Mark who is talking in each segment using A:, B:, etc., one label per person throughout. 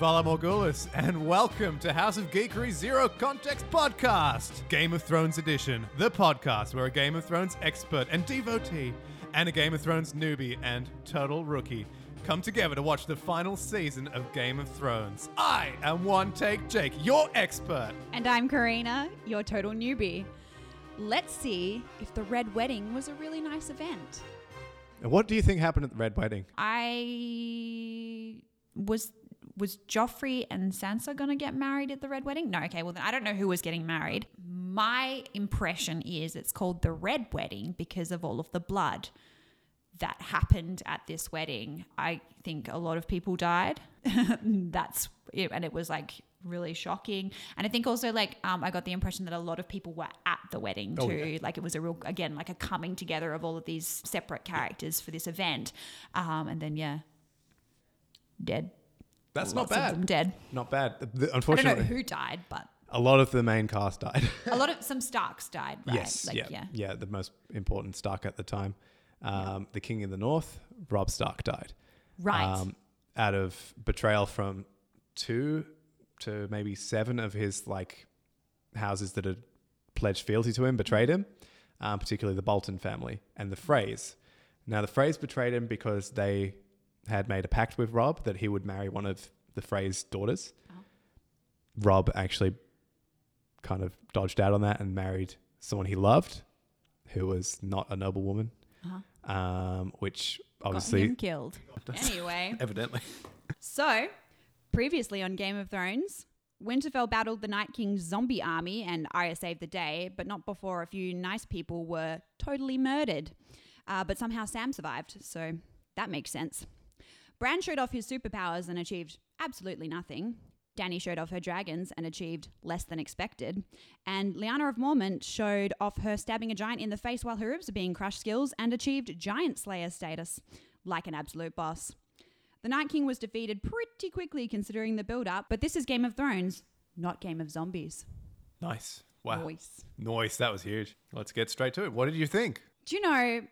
A: Valamorgulis, and welcome to House of Geekery Zero Context Podcast, Game of Thrones Edition, the podcast where a Game of Thrones expert and devotee and a Game of Thrones newbie and total rookie come together to watch the final season of Game of Thrones. I am One Take Jake, your expert.
B: And I'm Karina, your total newbie. Let's see if the Red Wedding was a really nice event.
A: What do you think happened at the Red Wedding?
B: I was was Joffrey and Sansa gonna get married at the Red Wedding? No, okay, well then I don't know who was getting married. My impression is it's called the Red Wedding because of all of the blood that happened at this wedding. I think a lot of people died. That's it, and it was like really shocking. And I think also like um, I got the impression that a lot of people were at the wedding too.
A: Oh, yeah.
B: Like it was a real again like a coming together of all of these separate characters for this event. Um, and then yeah, dead.
A: That's
B: Lots Of them dead.
A: Not bad. The-
B: I don't know
A: Unfortunately,
B: who died, but
A: a lot of the main cast died.
B: a lot of some Starks died, right?
A: Yes, yeah, yeah, the most important Stark at the time, um, the King of the North, Rob Stark died,
B: Right.
A: Um, out of betrayal from two to maybe seven of his like houses that had pledged fealty to him betrayed him, um, particularly the Bolton family and the Freys. Now the Freys betrayed him because they had made a pact with Rob that he would marry one of the Freys' daughters.
B: Oh.
A: Rob actually kind of dodged out on that and married someone he loved, who was not a noblewoman, um, which
B: Uh-huh. Got
A: obviously
B: him killed. Anyway,
A: evidently
C: So, previously on Game of Thrones, Winterfell battled the Night King's zombie army and Arya saved the day, but not before a few nice people were totally murdered. Uh, but somehow Sam survived, so that makes sense. Bran showed off his superpowers and achieved absolutely nothing. Danny showed off her dragons and achieved less than expected. And Lyanna of Mormont showed off her stabbing a giant in the face while her ribs are being crushed skills and achieved giant slayer status, like an absolute boss. The Night King was defeated pretty quickly considering the build up, but this is Game of Thrones, not Game of Zombies.
A: nice. Wow,
C: Voice.
A: nice. That was huge. Let's get straight to it. What did you think?
C: Do you know,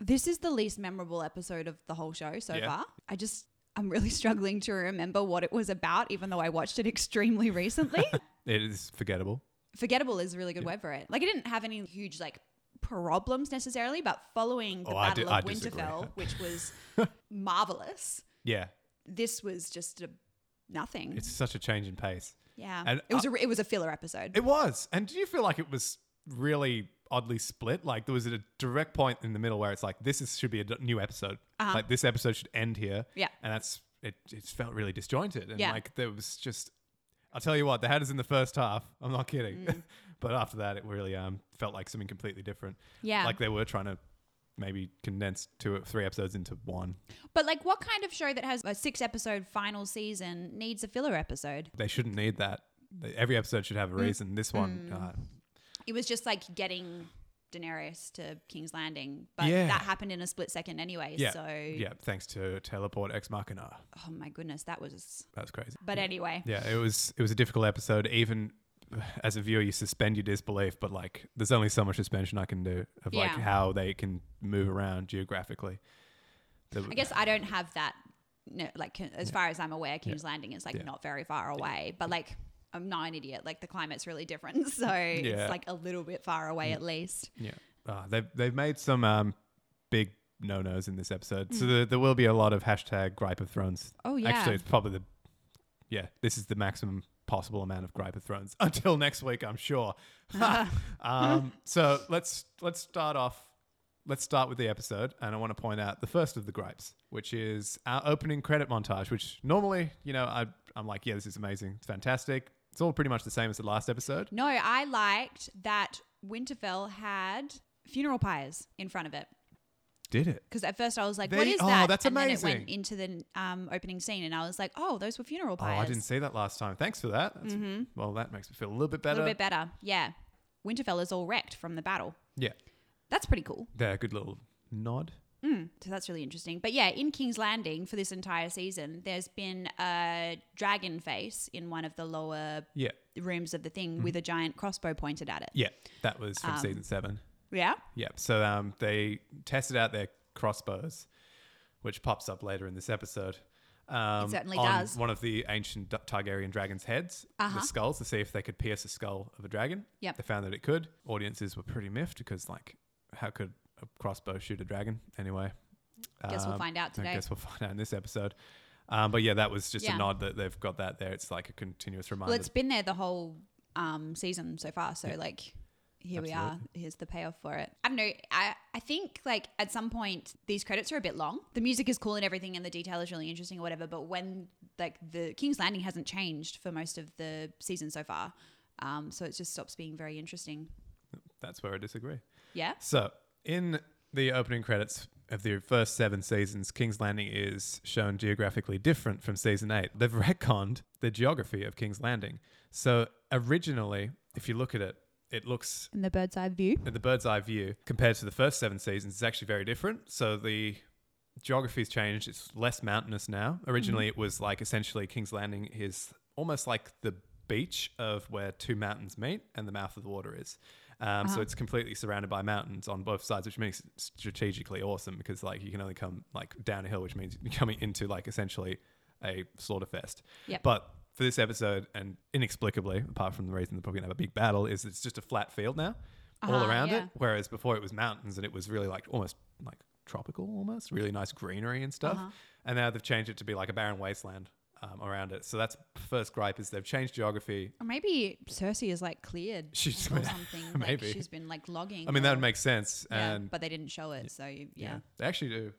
C: this is the least memorable episode of the whole show so
A: Yeah.
C: far. I just, I'm really struggling to remember what it was about, even though I watched it extremely recently.
A: It is forgettable.
C: Forgettable is a really good word for it. Like, I didn't have any huge, like, problems necessarily, but following the
A: Oh, I di-
C: Battle
A: I
C: of
A: disagree.
C: Winterfell, which was marvelous,
A: Yeah,
C: this was just a nothing.
A: it's such a change in pace.
C: yeah.
A: and
C: it was a, it was a filler episode.
A: It was. And do you feel like it was really oddly split? Like there was a direct point in the middle where it's like this is, should be a d- new episode. Like this episode should end here.
C: Uh-huh. Yeah.
A: And that's it. It felt really disjointed. And
C: Yeah.
A: like there was just, I'll tell you what, they had us in the first half. I'm not kidding.
C: Mm.
A: but after that, it really um felt like something completely different.
C: Yeah.
A: Like they were trying to maybe condense two or three episodes into one.
C: But like, what kind of show that has a six episode final season needs a filler episode?
A: They shouldn't need that. Every episode should have
C: Mm.
A: a reason. This one, uh,
C: It was just like getting Daenerys to King's Landing, but
A: Yeah.
C: that happened in a split second anyway.
A: yeah,
C: So,
A: yeah. Thanks to teleport ex machina,
C: oh my goodness, that was.
A: that's crazy.
C: But anyway,
A: Yeah, it was it was a difficult episode. Even as a viewer, you suspend your disbelief, but like there's only so much suspension I can do of like
C: Yeah.
A: how they can move around geographically. The-
C: I guess I don't have that. No, like as far as I'm aware, King's Landing is like
A: Yeah.
C: not very far away. But like, I'm not an idiot. Like the climate's really different, so
A: Yeah. Mm.
C: it's like a little bit far away at least.
A: yeah, Ah, they've they've made some um, big no nos in this episode,
C: Mm.
A: so there, there will be a lot of hashtag gripe of thrones.
C: Oh, yeah.
A: actually, it's probably the yeah. This is the maximum possible amount of gripe of thrones until next week, I'm sure.
C: Uh-huh.
A: um, so let's let's start off. Let's start with the episode, and I want to point out the first of the gripes, which is our opening credit montage. Which normally, you know, I I'm like, yeah, this is amazing, it's fantastic. It's all pretty much the same as the last episode.
C: No, I liked that Winterfell had funeral pyres in front of it.
A: Did it?
C: because at first I was like,
A: They-
C: "What is
A: oh,
C: that?"
A: that's
C: and Then it
A: amazing.
C: went into the um, opening scene, and I was like, "Oh, those were funeral
A: Oh,
C: pyres."
A: I didn't see that last time. Thanks for that. That's- Well, that makes me feel a little bit
C: A
A: better.
C: Mm-hmm. little bit better, yeah. Winterfell is all wrecked from the battle.
A: yeah,
C: That's pretty cool.
A: there, good little nod.
C: Mm, so that's really interesting. But yeah, in King's Landing for this entire season, there's been a dragon face in one of the lower
A: Yeah,
C: rooms of the thing
A: Mm-hmm.
C: with a giant crossbow pointed at it.
A: yeah, that was
C: Um,
A: from season seven.
C: Yeah.
A: Yeah, so um, they tested out their crossbows, which pops up later in this episode. Um,
C: certainly
A: on
C: does.
A: One of the ancient D- Targaryen dragons' heads,
C: Uh-huh.
A: the skulls, to see if they could pierce the skull of a dragon.
C: Yep.
A: They found that it could. Audiences were pretty miffed because, like, how could a crossbow shoot a dragon? Anyway.
C: Guess we'll
A: um,
C: find out
A: I
C: today.
A: guess we'll find out in this episode. Um, but yeah, that was just
C: Yeah.
A: a nod that they've got that there. It's like a continuous reminder.
C: Well, it's been there the whole um, season so far. So like, here we are. Here's the payoff for it. I don't know. I I think like at some point these credits are a bit long. The music is cool and everything, and the detail is really interesting or whatever. But when like the King's Landing hasn't changed for most of the season so far, um, so it just stops being very interesting.
A: That's where I disagree.
C: Yeah.
A: So, in the opening credits of the first seven seasons, King's Landing is shown geographically different from season eight. They've retconned the geography of King's Landing. So, originally, if you look at it, it looks
C: In the bird's eye view.
A: at the bird's eye view compared to the first seven seasons is actually very different. So, the geography's changed. It's less mountainous now. Originally,
C: Mm-hmm.
A: it was like essentially King's Landing is almost like the beach of where two mountains meet and the mouth of the water is. Um,
C: Ah.
A: So it's completely surrounded by mountains on both sides, which makes it strategically awesome because like you can only come like down a hill, which means you're coming into like essentially a slaughter fest.
C: Yep.
A: But for this episode, and inexplicably, apart from the reason they're probably gonna have a big battle, is it's just a flat field now all
C: Uh-huh,
A: around
C: yeah.
A: it. Whereas before it was mountains and it was really like almost like tropical, almost really nice greenery and
C: Uh-huh.
A: stuff. And now they've changed it to be like a barren wasteland um, around it. So that's first gripe is they've changed geography.
C: Or maybe Cersei is like cleared
A: She's
C: or something.
A: maybe.
C: Like, she's been like logging.
A: I mean, that
C: or-
A: would make sense.
C: Yeah,
A: and
C: but they didn't show it, so yeah.
A: yeah. they actually do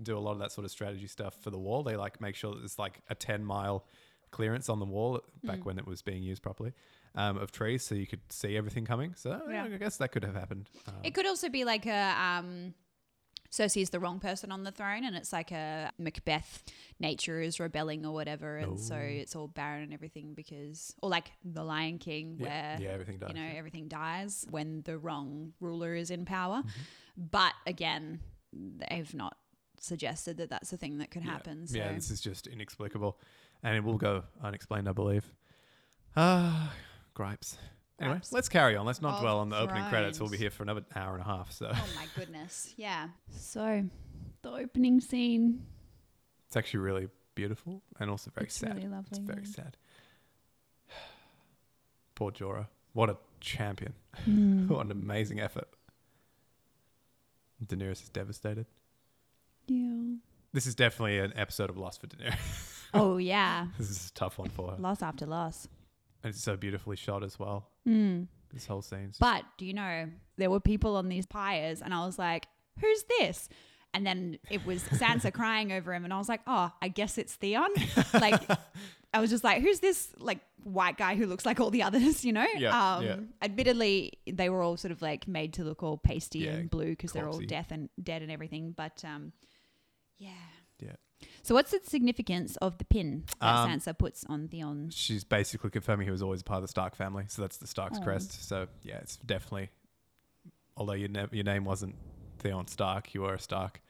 A: do a lot of that sort of strategy stuff for the wall. They like make sure that there's like a ten mile clearance on the wall
C: Mm.
A: back when it was being used properly um, of trees, so you could see everything coming. So
C: Yeah.
A: I guess that could have happened. Um,
C: It could also be like a um, Cersei is the wrong person on the throne, and it's like a Macbeth. Nature is rebelling or whatever, and so
A: Oh.
C: it's all barren and everything because, or like the Lion King,
A: yeah,
C: where
A: yeah, everything does.
C: you know
A: yeah.
C: everything dies when the wrong ruler is in power.
A: Mm-hmm.
C: But again, they've not suggested that that's a thing that could
A: Yeah.
C: happen. So
A: Yeah, this is just inexplicable, and it will go unexplained, I believe. Ah, gripes. Anyway,
C: Gripes.
A: let's carry on. Let's not
C: Of
A: dwell on the opening credits. We'll be
C: thrones.
A: here for another hour and a half. So
C: oh my goodness, yeah. So the opening scene,
A: it's actually really beautiful and also very
C: it's
A: sad.
C: really lovely.
A: It's very sad. Poor Jorah. What a champion.
C: Hmm. Mm.
A: what an amazing effort. Daenerys is devastated.
C: yeah.
A: This is definitely an episode of Loss for Daenerys.
C: Oh yeah.
A: this is a tough one for her.
C: Loss after loss.
A: And it's so beautifully shot as well.
C: Mm.
A: This whole scene's
C: But do you know there were people on these pyres, and I was like, "Who's this?" And then it was Sansa crying over him, and I was like, "Oh, I guess it's Theon." Like, I was just like, "Who's this like white guy who looks like all the others?" You know. Um,
A: Yeah, yeah.
C: Admittedly, they were all sort of like made to look all pasty
A: Yeah,
C: and blue because they're all
A: corpsey.
C: death and dead and everything. But um, yeah.
A: Yeah.
C: So, what's the significance of the pin that
A: Um,
C: Sansa puts on Theon?
A: she's basically confirming he was always part of the Stark family. So that's the Stark's
C: Oh.
A: crest. So yeah, it's definitely. Although your na- your name wasn't Theon Stark, you were a Stark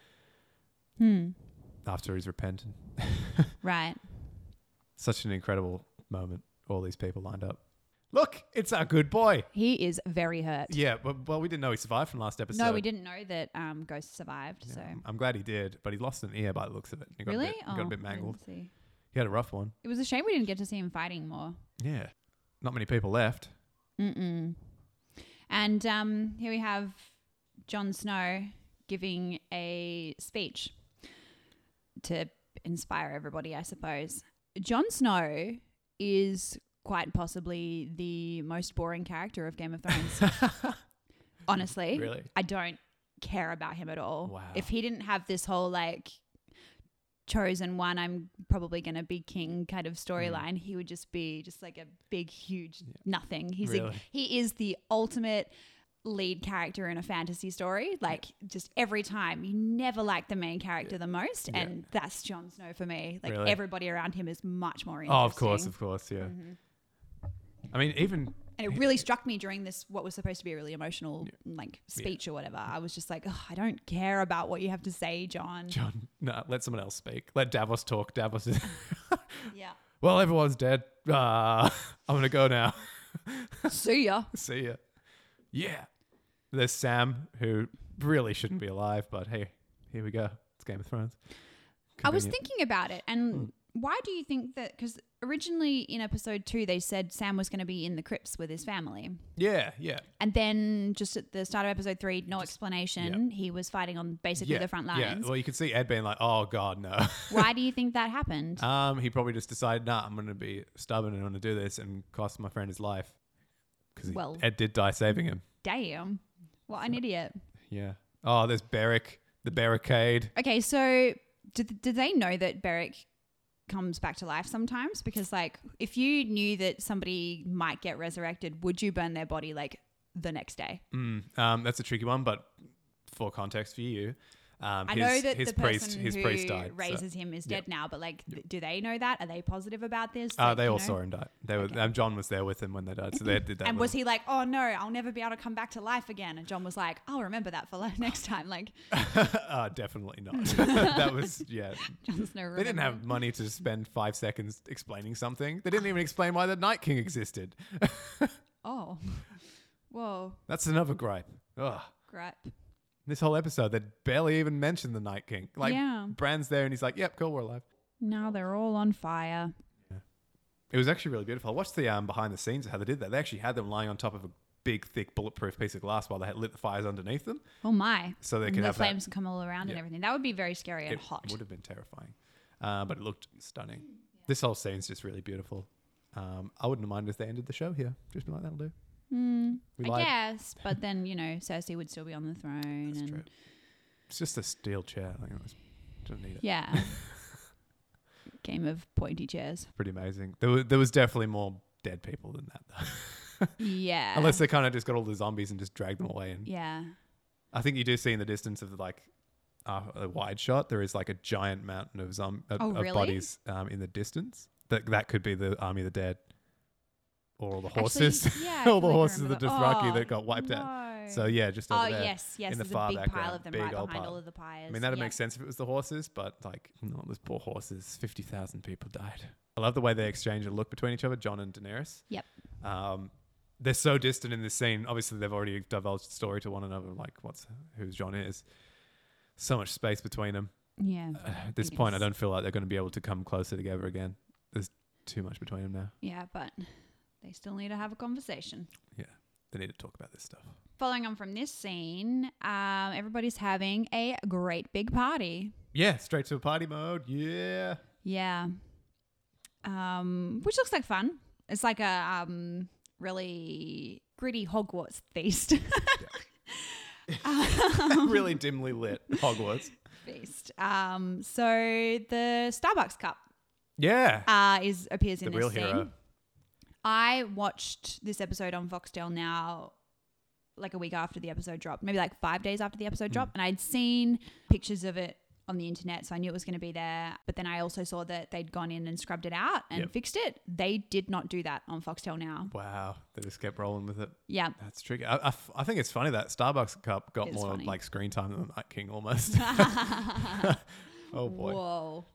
C: Hmm.
A: after he's repentant.
C: Right.
A: Such an incredible moment. All these people lined up. Look, it's our good boy.
C: He is very hurt.
A: Yeah, but well, we didn't know he survived from last episode.
C: No, we didn't know that um, Ghost survived.
A: Yeah,
C: so
A: I'm- I'm glad he did, but he lost an ear by the looks of it. He got
C: really,
A: a bit, he got a
C: Oh,
A: bit
C: I didn't
A: mangled.
C: see.
A: He had a rough one.
C: It was a shame we didn't get to see him fighting more.
A: Yeah, not many people left.
C: Mm-mm. And um, here we have Jon Snow giving a speech to inspire everybody, I suppose. Jon Snow is quite possibly the most boring character of Game of Thrones. Honestly,
A: Really?
C: I don't care about him at all.
A: Wow.
C: If he didn't have this whole like chosen one, I'm probably going to be king kind of storyline, he would just be just like a big, huge
A: Mm. Yeah.
C: nothing. He's a-
A: Really?
C: he is the ultimate lead character in a fantasy story. Like just every time, you never like the main character the most,
A: Yeah.
C: and that's Jon Snow for me. Like
A: Really?
C: everybody around him is much more interesting. Mm-hmm.
A: Oh, of course, of course, yeah. I mean, even
C: And it really struck me during this what was supposed to be a really emotional like speech or whatever. I was just like, oh, I don't care about what you have to say, John.
A: John, no, let someone else speak. Let Davos talk. Davos is,
C: Yeah.
A: well, everyone's dead. Ah, I'm going to go now.
C: See ya.
A: See ya. Yeah. There's Sam, who really shouldn't be alive, but hey, here we go. It's Game of Thrones.
C: I
A: Convenient.
C: was
A: Hmm.
C: thinking about it, and why do you think that? Because originally in episode two, they said Sam was going to be in the crypts with his family,
A: Yeah, yeah.
C: and then just at the start of episode three, no explanation. He was fighting on basically
A: yeah,
C: the front
A: yeah.
C: lines.
A: Well, you could see Ed being like, "Oh God, no."
C: why do you think that happened?
A: um, he probably just decided, "Nah, I'm going to be stubborn and I'm going to do this and cost my friend his life." Because
C: Well-
A: Ed did die saving him.
C: Damn, what an idiot!
A: Yeah. Oh, there's Beric, the barricade.
C: Okay, so did did they know that Beric comes back to life sometimes? Because like, if you knew that somebody might get resurrected, would you burn their body like the next day?
A: Mm, um, that's a tricky one, but for context for you, um,
C: I
A: his,
C: know that
A: his
C: the
A: priest,
C: person
A: his
C: who
A: priest died. so-
C: raises him is
A: Yeah.
C: dead now, but like, th- do they know that? Are they positive about this?
A: Uh,
C: Like,
A: they
C: you
A: all
C: know?
A: saw him die. They were, um, John was there with him when they died, so they did that.
C: And
A: little-
C: was he like, oh no, I'll never be able to come back to life again? And John was like, I'll remember that for like, next time. Like,
A: uh, definitely not. that was yeah.
C: Jon Snow.
A: They didn't have money to spend five seconds explaining something. They didn't even explain why the Night King existed.
C: Oh, whoa,
A: That's another gripe. Ugh.
C: crap.
A: This whole episode, they barely even mentioned the Night King. Like
C: Yeah.
A: Bran's there, and he's like, "Yep, cool, we're alive."
C: Now they're all on fire.
A: It was actually really beautiful. I watched the um, behind the scenes of how they did that. They actually had them lying on top of a big, thick, bulletproof piece of glass while they had lit the fires underneath them,
C: Oh my.
A: so they
C: And
A: could
C: the
A: have that
C: flames come all around and
A: Yeah.
C: everything. That would be very scary and
A: it
C: hot.
A: would have been terrifying, uh, but it looked stunning. This whole scene's just really beautiful. Um, I wouldn't mind if they ended the show here. Just be like, that'll do.
C: Mm,
A: We
C: I
A: lied.
C: guess, but then you know, Cersei would still be on the throne,
A: That's
C: and
A: true. It's just a steel chair. Like, it was, didn't need it.
C: yeah, game of pointy chairs.
A: Pretty amazing. There was, there was definitely more dead people than that. though.
C: Yeah,
A: Unless they kind of just got all the zombies and just dragged them away. And
C: yeah,
A: I think you do see in the distance of like uh, a wide shot, there is like a giant mountain of zom- of,
C: Oh,
A: of
C: really?
A: bodies um, in the distance. That that could be the army of the dead, or all the
C: Actually,
A: horses.
C: yeah, I
A: all the
C: feel like I
A: horses of the
C: remember
A: Dothraki
C: Oh,
A: that got wiped out.
C: no.
A: So yeah, just over
C: oh
A: there.
C: yes, yes,
A: in the
C: there's
A: far
C: a big pile
A: background,
C: of them
A: big
C: right
A: old
C: behind
A: pile.
C: all of the pyres.
A: I mean, that'd
C: yeah.
A: make sense if it was the horses, but like, no, those poor horses. 50,000 people died. I love the way they exchange a look between each other, John and Daenerys.
C: Yep.
A: Um, they're so distant in this scene. Obviously, they've already divulged the story to one another, like what's who John is. So much space between them.
C: Yeah,
A: Uh, at this
C: I
A: point, I
C: guess.
A: don't feel like they're going to be able to come closer together again. There's too much between them now.
C: yeah, but they still need to have a conversation.
A: They need to talk about this stuff.
C: Following on from this scene, um, everybody's having a great big party.
A: Yeah, straight to a party mode. Yeah.
C: Yeah. Um, which looks like fun. It's like a um, really gritty Hogwarts feast. um,
A: really dimly lit Hogwarts.
C: feast. Um, so the Starbucks cup
A: Yeah.
C: uh, is appears in
A: the
C: this
A: real
C: scene.
A: hero.
C: I watched this episode on Foxtel now, like a week after the episode dropped, maybe like five days after the
A: Hmm.
C: episode dropped, and I'd seen pictures of it on the internet, so I knew it was going to be there. But then I also saw that they'd gone in and scrubbed it out and
A: Yep.
C: fixed it. They did not do that on Foxtel now.
A: Wow. They just kept rolling with it.
C: Yeah.
A: That's tricky. I, I f- I think it's funny that Starbucks Cup got
C: It's
A: more
C: funny.
A: like screen time than Night King almost. oh boy,
C: Whoa.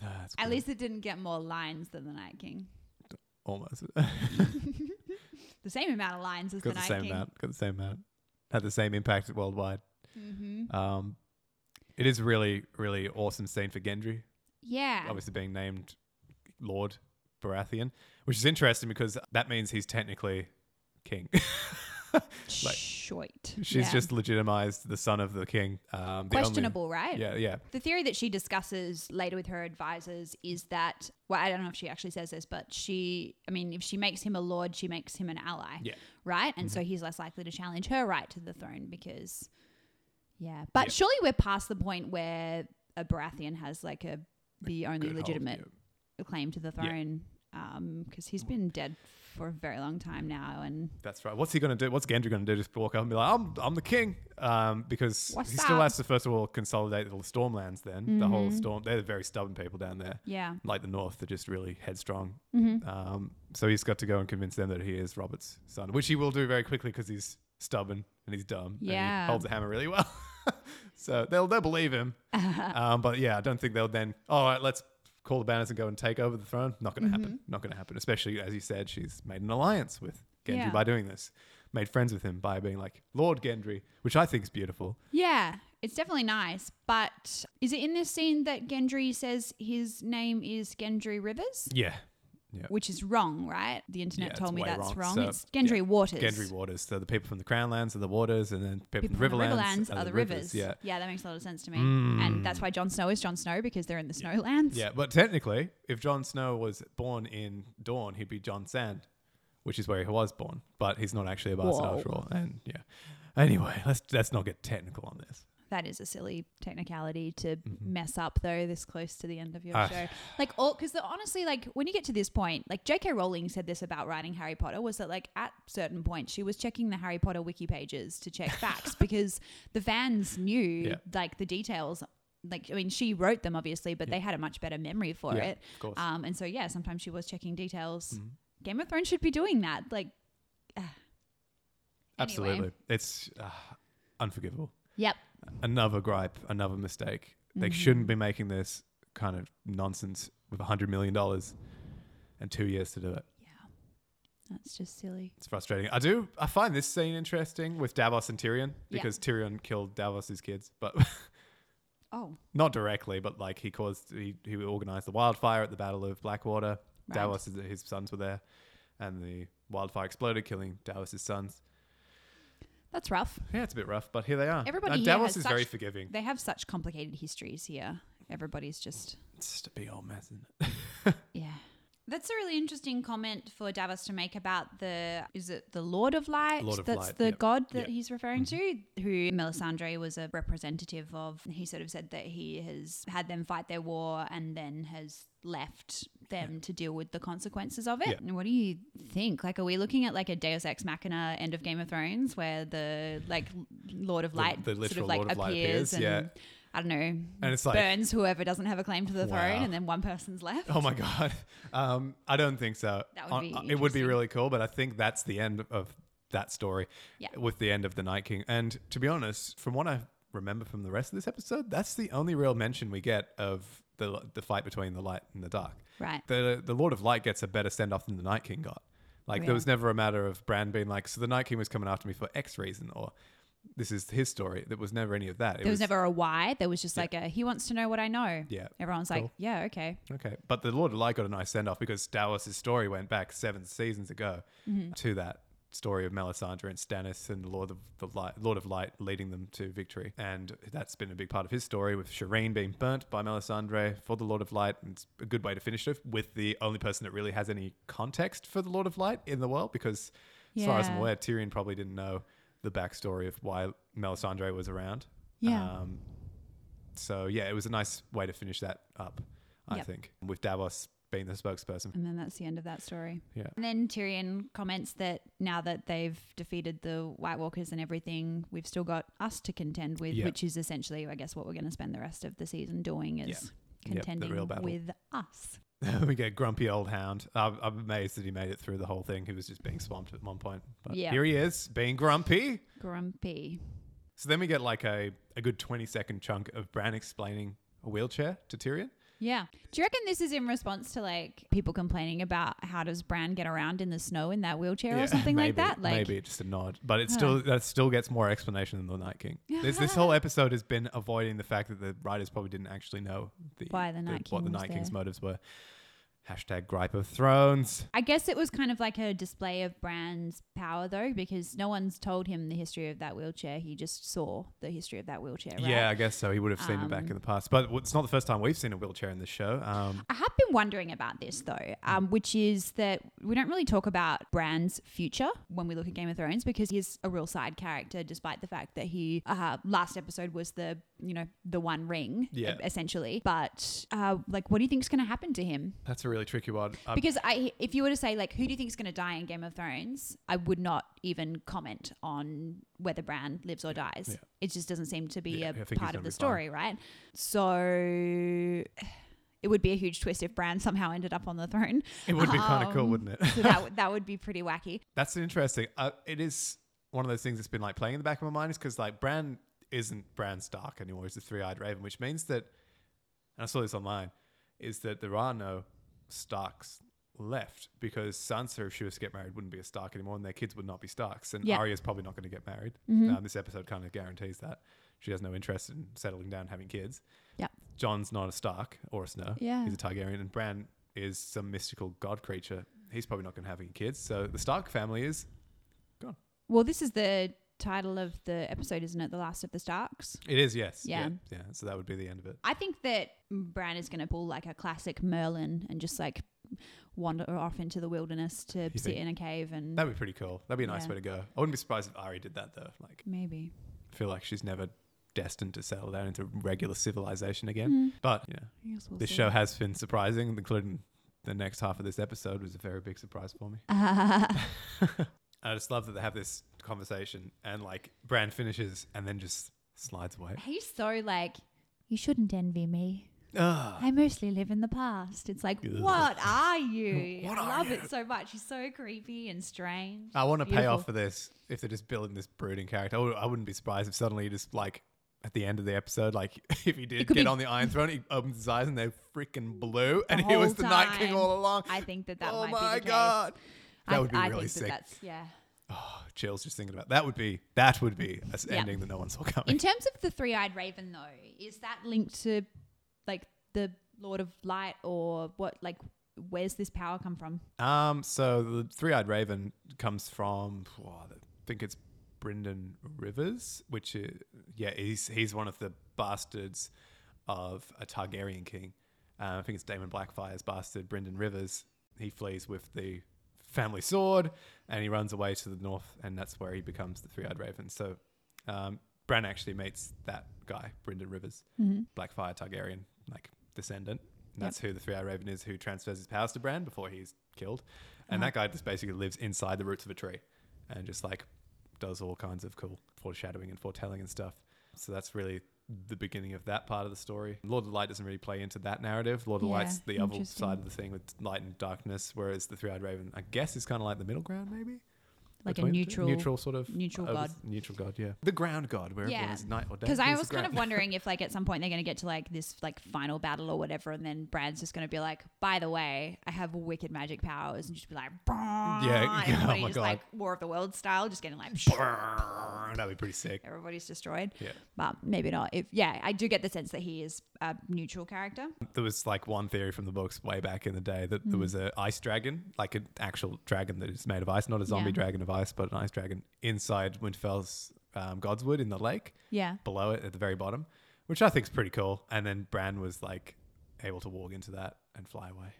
A: Nah, that's
C: At
A: good.
C: least it didn't get more lines than the Night King.
A: almost
C: The same amount of lines as
A: got
C: the
A: the
C: Night
A: same
C: King.
A: amount. Got the same amount. Had the same impact worldwide.
C: Mm-hmm.
A: Um, it is really, really awesome scene for Gendry,
C: Yeah.
A: obviously being named Lord Baratheon, which is interesting because that means he's technically king. like-
C: Shoit.
A: She's
C: Yeah.
A: just legitimized the son of the king. Um, the only-
C: questionable, right?
A: yeah, yeah.
C: The theory that she discusses later with her advisors is that, well, I don't know if she actually says this, but she, I mean, if she makes him a lord, she makes him an ally,
A: Yeah. Mm-hmm.
C: right? And so he's less likely to challenge her right to the throne because, yeah. But
A: Yeah.
C: surely we're past the point where a Baratheon has like a the only
A: Good hold,
C: legitimate claim to the
A: Yeah. Mm.
C: throne because he's been dead for a very long time now, and
A: That's right. What's he going to do? What's Gendry going to do? Just walk up and be like, "I'm, I'm the king," um, because
C: What's
A: he still
C: up? Mm-hmm.
A: has to first of all consolidate the Stormlands. Then the whole storm. They're very stubborn people down there,
C: yeah,
A: like the North. They're just really headstrong.
C: Mhm.
A: Um, so he's got to go and convince them that he is Robert's son, which he will do very quickly because he's stubborn and he's dumb. and
C: Yeah.
A: he holds a hammer really well. so they'll they'll believe him. um, but yeah, I don't think they'll then. All right, let's call the banners and go and take over the Mm-hmm. throne. Not going to happen. Not going to happen. Especially as you said, she's made an alliance with Gendry
C: Yeah.
A: by doing this. made friends with him by being like Lord Gendry, which I think is beautiful.
C: Yeah, it's definitely nice. But is it in this scene that Gendry says his name is Gendry Rivers?
A: Yeah. Yeah.
C: Which is wrong, right? The internet
A: Yeah, it's
C: told me
A: way
C: that's
A: wrong.
C: wrong.
A: So,
C: it's Gendry
A: yeah,
C: Waters.
A: Gendry Waters. So the people from the Crownlands are the waters, and then people,
C: People
A: from the
C: from the
A: Riverlands,
C: Riverlands are the rivers.
A: Yeah.
C: that makes a lot of sense to me.
A: Mm.
C: And that's why Jon Snow is Jon Snow because they're in the Snowlands.
A: Yeah, but technically, if Jon Snow was born in Dawn, he'd be Jon Sand, which is where he was born. But he's not actually a bastard
C: Whoa.
A: after all. And yeah. Anyway, let's let's not get technical on this.
C: That is a silly technicality to mess up though this close to the end of your
A: Mm-hmm. Ah.
C: show. Like all cuz honestly like when you get to this point, like JK Rowling said this about writing Harry Potter was that like at certain point she was checking the Harry Potter wiki pages to check facts because the fans knew
A: Yeah.
C: like the details like I mean she wrote them obviously, but they had a much better memory for
A: Yeah,
C: it.
A: of course. Mm-hmm.
C: Um and so yeah, sometimes she was checking details. Game of Thrones should be doing that. Like
A: Absolutely.
C: anyway.
A: It's uh, unforgivable.
C: yep.
A: Another gripe, another mistake.
C: Mm-hmm.
A: They shouldn't be making this kind of nonsense with $100 million and two years to do it.
C: Yeah. That's just silly.
A: It's frustrating. I do. I find this scene interesting with Davos and Tyrion
C: Yeah.
A: because Tyrion killed Davos's kids, but
C: Oh.
A: not directly. But like he caused, he, he organized the wildfire at the Battle of Blackwater.
C: Right.
A: Davos, and his sons were there, and the wildfire exploded, killing Davos's sons.
C: That's rough.
A: Yeah, it's a bit rough, but here they are.
C: Everybody
A: Now,
C: here
A: Davos
C: has
A: is very
C: such-
A: forgiving.
C: They have such complicated histories here. Everybody's just
A: It's just a big old mess. Isn't it?
C: yeah. That's a really interesting comment for Davos to make about the is it the Lord of Light?
A: Lord of
C: That's
A: Light,
C: the
A: yep.
C: god that
A: Yep. Mm-hmm.
C: he's referring to, who Melisandre was a representative of. He sort of said that he has had them fight their war and then has left them to deal with the consequences of it.
A: Yeah.
C: And What do you think? Like, are we looking at like a Deus Ex Machina end of Game of Thrones where the like Lord of
A: The-
C: Light
A: the
C: sort
A: literal
C: of like
A: Lord of Light appears,
C: appears, and
A: yeah.
C: I don't know
A: And it's like-
C: burns whoever doesn't have a claim to the
A: Wow.
C: throne, and then one person's left.
A: Oh my god. Um, I don't think so.
C: That would be
A: Uh, it would be
C: interesting.
A: really cool, but I think that's the end of that story.
C: Yeah.
A: With the end of the Night King, and to be honest, from what I remember from the rest of this episode, that's the only real mention we get of the the fight between the light and the dark.
C: Right.
A: The the Lord of Light gets a better send off than the Night King got. Like
C: Yeah.
A: there was never a matter of Bran being like, so the Night King was coming after me for X reason, or this is his story. There was never any of that. It
C: There was, never a why. There was just like a he wants to know what I know.
A: Yeah.
C: Everyone's like,
A: Cool.
C: yeah, okay.
A: Okay, but the Lord of Light got a nice send off because Davos' story went back seven seasons ago
C: Mm-hmm.
A: to that story of Melisandre and Stannis and the Lord of the Light, Lord of Light leading them to victory, and that's been a big part of his story with Shireen being burnt by Melisandre for the Lord of Light. And it's a good way to finish it with the only person that really has any context for the Lord of Light in the world, because as far as I'm
C: Yeah.
A: aware, Tyrion probably didn't know the backstory of why Melisandre was around.
C: Yeah.
A: Um, so yeah, it was a nice way to finish that up, I
C: Yep.
A: think, with Davos being the spokesperson.
C: And then that's the end of that story.
A: Yeah.
C: And then Tyrion comments that now that they've defeated the White Walkers and everything, we've still got us to contend with,
A: Yeah.
C: which is essentially, I guess, what we're going to spend the rest of the season doing is
A: Yeah. Yep, the
C: contending
A: real battle.
C: with us.
A: we get grumpy old hound. I'm, I'm amazed that he made it through the whole thing. He was just being swamped at one point, but
C: Yeah.
A: here he is being grumpy.
C: Grumpy.
A: So then we get like a, a good 20 second chunk of Bran explaining a wheelchair to Tyrion.
C: Yeah. Do you reckon this is in response to like people complaining about how does Bran get around in the snow in that wheelchair or something
A: maybe-
C: like that? Like
A: maybe just a nod, but it still that still gets more explanation than the Night King. This, this whole episode has been avoiding the fact that the writers probably didn't actually know the,
C: Why the Night
A: what the
C: King was
A: Night King's
C: there.
A: motives were. Hashtag gripe of thrones.
C: I guess it was kind of like a display of Bran's power, though, because no one's told him the history of that wheelchair. He just saw the history of that wheelchair. Right? Um,
A: Yeah, I guess so. He would have seen it back in the past, but it's not the first time we've seen a wheelchair in this show. Um,
C: I have been wondering about this though, um, which is that we don't really talk about Bran's future when we look at Game of Thrones because he's a real side character, despite the fact that he uh, last episode was the you know the One Ring, e-,
A: Yeah.
C: essentially. But uh, like, what do you think's going to happen to him?
A: that's a really tricky one. Um,
C: Because I, if you were to say like, who do you think is going to die in Game of Thrones? I would not even comment on whether Bran lives or dies.
A: Yeah.
C: It just doesn't seem to be
A: Yeah, I think
C: a
A: he's
C: part
A: gonna
C: of
A: be
C: the story, right? So it would be a huge twist if Bran somehow ended up on the throne.
A: it would be kind of cool,
C: um,
A: wouldn't it?
C: so that would that would be pretty wacky.
A: That's interesting. Uh, it is one of those things that's been like playing in the back of my mind is because like Bran isn't Bran Stark anymore. He's the three eyed raven, which means that, and I saw this online, is that there are no Starks left because Sansa, if she was to get married, wouldn't be a Stark anymore, and their kids would not be Starks. And
C: Yeah. Mm-hmm.
A: Arya's probably not going to get married. Um, this episode kind of guarantees that she has no interest in settling down, having kids.
C: Yeah.
A: John's not a Stark or a Snow.
C: Yeah.
A: he's a Targaryen, and Bran is some mystical god creature. He's probably not going to have any kids. So the Stark family is
C: Well, this is the title of the episode, isn't it? The Last of the Starks.
A: it is yes
C: Yeah. Mm.
A: yeah. So that would be the end of it.
C: I think that Bran is going to pull like a classic Merlin and just like wander off into the wilderness to sit
A: think?
C: in a cave and
A: That'd be pretty cool. That'd be a nice
C: Yeah.
A: way to go. I wouldn't be surprised if Arya did that though. Like,
C: maybe.
A: I feel like she's never destined to settle down into regular civilization again. But you know,
C: I guess Mm. we'll
A: this
C: see.
A: show has been surprising, including the next half of this episode was a very big surprise for me. I just love that they have this conversation and like Bran finishes and then just slides away.
C: He's so like, you shouldn't envy me.
A: Ah,
C: I mostly live in the past. It's like,
A: Ugh.
C: what are you?
A: What
C: I
A: are
C: love
A: you? Oh.
C: it so much. He's so creepy and strange.
A: I want to pay
C: Beautiful.
A: off for this if they're just building this brooding character. I, would, I wouldn't be surprised if suddenly you just like at the end of the episode, like if he did
C: could
A: get
C: be-
A: on the Iron Throne, he opens his eyes and they're freaking blue, and he
C: whole
A: was the Night King
C: time.
A: all along.
C: I think that that
A: oh
C: might
A: my
C: be the case.
A: god, that
C: I,
A: would be
C: I
A: really
C: think That
A: sick.
C: that's, yeah.
A: Oh, chills just thinking about that would be that would be an
C: Yeah.
A: ending that no one saw coming.
C: In terms of the three-eyed raven, though, is that linked to like the Lord of Light or what? Like, where's this power come from?
A: Um, so the three-eyed raven comes from oh, I think it's Brendan Rivers, which is, yeah, he's he's one of the bastards of a Targaryen king. Uh, I think it's Damon Blackfire's bastard, Brendan Rivers. He flees with the family sword and he runs away to the north, and that's where he becomes the three-eyed raven. So um, Bran actually meets that guy, Brendan Rivers, Blackfire Targaryen, like descendant. And that's who the Three Eyed Raven is, who transfers his powers to Bran before he's killed. And that guy just basically lives inside the roots of a tree, and just like does all kinds of cool foreshadowing and foretelling and stuff. So that's really the beginning of that part of the story. Lord of Light doesn't really play into that narrative. Lord of
C: Yeah,
A: Light's the other
C: interesting.
A: side of the thing with light and darkness, whereas the Three Eyed Raven, I guess, is kind of like the middle ground, maybe
C: Like a
A: Between the two?
C: neutral,
A: neutral sort of
C: neutral
A: over-
C: god.
A: neutral god, yeah, the ground god, where
C: Yeah.
A: everyone is night or day.
C: Because I
A: Who's
C: was
A: the
C: kind of
A: ground?
C: wondering if, like, at some point they're going to get to like this like final battle or whatever, and then Bran's just going to be like, "By the way, I have wicked magic powers," and just be like,
A: yeah,
C: "Yeah,
A: oh
C: everybody
A: my
C: just
A: God.
C: like War of the World style, just getting like
A: Brrrr, That'd be pretty sick.
C: everybody's destroyed."
A: Yeah.
C: But maybe not. If yeah, I do get the sense that he is a neutral character.
A: There was like one theory from the books way back in the day that
C: Hmm.
A: there was an ice dragon, like an actual dragon that is made of ice, not a zombie
C: Yeah.
A: dragon of ice, but an ice dragon inside Winterfell's um, Godswood in the lake,
C: Yeah.
A: below it at the very bottom, which I think is pretty cool. And then Bran was like able to walk into that and fly away.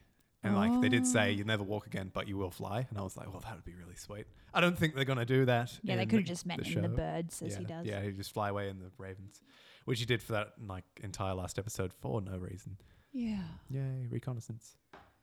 A: And like they did say, you never walk again, but you will fly. And I was like, well, that would be really sweet. I don't think they're gonna do that.
C: Yeah, they
A: in
C: could have just met in the
A: show.
C: birds as
A: yeah,
C: he does.
A: Yeah, he just fly away in the Ravens, which he did for that like entire last episode for no reason.
C: Yeah.
A: Yay, reconnaissance.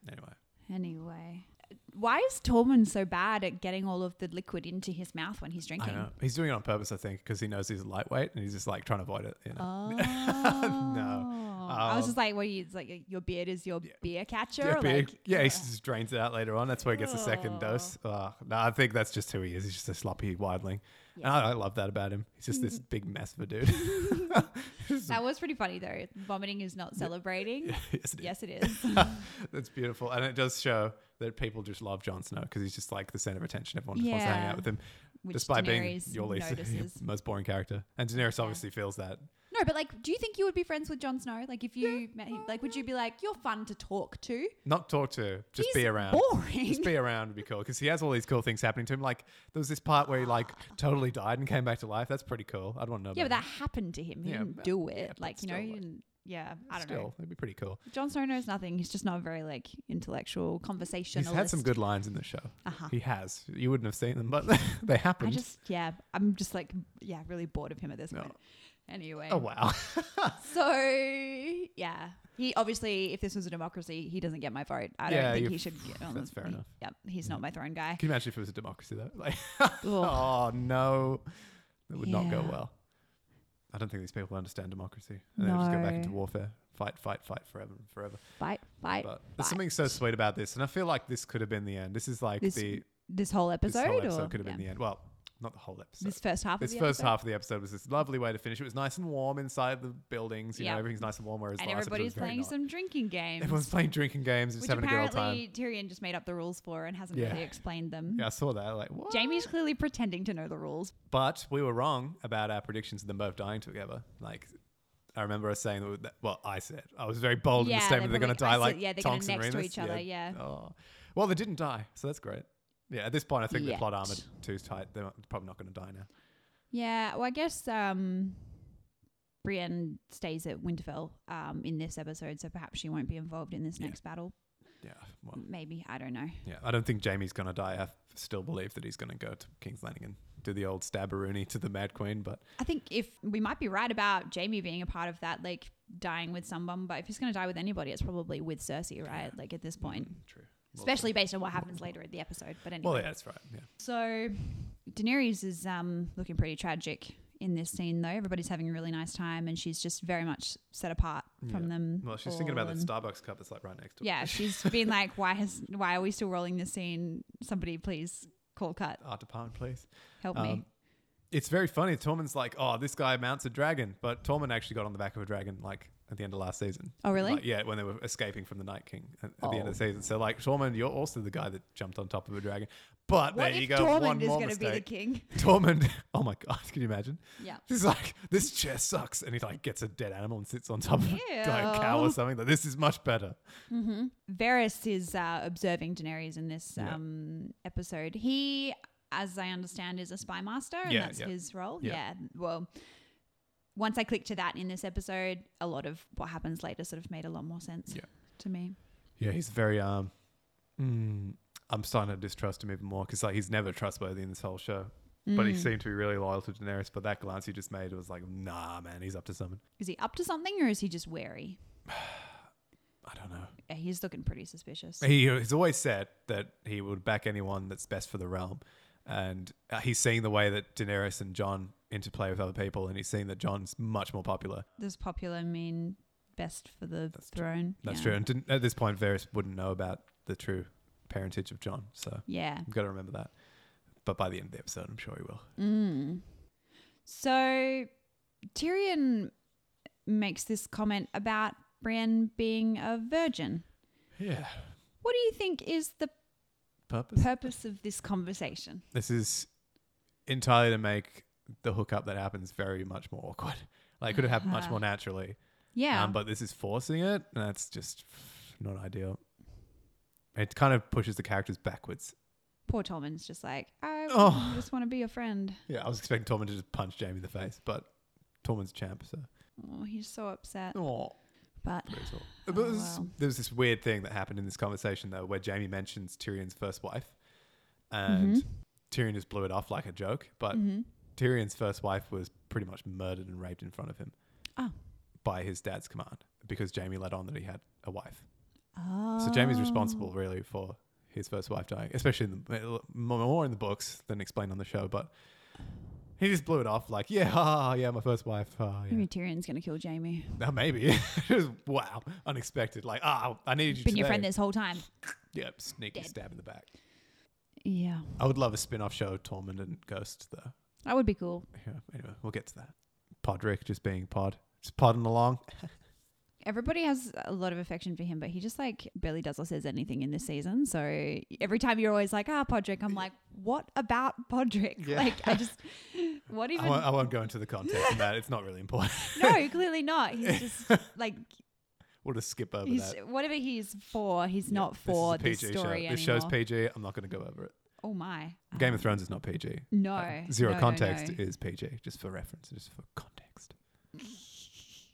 A: Anyway,
C: Anyway. Why is Tormund so bad at getting all of the liquid into his mouth when he's
A: I
C: drinking?
A: know he's doing it on purpose, I think, because he knows he's lightweight and he's just like trying to avoid it. You know?
C: Oh. I
A: Um,
C: was just like, well, you, it's like your beard is your beer catcher.
A: yeah, but he-
C: like,
A: yeah, he just drains it out later on. That's where he gets the
C: Oh.
A: second dose. Uh, no, I think that's just who he is. He's just a sloppy wildling, and I, I love that about him. He's just this
C: Mm-hmm.
A: big mess of a dude.
C: that was pretty funny though. Vomiting is not celebrating.
A: yes, it is.
C: yes, it is.
A: That's beautiful. And it does show that people just love Jon Snow because he's just like the center of attention. Everyone just wants to hang
C: Yeah.
A: out with him.
C: Which
A: despite being
C: Daenerys
A: your least
C: notices.
A: most boring character. And Daenerys obviously feels that.
C: No, but like, do you think you would be friends with Jon Snow? Like, if you met him, like, would you be like, you're fun to talk to?
A: Not talk to, just
C: He's
A: be around.
C: Boring.
A: Just be around would be cool because he has all these cool things happening to him. Like there was this part where he like totally died and came back to life. That's pretty cool. I'd want to know.
C: yeah, but
A: about
C: that happened to him. He
A: Yeah,
C: didn't
A: but-
C: do it.
A: yeah, but
C: like, you know,
A: still,
C: he
A: like-
C: didn't. Yeah, I don't
A: Still,
C: know.
A: it'd be pretty cool.
C: Jon Snow knows nothing. He's just not very like intellectual
A: He's
C: conversationalist.
A: had some good lines in the show.
C: Uh-huh.
A: He has. You wouldn't have seen them, but they
C: I
A: happened.
C: just yeah, I'm just like yeah, really bored of him at this
A: No.
C: point. Anyway,
A: oh wow.
C: so yeah, he obviously if this was a democracy, he doesn't get my vote. I
A: Yeah,
C: don't think
A: you-
C: he should get on.
A: that's
C: the-
A: fair
C: he-
A: enough.
C: Yeah, he's not my throne guy.
A: Can you imagine if it was a democracy though? Like,
C: Ugh.
A: oh no, that would not go
C: Yeah.
A: well. I don't think these people understand democracy. And they just go back into
C: No.
A: warfare, fight, fight, fight forever and forever.
C: Fight, fight,
A: But
C: fight.
A: there's something so sweet about this, and I feel like this could have been the end. This is like
C: This
A: the
C: this whole
A: this
C: episode,
A: whole episode
C: or
A: could have
C: yeah.
A: been the end. Well, not the whole episode.
C: This first half
A: This
C: of the
A: first
C: episode.
A: half of the episode was this lovely way to finish. It was nice and warm inside the buildings. You
C: Yeah.
A: know, everything's nice and warm. Whereas
C: and
A: last episode
C: everybody's
A: was very
C: playing
A: not.
C: some drinking games.
A: Everyone's playing drinking games, just
C: which
A: having a good old time.
C: apparently Tyrion just made up the rules for and hasn't
A: Yeah.
C: really explained them.
A: Yeah, I saw that. Like, what?
C: Jamie's clearly pretending to know the rules.
A: But we were wrong about our predictions of them both dying together. Like, I remember us saying that. Well, I said I was very bold in
C: Yeah,
A: the
C: they
A: statement they're going to
C: probably-
A: die
C: I said-
A: like
C: yeah, they're gonna
A: Tonks and
C: next to
A: Remus.
C: each other, yeah.
A: Oh. Well, they didn't die, so that's great. Yeah, at this point, I think the plot
C: Yet.
A: armor two's tight. They're probably not going to die now.
C: Yeah, well, I guess um, Brienne stays at Winterfell um, in this episode, so perhaps she won't be involved in this
A: Yeah.
C: next battle.
A: Yeah, well,
C: Maybe I don't know.
A: yeah. I don't think Jamie's going to die. I still believe that he's going to go to King's Landing and do the old stabberoony to the Mad Queen. But
C: I think if we might be right about Jamie being a part of that, like dying with someone, but if he's going to die with anybody, it's probably with Cersei, right? Like at this point,
A: Mm, true. Well,
C: especially based on what happens later in the episode. But anyway,
A: Well, yeah, that's right. Yeah.
C: so Daenerys is um, looking pretty tragic in this scene, though. Everybody's having a really nice time, and she's just very much set apart from
A: Yeah.
C: them.
A: Well, she's thinking
C: all
A: about that
C: and-
A: Starbucks cup that's like right next to her.
C: Yeah, she's been like, why has why are we still rolling this scene? Somebody please call cut,
A: Art department, please.
C: help me.
A: Um, it's very funny. Tormund's like, oh, this guy mounts a dragon, but Tormund actually got on the back of a dragon like at the end of last season.
C: Oh, really?
A: Like, yeah, when they were escaping from the Night King at, at the end
C: Oh.
A: of the season. So like, Tormund, you're also the guy that jumped on top of a dragon. But
C: what
A: there you
C: if
A: go. one
C: Tormund is
A: more
C: going to be the
A: mistake.
C: king?
A: Tormund, oh my god, can you imagine?
C: Yeah.
A: He's like, this chair sucks, and he like gets a dead animal and sits on top of a dying
C: Ew.
A: cow or something. Like, this is much better.
C: Varys is uh, observing Daenerys in this
A: Yeah.
C: um, episode. He, as I understand, is a spy master, and
A: Yeah,
C: that's
A: yeah.
C: his role.
A: Yeah.
C: Yeah. Well, once I clicked to that in this episode, a lot of what happens later sort of made a lot more sense
A: Yeah.
C: to me.
A: Yeah, he's very um. Mm, I'm starting to distrust him even more because like he's never trustworthy in this whole show. But he
C: Mm.
A: seemed to be really loyal to Daenerys. But that glance he just made was like, nah, man, he's up to something.
C: Is he up to something, or is he just wary?
A: I don't know.
C: Yeah, He's looking pretty suspicious.
A: He has always said that he would back anyone that's best for the realm, and uh, he's seeing the way that Daenerys and John interplay with other people, and he's seeing that John's much more popular.
C: Does popular mean best for the
A: That's true.
C: throne?
A: That's
C: Yeah.
A: true. And didn't, at this point, Varys wouldn't know about the true parentage of John, so
C: Yeah.
A: you've got to remember that. But by the end of the episode, I'm sure he will.
C: Mm. So Tyrion makes this comment about Brienne being a virgin.
A: Yeah.
C: What do you think is the
A: Purpose.
C: purpose of this conversation?
A: this is entirely to make the hookup that happens very much more awkward. Like, it could have happened much more naturally.
C: Uh-huh. Yeah.
A: Um, but this is forcing it, and that's just not ideal. It kind of pushes the characters backwards.
C: Poor Tommen's just like, I
A: Oh.
C: just want to be your friend.
A: Yeah, I was expecting Tormund to just punch Jamie in the face, but Tormund's a champ, so.
C: Oh, he's so upset.
A: Aw.
C: But
A: brutal.
C: Oh,
A: But there's-
C: wow.
A: There was this weird thing that happened in this conversation though, where Jamie mentions Tyrion's first wife, and
C: Mm-hmm.
A: Tyrion just blew it off like a joke. But Tyrion's first wife was pretty much murdered and raped in front of him,
C: Oh.
A: by his dad's command because Jamie let on that he had a wife.
C: oh.
A: uh, So Jamie's responsible really for his first wife dying, especially in the, uh, more in the books than explained on the show. But he just blew it off like, yeah, ha, ha, ha, yeah, my first wife. ha, yeah.
C: Maybe Oh. Tyrion's gonna kill Jamie.
A: Uh, maybe. Just, wow, unexpected. Like, ah, I needed you
C: Been
A: today.
C: your friend this whole time.
A: Yep, sneaky
C: Dead.
A: stab in the back.
C: Yeah.
A: I would love a spin off show of Tormund and Ghost, though.
C: That would be cool.
A: Yeah, anyway, we'll get to that. Podrick just being pod. Just podding along.
C: Everybody has a lot of affection for him, but he just like barely does or says anything in this season. So every time you're always like, ah, Podrick, I'm like, what about Podrick?
A: Yeah.
C: Like, I just, what even?
A: I won't, I won't go into the context of that. It's not really important.
C: no, clearly not. He's just like,
A: We'll just skip over
C: he's
A: that.
C: whatever he's for, he's
A: Yeah,
C: not
A: this is a
C: for this,
A: PG show.
C: story
A: This
C: anymore.
A: show's PG. I'm not going to go over it.
C: oh my.
A: Game
C: Um,
A: of Thrones is not PG.
C: No.
A: Like, Zero
C: no, no,
A: context
C: no.
A: is PG, just for reference, just for context.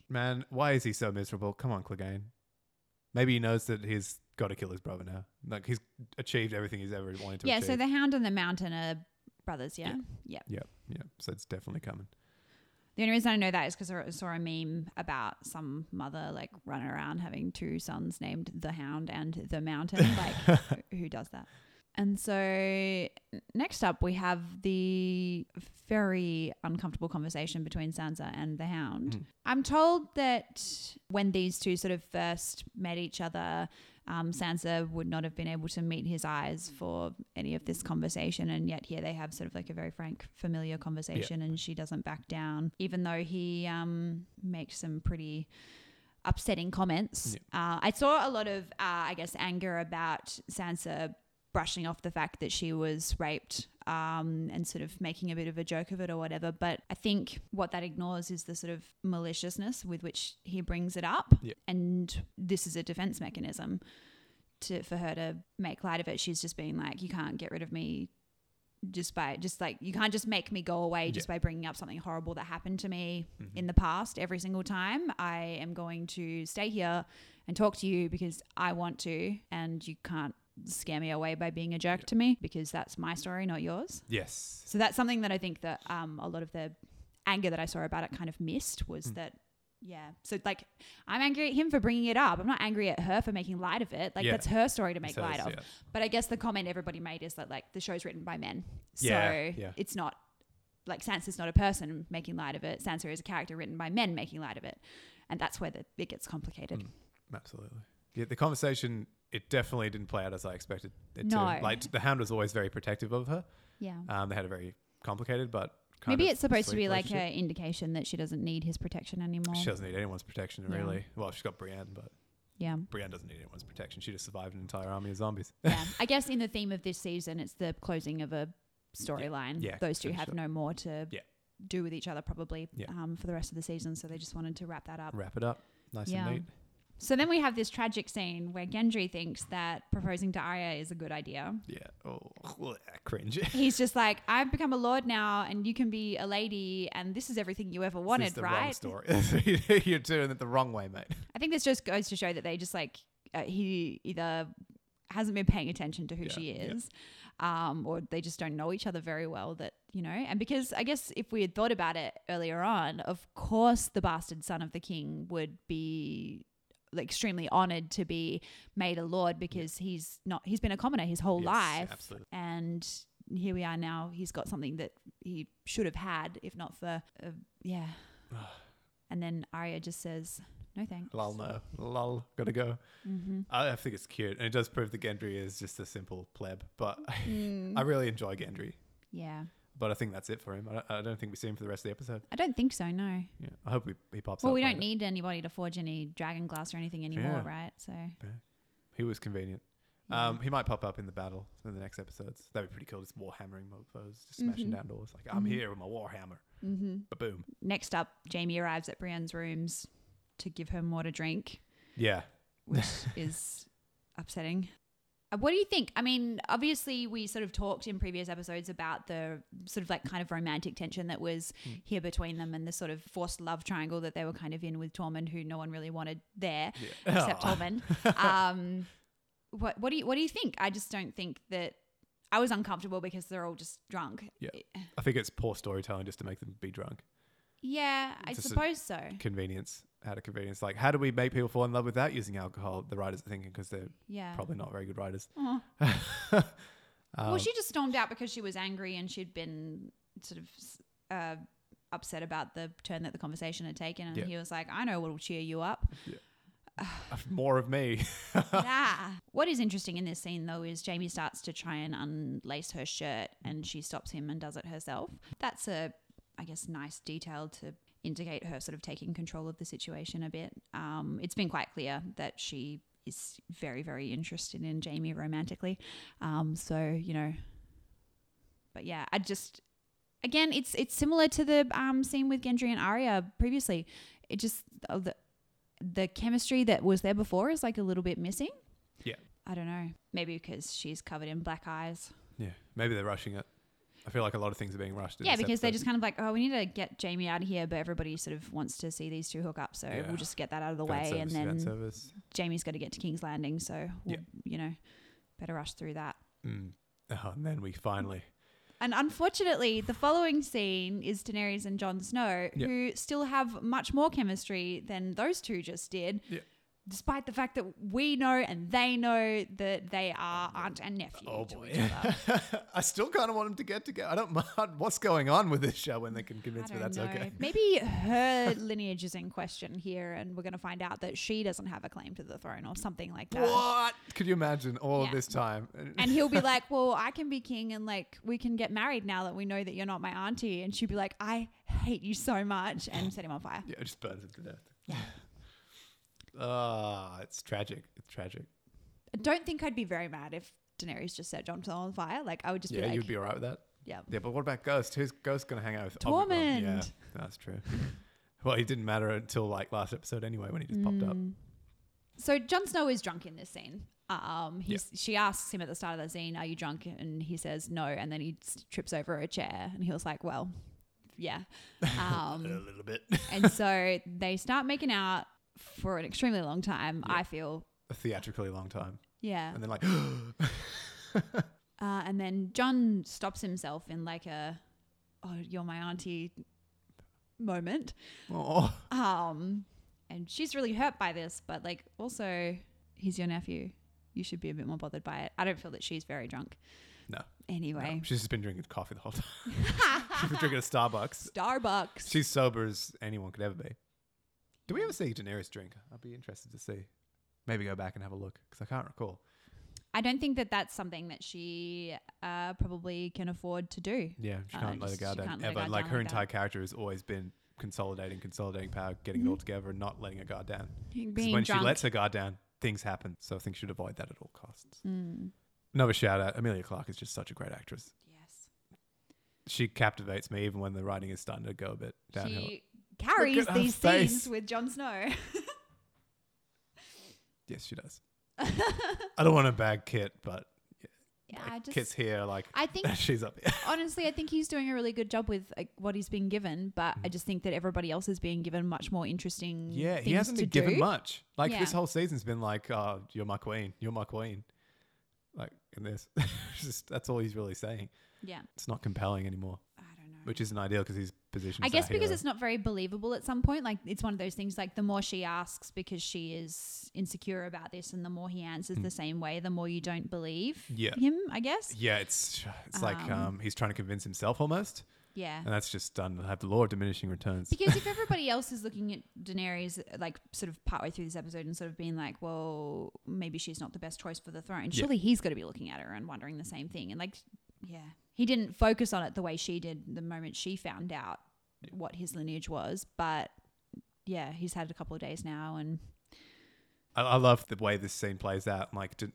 A: Man, why is he so miserable? Come on, Clegane. Maybe he knows that he's got to kill his brother now. Like he's achieved everything he's ever wanted to
C: Yeah.
A: achieve.
C: So the Hound and the Mountain are brothers. Yeah.
A: Yeah.
C: Yeah.
A: Yep, yep. So it's definitely coming.
C: The only reason I know that is because I saw a meme about some mother like run around having two sons named the Hound and the Mountain. Like, who does that? And so n- next up, we have the very uncomfortable conversation between Sansa and the Hound.
A: Mhm.
C: I'm told that when these two sort of first met each other, um, Sansa would not have been able to meet his eyes for any of this conversation. And yet here they have sort of like a very frank, familiar conversation, and she doesn't back down, even though he um, makes some pretty upsetting comments. Uh, I saw a lot of, uh, I guess, anger about Sansa brushing off the fact that she was raped um, and sort of making a bit of a joke of it or whatever. But I think what that ignores is the sort of maliciousness with which he brings it up.
A: Yeah.
C: And this is a defense mechanism to for her to make light of it. She's just being like, you can't get rid of me just by just like you can't just make me go away just by bringing up something horrible that happened to me
A: Mm-hmm.
C: in the past every single time i am going to stay here and talk to you because i want to and you can't scare me away by being a jerk to me because that's my story not yours
A: Yes.
C: so that's something that i think that um, a lot of the anger that i saw about it kind of missed was that yeah so like i'm angry at him for bringing it up i'm not angry at her for making light of it like
A: Yeah.
C: that's her story to
A: It
C: make
A: says,
C: light of
A: yeah.
C: but I guess the comment everybody made is that like the show's written by men, so
A: Yeah, yeah.
C: it's not like Sansa's not a person making light of it. Sansa is a character written by men making light of it, and that's where the, it gets complicated.
A: Mm. Absolutely. Yeah, the conversation it definitely didn't play out as I expected it
C: No.
A: to. Like the hound was always very protective of her.
C: Yeah,
A: Um, they had a very complicated but kind
C: maybe
A: of
C: it's supposed to
A: sweet
C: be like
A: relationship.
C: an indication that she doesn't need his protection anymore.
A: She doesn't need anyone's protection
C: Yeah.
A: really. Well, she's got Brienne, but
C: yeah,
A: Brienne doesn't need anyone's protection. She just survived an entire army of zombies.
C: yeah. I guess in the theme of this season, it's the closing of a storyline.
A: Yeah,
C: those two
A: finish
C: have
A: up.
C: no more to
A: Yeah.
C: do with each other probably
A: Yeah.
C: um, for the rest of the season, so they just wanted to wrap that up.
A: Wrap it up. Nice
C: Yeah.
A: and neat.
C: So then we have this tragic scene where Gendry thinks that proposing to Arya is a good idea.
A: Yeah. Oh, cringe.
C: He's just like, I've become a lord now, and you can be a lady, and this is everything you ever wanted,
A: This is the
C: right?
A: Wrong story. You're doing it the wrong way, mate.
C: I think this just goes to show that they just like uh, he either hasn't been paying attention to who
A: Yeah,
C: she
A: yeah.
C: is, um, or they just don't know each other very well. That you know, and because I guess if we had thought about it earlier on, of course the bastard son of the king would be like, extremely honored to be made a lord because he's not he's been a commoner his whole
A: Yes,
C: life,
A: absolutely.
C: and here we are now. He's got something that he should have had, if not for uh, yeah. and then Arya just says, "No thanks."
A: Lol, no. Lol, gotta go.
C: Mm-hmm.
A: I, I think it's cute, and it does prove that Gendry is just a simple pleb. But
C: Mm.
A: I really enjoy Gendry.
C: Yeah,
A: But I think that's it for him. I don't, I don't think we see him for the rest of the episode.
C: I don't think so. No.
A: Yeah. I hope we, he pops up.
C: Well, we don't
A: later.
C: need anybody to forge any dragon glass or anything anymore,
A: Yeah.
C: right? So
A: He was convenient.
C: Yeah.
A: Um, he might pop up in the battle in the next episodes. That'd be pretty cool. Just war hammering mofos, just smashing
C: Mhm.
A: down doors. Like I'm
C: Mhm.
A: here with my war hammer.
C: mm-hmm.
A: Ba boom.
C: next up, Jamie arrives at Brienne's rooms to give her more to drink,
A: Yeah.
C: which is upsetting. Uh, What do you think? I mean, obviously, we sort of talked in previous episodes about the sort of like kind of romantic tension that was
A: Mm.
C: here between them and the sort of forced love triangle that they were kind of in with Tormund, who no one really wanted there.
A: yeah.
C: except
A: Aw.
C: Torben. Um, what what do you what do you think? I just don't think that I was uncomfortable because they're all just drunk.
A: Yeah. I think it's poor storytelling just to make them be drunk.
C: Yeah, I
A: Just a-
C: suppose so.
A: Convenience. Out of convenience. Like, how do we make people fall in love without using alcohol? The writers are thinking because they're
C: Yeah.
A: probably not very good writers.
C: Aw.
A: um,
C: well, she just stormed out because she was angry and she'd been sort of uh, upset about the turn that the conversation had taken, and
A: Yeah.
C: he was like, "I know what'll cheer you up."
A: more of me.
C: yeah. What is interesting in this scene, though, is Jamie starts to try and unlace her shirt and she stops him and does it herself. That's a, I guess, nice detail to indicate her sort of taking control of the situation a bit. Um, it's been quite clear that she is very, very interested in Jamie romantically. Um, so, you know, but yeah, I just. Again, it's it's similar to the um, scene with Gendry and Arya previously. It just uh, the the chemistry that was there before is like a little bit missing.
A: Yeah.
C: I don't know. Maybe because she's covered in black eyes.
A: yeah. Maybe they're rushing it. I feel like a lot of things are being rushed. in
C: yeah,
A: this
C: because they're
A: episode.
C: just kind of like, oh, we need to get Jamie out of here, but everybody sort of wants to see these two hook up, so
A: Yeah.
C: we'll just get that out of the
A: Fan
C: way,
A: service, fan
C: and then
A: service.
C: Jamie's got to get to King's Landing, so we'll,
A: Yeah.
C: you know, better rush through that.
A: Mm. Oh, and then we finally.
C: And unfortunately, the following scene is Daenerys and Jon Snow,
A: Yeah.
C: who still have much more chemistry than those two just did.
A: Yeah.
C: despite the fact that we know and they know that they are aunt and nephew
A: Oh
C: to
A: boy.
C: each other.
A: I still kind of want them to get together. I don't mind what's going on with this show when they can
C: I
A: convince me
C: don't
A: that's
C: know.
A: okay.
C: Maybe her lineage is in question here, and we're going to find out that she doesn't have a claim to the throne or something like that.
A: What? Could you imagine all of
C: Yeah.
A: this time?
C: And he'll be like, Well, I can be king and like we can get married now that we know that you're not my auntie. And she'll be like, I hate you so much and set him on fire.
A: yeah, it just burns it to death. Ah, it's tragic. It's tragic.
C: I don't think I'd be very mad if Daenerys just set Jon Snow on fire. Like, I would just
A: yeah,
C: be like,
A: you'd be all right with that.
C: Yeah.
A: Yeah, but what about Ghost? Who's Ghost going to hang out with? Oh, well, yeah,
C: Tormund.
A: that's true. well, he didn't matter until like last episode anyway when he just popped up.
C: So Jon Snow is drunk in this scene. Um,
A: Yeah.
C: he's, She asks him at the start of the scene, "Are you drunk?" And he says no, and then he s- trips over a chair, and he was like, "Well, yeah." Um,
A: little bit.
C: and so they start making out for an extremely long time. I feel,
A: A theatrically long time.
C: yeah.
A: And then like,
C: Uh, and then John stops himself in like a, "Oh, you're my auntie," moment.
A: oh,
C: Um, and she's really hurt by this, but like also he's your nephew. You should be a bit more bothered by it. I don't feel that she's very drunk.
A: No. no,
C: Anyway,
A: she's just been drinking coffee the whole time. she's been drinking at Starbucks.
C: Starbucks.
A: She's sober as anyone could ever be. Do we ever see Daenerys drink? I'd be interested to see. Maybe go back and have a look because I can't recall.
C: I don't think that that's something that she uh, probably can afford to do.
A: Yeah, she
C: Uh,
A: can't let her
C: just-
A: guard
C: she
A: down
C: can't let her
A: ever.
C: guard
A: like
C: down
A: her
C: like that.
A: entire character has always been consolidating, consolidating power, getting
C: Mm-hmm.
A: it all together, and not letting her guard down. 'Cause
C: Being
A: when
C: drunk.
A: she lets her guard down, things happen. So I think she'd avoid that at all costs.
C: Mm.
A: Another shout out: Amelia Clark is just such a great actress.
C: Yes.
A: She captivates me even when the writing is starting to go a bit downhill.
C: She carries
A: Look at her
C: these
A: face.
C: scenes with Jon Snow.
A: yes, she does. I don't want to bag Kit, but
C: yeah,
A: like,
C: I just.
A: Kit's here. Like
C: I think
A: she's up here.
C: honestly, I think he's doing a really good job with like, what he's been given, but I just think that everybody else is being given much more interesting.
A: Mm. Yeah, he
C: Mm, things
A: hasn't
C: to
A: been given
C: do.
A: much. Like this
C: Yeah.
A: whole season's been like, "Oh, you're my queen. You're my queen." Like in this, It's just that's all he's really saying.
C: Yeah,
A: It's not compelling anymore,
C: I don't know.
A: which isn't ideal because he's positioned.
C: I
A: as
C: guess
A: our
C: because
A: hero.
C: it's not very believable at some point. Like it's one of those things. Like the more she asks, because she is insecure about this, and the more he answers the same way, the more you don't believe
A: Hmm. Yeah.
C: him. I guess.
A: yeah, it's it's like
C: Um,
A: um, he's trying to convince himself almost,
C: Yeah.
A: and that's just done. I have the law of diminishing returns.
C: Because if everybody else is looking at Daenerys, like sort of partway through this episode, and sort of being like, "Well, maybe she's not the best choice for the throne," surely he's got to be looking at her and wondering the same thing. And like, yeah, he didn't focus on it the way she did the moment she found out what his lineage was. But yeah, he's had a couple of days now, and
A: I, I love the way this scene plays out. Like D-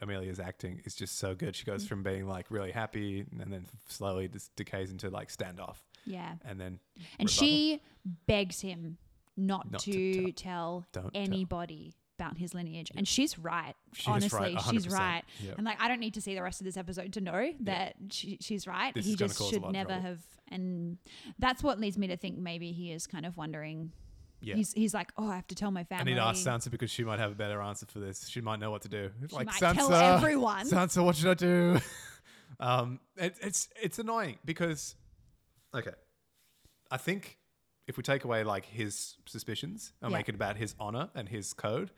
A: Amelia's acting is just so good. She
C: Mm.
A: goes from being like really happy and then slowly just decays into like standoff,
C: yeah.
A: and then
C: And
A: rebuttal.
C: she begs him not,
A: Not
C: to,
A: to
C: tell,
A: Don't tell.
C: anybody about his lineage. And she's right.
A: She is right,
C: Honestly, she's
A: 100%.
C: right.
A: Yeah.
C: And like, I don't need to see the rest of this episode to know that she, she's right.
A: This
C: he
A: is gonna
C: just
A: cause a
C: should
A: lot of
C: never
A: trouble.
C: have. And that's what leads me to think maybe he is kind of wondering.
A: yeah.
C: He's, he's like, oh, I have to tell my
A: And
C: family.
A: he'd ask Sansa because she might have a better answer for this. She might know what to do.
C: She might tell everyone.
A: Sansa, what should I do? um, it, it's it's annoying because, okay, I think if we take away like his suspicions and
C: Yeah.
A: make it about his honor and his code,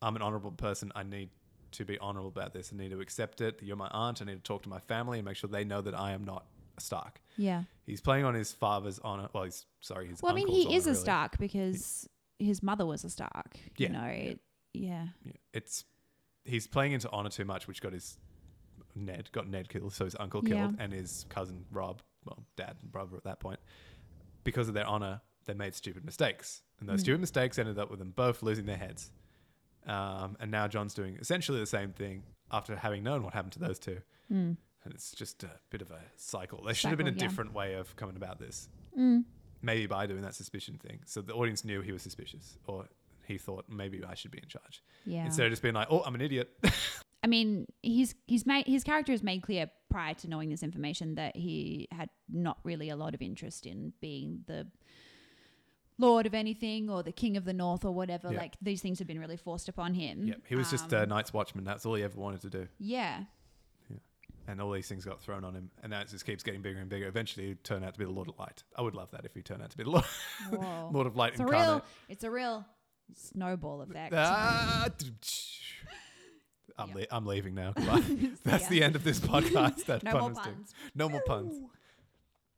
A: I'm an honorable person. I need to be honorable about this. I need to accept it. You're my aunt. I need to talk to my family and make sure they know that I am not a Stark.
C: yeah.
A: He's playing on his father's honor. Well, he's sorry. His
C: Well, I mean,
A: uncle's
C: he is
A: honor,
C: a
A: really.
C: Stark because his mother was a Stark.
A: Yeah.
C: You know,
A: Yeah.
C: It- yeah.
A: Yeah, it's he's playing into honor too much, which got his Ned got Ned killed, so his uncle killed,
C: Yeah.
A: and his cousin Rob, well, dad and brother at that point. Because of their honor, they made stupid mistakes, and
C: Mm.
A: those stupid mistakes ended up with them both losing their heads. Um, and now John's doing essentially the same thing after having known what happened to those two. And it's just a bit of a cycle. There should have been a
C: Mm. Cycle, yeah. Mm.
A: different way of coming about this. Maybe by doing that suspicion thing. So the audience knew he was suspicious, or he thought maybe I should be in charge
C: Yeah.
A: instead of just being like, "Oh, I'm an idiot."
C: I mean, he's he's made his character is made clear prior to knowing this information that he had not really a lot of interest in being the lord of anything or the king of the north or whatever.
A: Yeah.
C: Like these things have been really forced upon him.
A: yep, he was just uh,
C: Um,
A: a Night's Watchman. That's all he ever wanted to do,
C: yeah,
A: and all these things got thrown on him, and now it just keeps getting bigger and bigger. Eventually, he turned out to be the Lord of Light. I would love that if he turned out to be the Lord,
C: Whoa.
A: Lord of Light
C: it's a
A: incarnate.
C: real it's a real Snowball effect.
A: Ah, I'm,
C: Yeah.
A: le- I'm leaving now. Goodbye. That's
C: Yeah.
A: the end of this podcast. That
C: no
A: pun
C: more
A: was doing.
C: puns.
A: No more puns.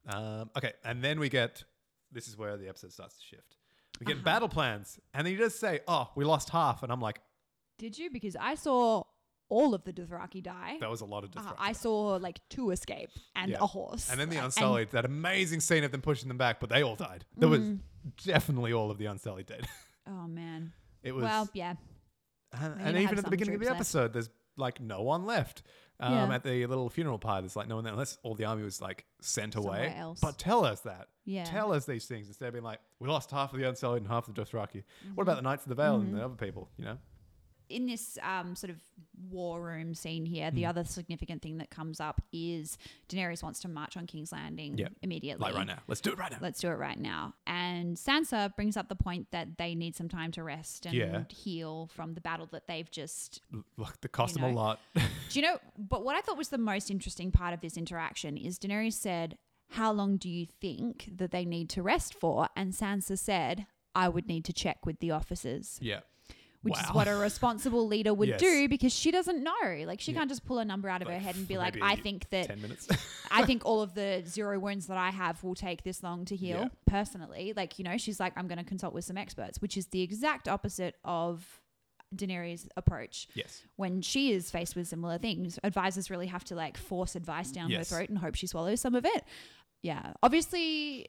A: Um, okay, and then we get this is where the episode starts to shift. We
C: Uh-huh.
A: get battle plans, and then you just say, "Oh, we lost half," and I'm like,
C: Did you? Because I saw all of the Dothraki die.
A: "That was a lot of
C: Uh,
A: destruction."
C: I saw like two escape and
A: Yeah.
C: a horse.
A: and then the
C: Uh,
A: Unsullied, that amazing scene of them pushing them back, but they all died. There
C: Mm-hmm.
A: was definitely all of the Unsullied dead.
C: oh man.
A: It was,
C: well, yeah.
A: and,
C: they
A: and
C: had
A: even at the
C: some
A: beginning of the
C: troops left.
A: episode, there's like no one left. Um,
C: Yeah.
A: At the little funeral pie, there's like no one there unless all the army was like sent away.
C: Somewhere else.
A: But tell us that.
C: Yeah.
A: Tell us these things instead of being like, we lost half of the Unsullied and half of the Dothraki. What
C: Mm-hmm.
A: about the Knights of the Vale and the other people? You know.
C: in this um, sort of war room scene here,
A: Mm.
C: the other significant thing that comes up is Daenerys wants to march on King's Landing
A: Yeah.
C: immediately.
A: Like right now. Let's do it right now.
C: Let's do it right now. And Sansa brings up the point that they need some time to rest and
A: Yeah.
C: heal from the battle that they've just.
A: Look, it cost
C: You
A: them a
C: know.
A: lot.
C: Do you know? But what I thought was the most interesting part of this interaction is Daenerys said, How long do you think that they need to rest for? And Sansa said, I would need to check with the officers.
A: yeah.
C: which
A: Wow.
C: is what a responsible leader would
A: Yes.
C: do because she doesn't know. Like she
A: Yeah.
C: can't just pull a number out of her
A: Like,
C: head and be
A: for
C: like,
A: maybe
C: I think that
A: 10 minutes.
C: I think all of the zero wounds that I have will take this long to heal.
A: Yeah.
C: Personally, like you know, she's like, I'm going to consult with some experts, which is the exact opposite of Daenerys' approach.
A: yes.
C: When she is faced with similar things, advisors really have to like force advice down
A: Yes.
C: her throat and hope she swallows some of it. Yeah, obviously.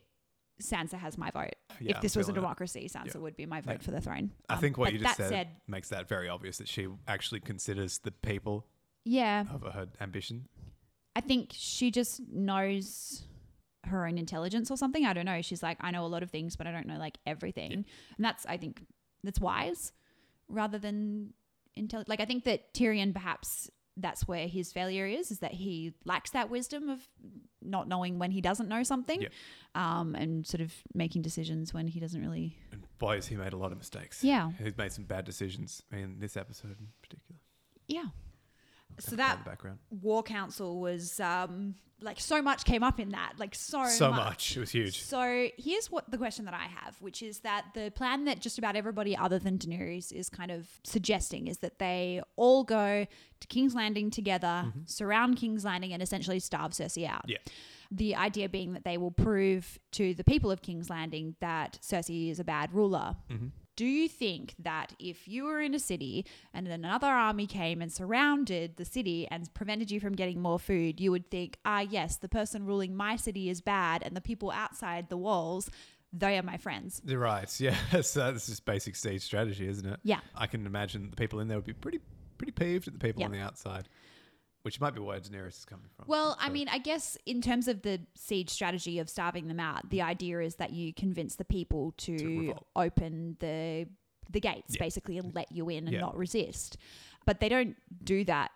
C: Sansa has my vote.
A: Yeah,
C: if this
A: I'm
C: was a
A: feeling it.
C: democracy, Sansa
A: Yeah.
C: would be my vote
A: Yeah.
C: for the throne.
A: I
C: Um,
A: think what
C: but
A: you just
C: that
A: said, makes that very obvious that she actually considers the people
C: yeah,
A: of her ambition.
C: I think she just knows her own intelligence or something. I don't know. She's like, I know a lot of things, but I don't know like everything. And that's, I think, that's wise rather than intelligent. Like, I think that Tyrion perhaps that's where his failure is, is that he lacks that wisdom of not knowing when he doesn't know something
A: Yeah.
C: um, and sort of making decisions when he doesn't really.
A: And boy, has he made a lot of mistakes.
C: Yeah.
A: He's made some bad decisions in this episode in particular.
C: Yeah. So
A: Play in
C: that
A: the background.
C: war council was um, like so much came up in that, like so,
A: So much. It was huge.
C: So here's what the question that I have, which is that the plan that just about everybody other than Daenerys is kind of suggesting is that they all go to King's Landing together, surround King's Landing, and essentially starve Cersei out.
A: Mm-hmm. Yeah.
C: The idea being that they will prove to the people of King's Landing that Cersei is a bad ruler. Do you think that if you were in a city and then another army came and surrounded the city and prevented you from getting more food, you would think, ah, yes, the person ruling my city is bad and the people outside the walls, they are my friends?
A: Right. Yeah. So this is basic stage strategy, isn't it?
C: Yeah.
A: I can imagine that the people in there would be pretty pretty peeved at the people on
C: Yeah.
A: the outside, which might be where Daenerys is coming from.
C: Well, I
A: So-
C: mean, I guess in terms of the siege strategy of starving them out, the idea is that you convince the people to,
A: To revolt.
C: open the the gates
A: Yeah.
C: basically and let you in and
A: Yeah.
C: not resist. But they don't do that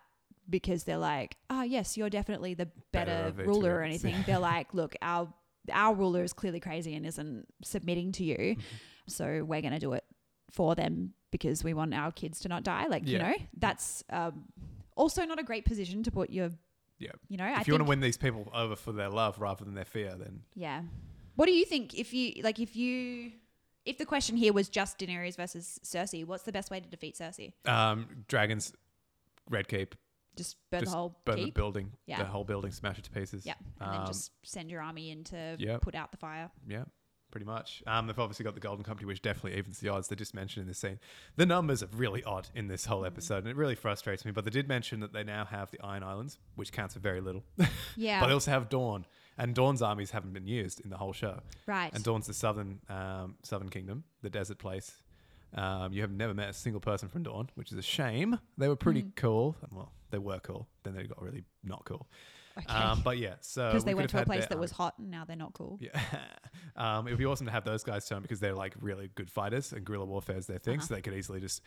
C: because they're like, "Oh, yes, you're definitely the better,
A: of the two
C: ruler or
A: ends."
C: anything." they're like, "Look, our our ruler is clearly crazy and isn't submitting to you.
A: Mm-hmm.
C: So we're going to do it for them because we want our kids to not die." Like, you
A: Yeah.
C: know, that's um, also not a great position to put your
A: Yeah.
C: you know, I
A: if
C: think
A: you want to win these people over for their love rather than their fear, then
C: Yeah. What do you think if you like if you if the question here was just Daenerys versus Cersei, what's the best way to defeat Cersei?
A: um, dragons, red keep,
C: Just burn
A: Just
C: the whole
A: burn the
C: keep.
A: building,
C: Yeah.
A: the whole building, smash it to pieces.
C: yeah, and then
A: Um,
C: just send your army in to
A: yeah.
C: put out the fire.
A: yeah, pretty much. Um, they've obviously got the Golden Company, which definitely evens the odds. They just mentioned in this scene the numbers are really odd in this
C: Mm.
A: whole episode, and it really frustrates me. But they did mention that they now have the Iron Islands, which counts for very little.
C: Yeah.
A: but they also have Dawn, and Dawn's armies haven't been used in the whole show.
C: Right.
A: And Dawn's the southern um, southern kingdom, the desert place. Um, you have never met a single person from Dawn, which is a shame. They were pretty
C: Mm.
A: cool. Well, they were cool. Then they got really not cool.
C: Okay.
A: Um, but yeah, so
C: because
A: we
C: they
A: could have
C: went to a
A: had
C: place
A: their
C: that was
A: army-
C: hot and now they're not cool.
A: Yeah, um, it would be awesome to have those guys turn because they're like really good fighters, and guerrilla warfare is their thing. So they could easily just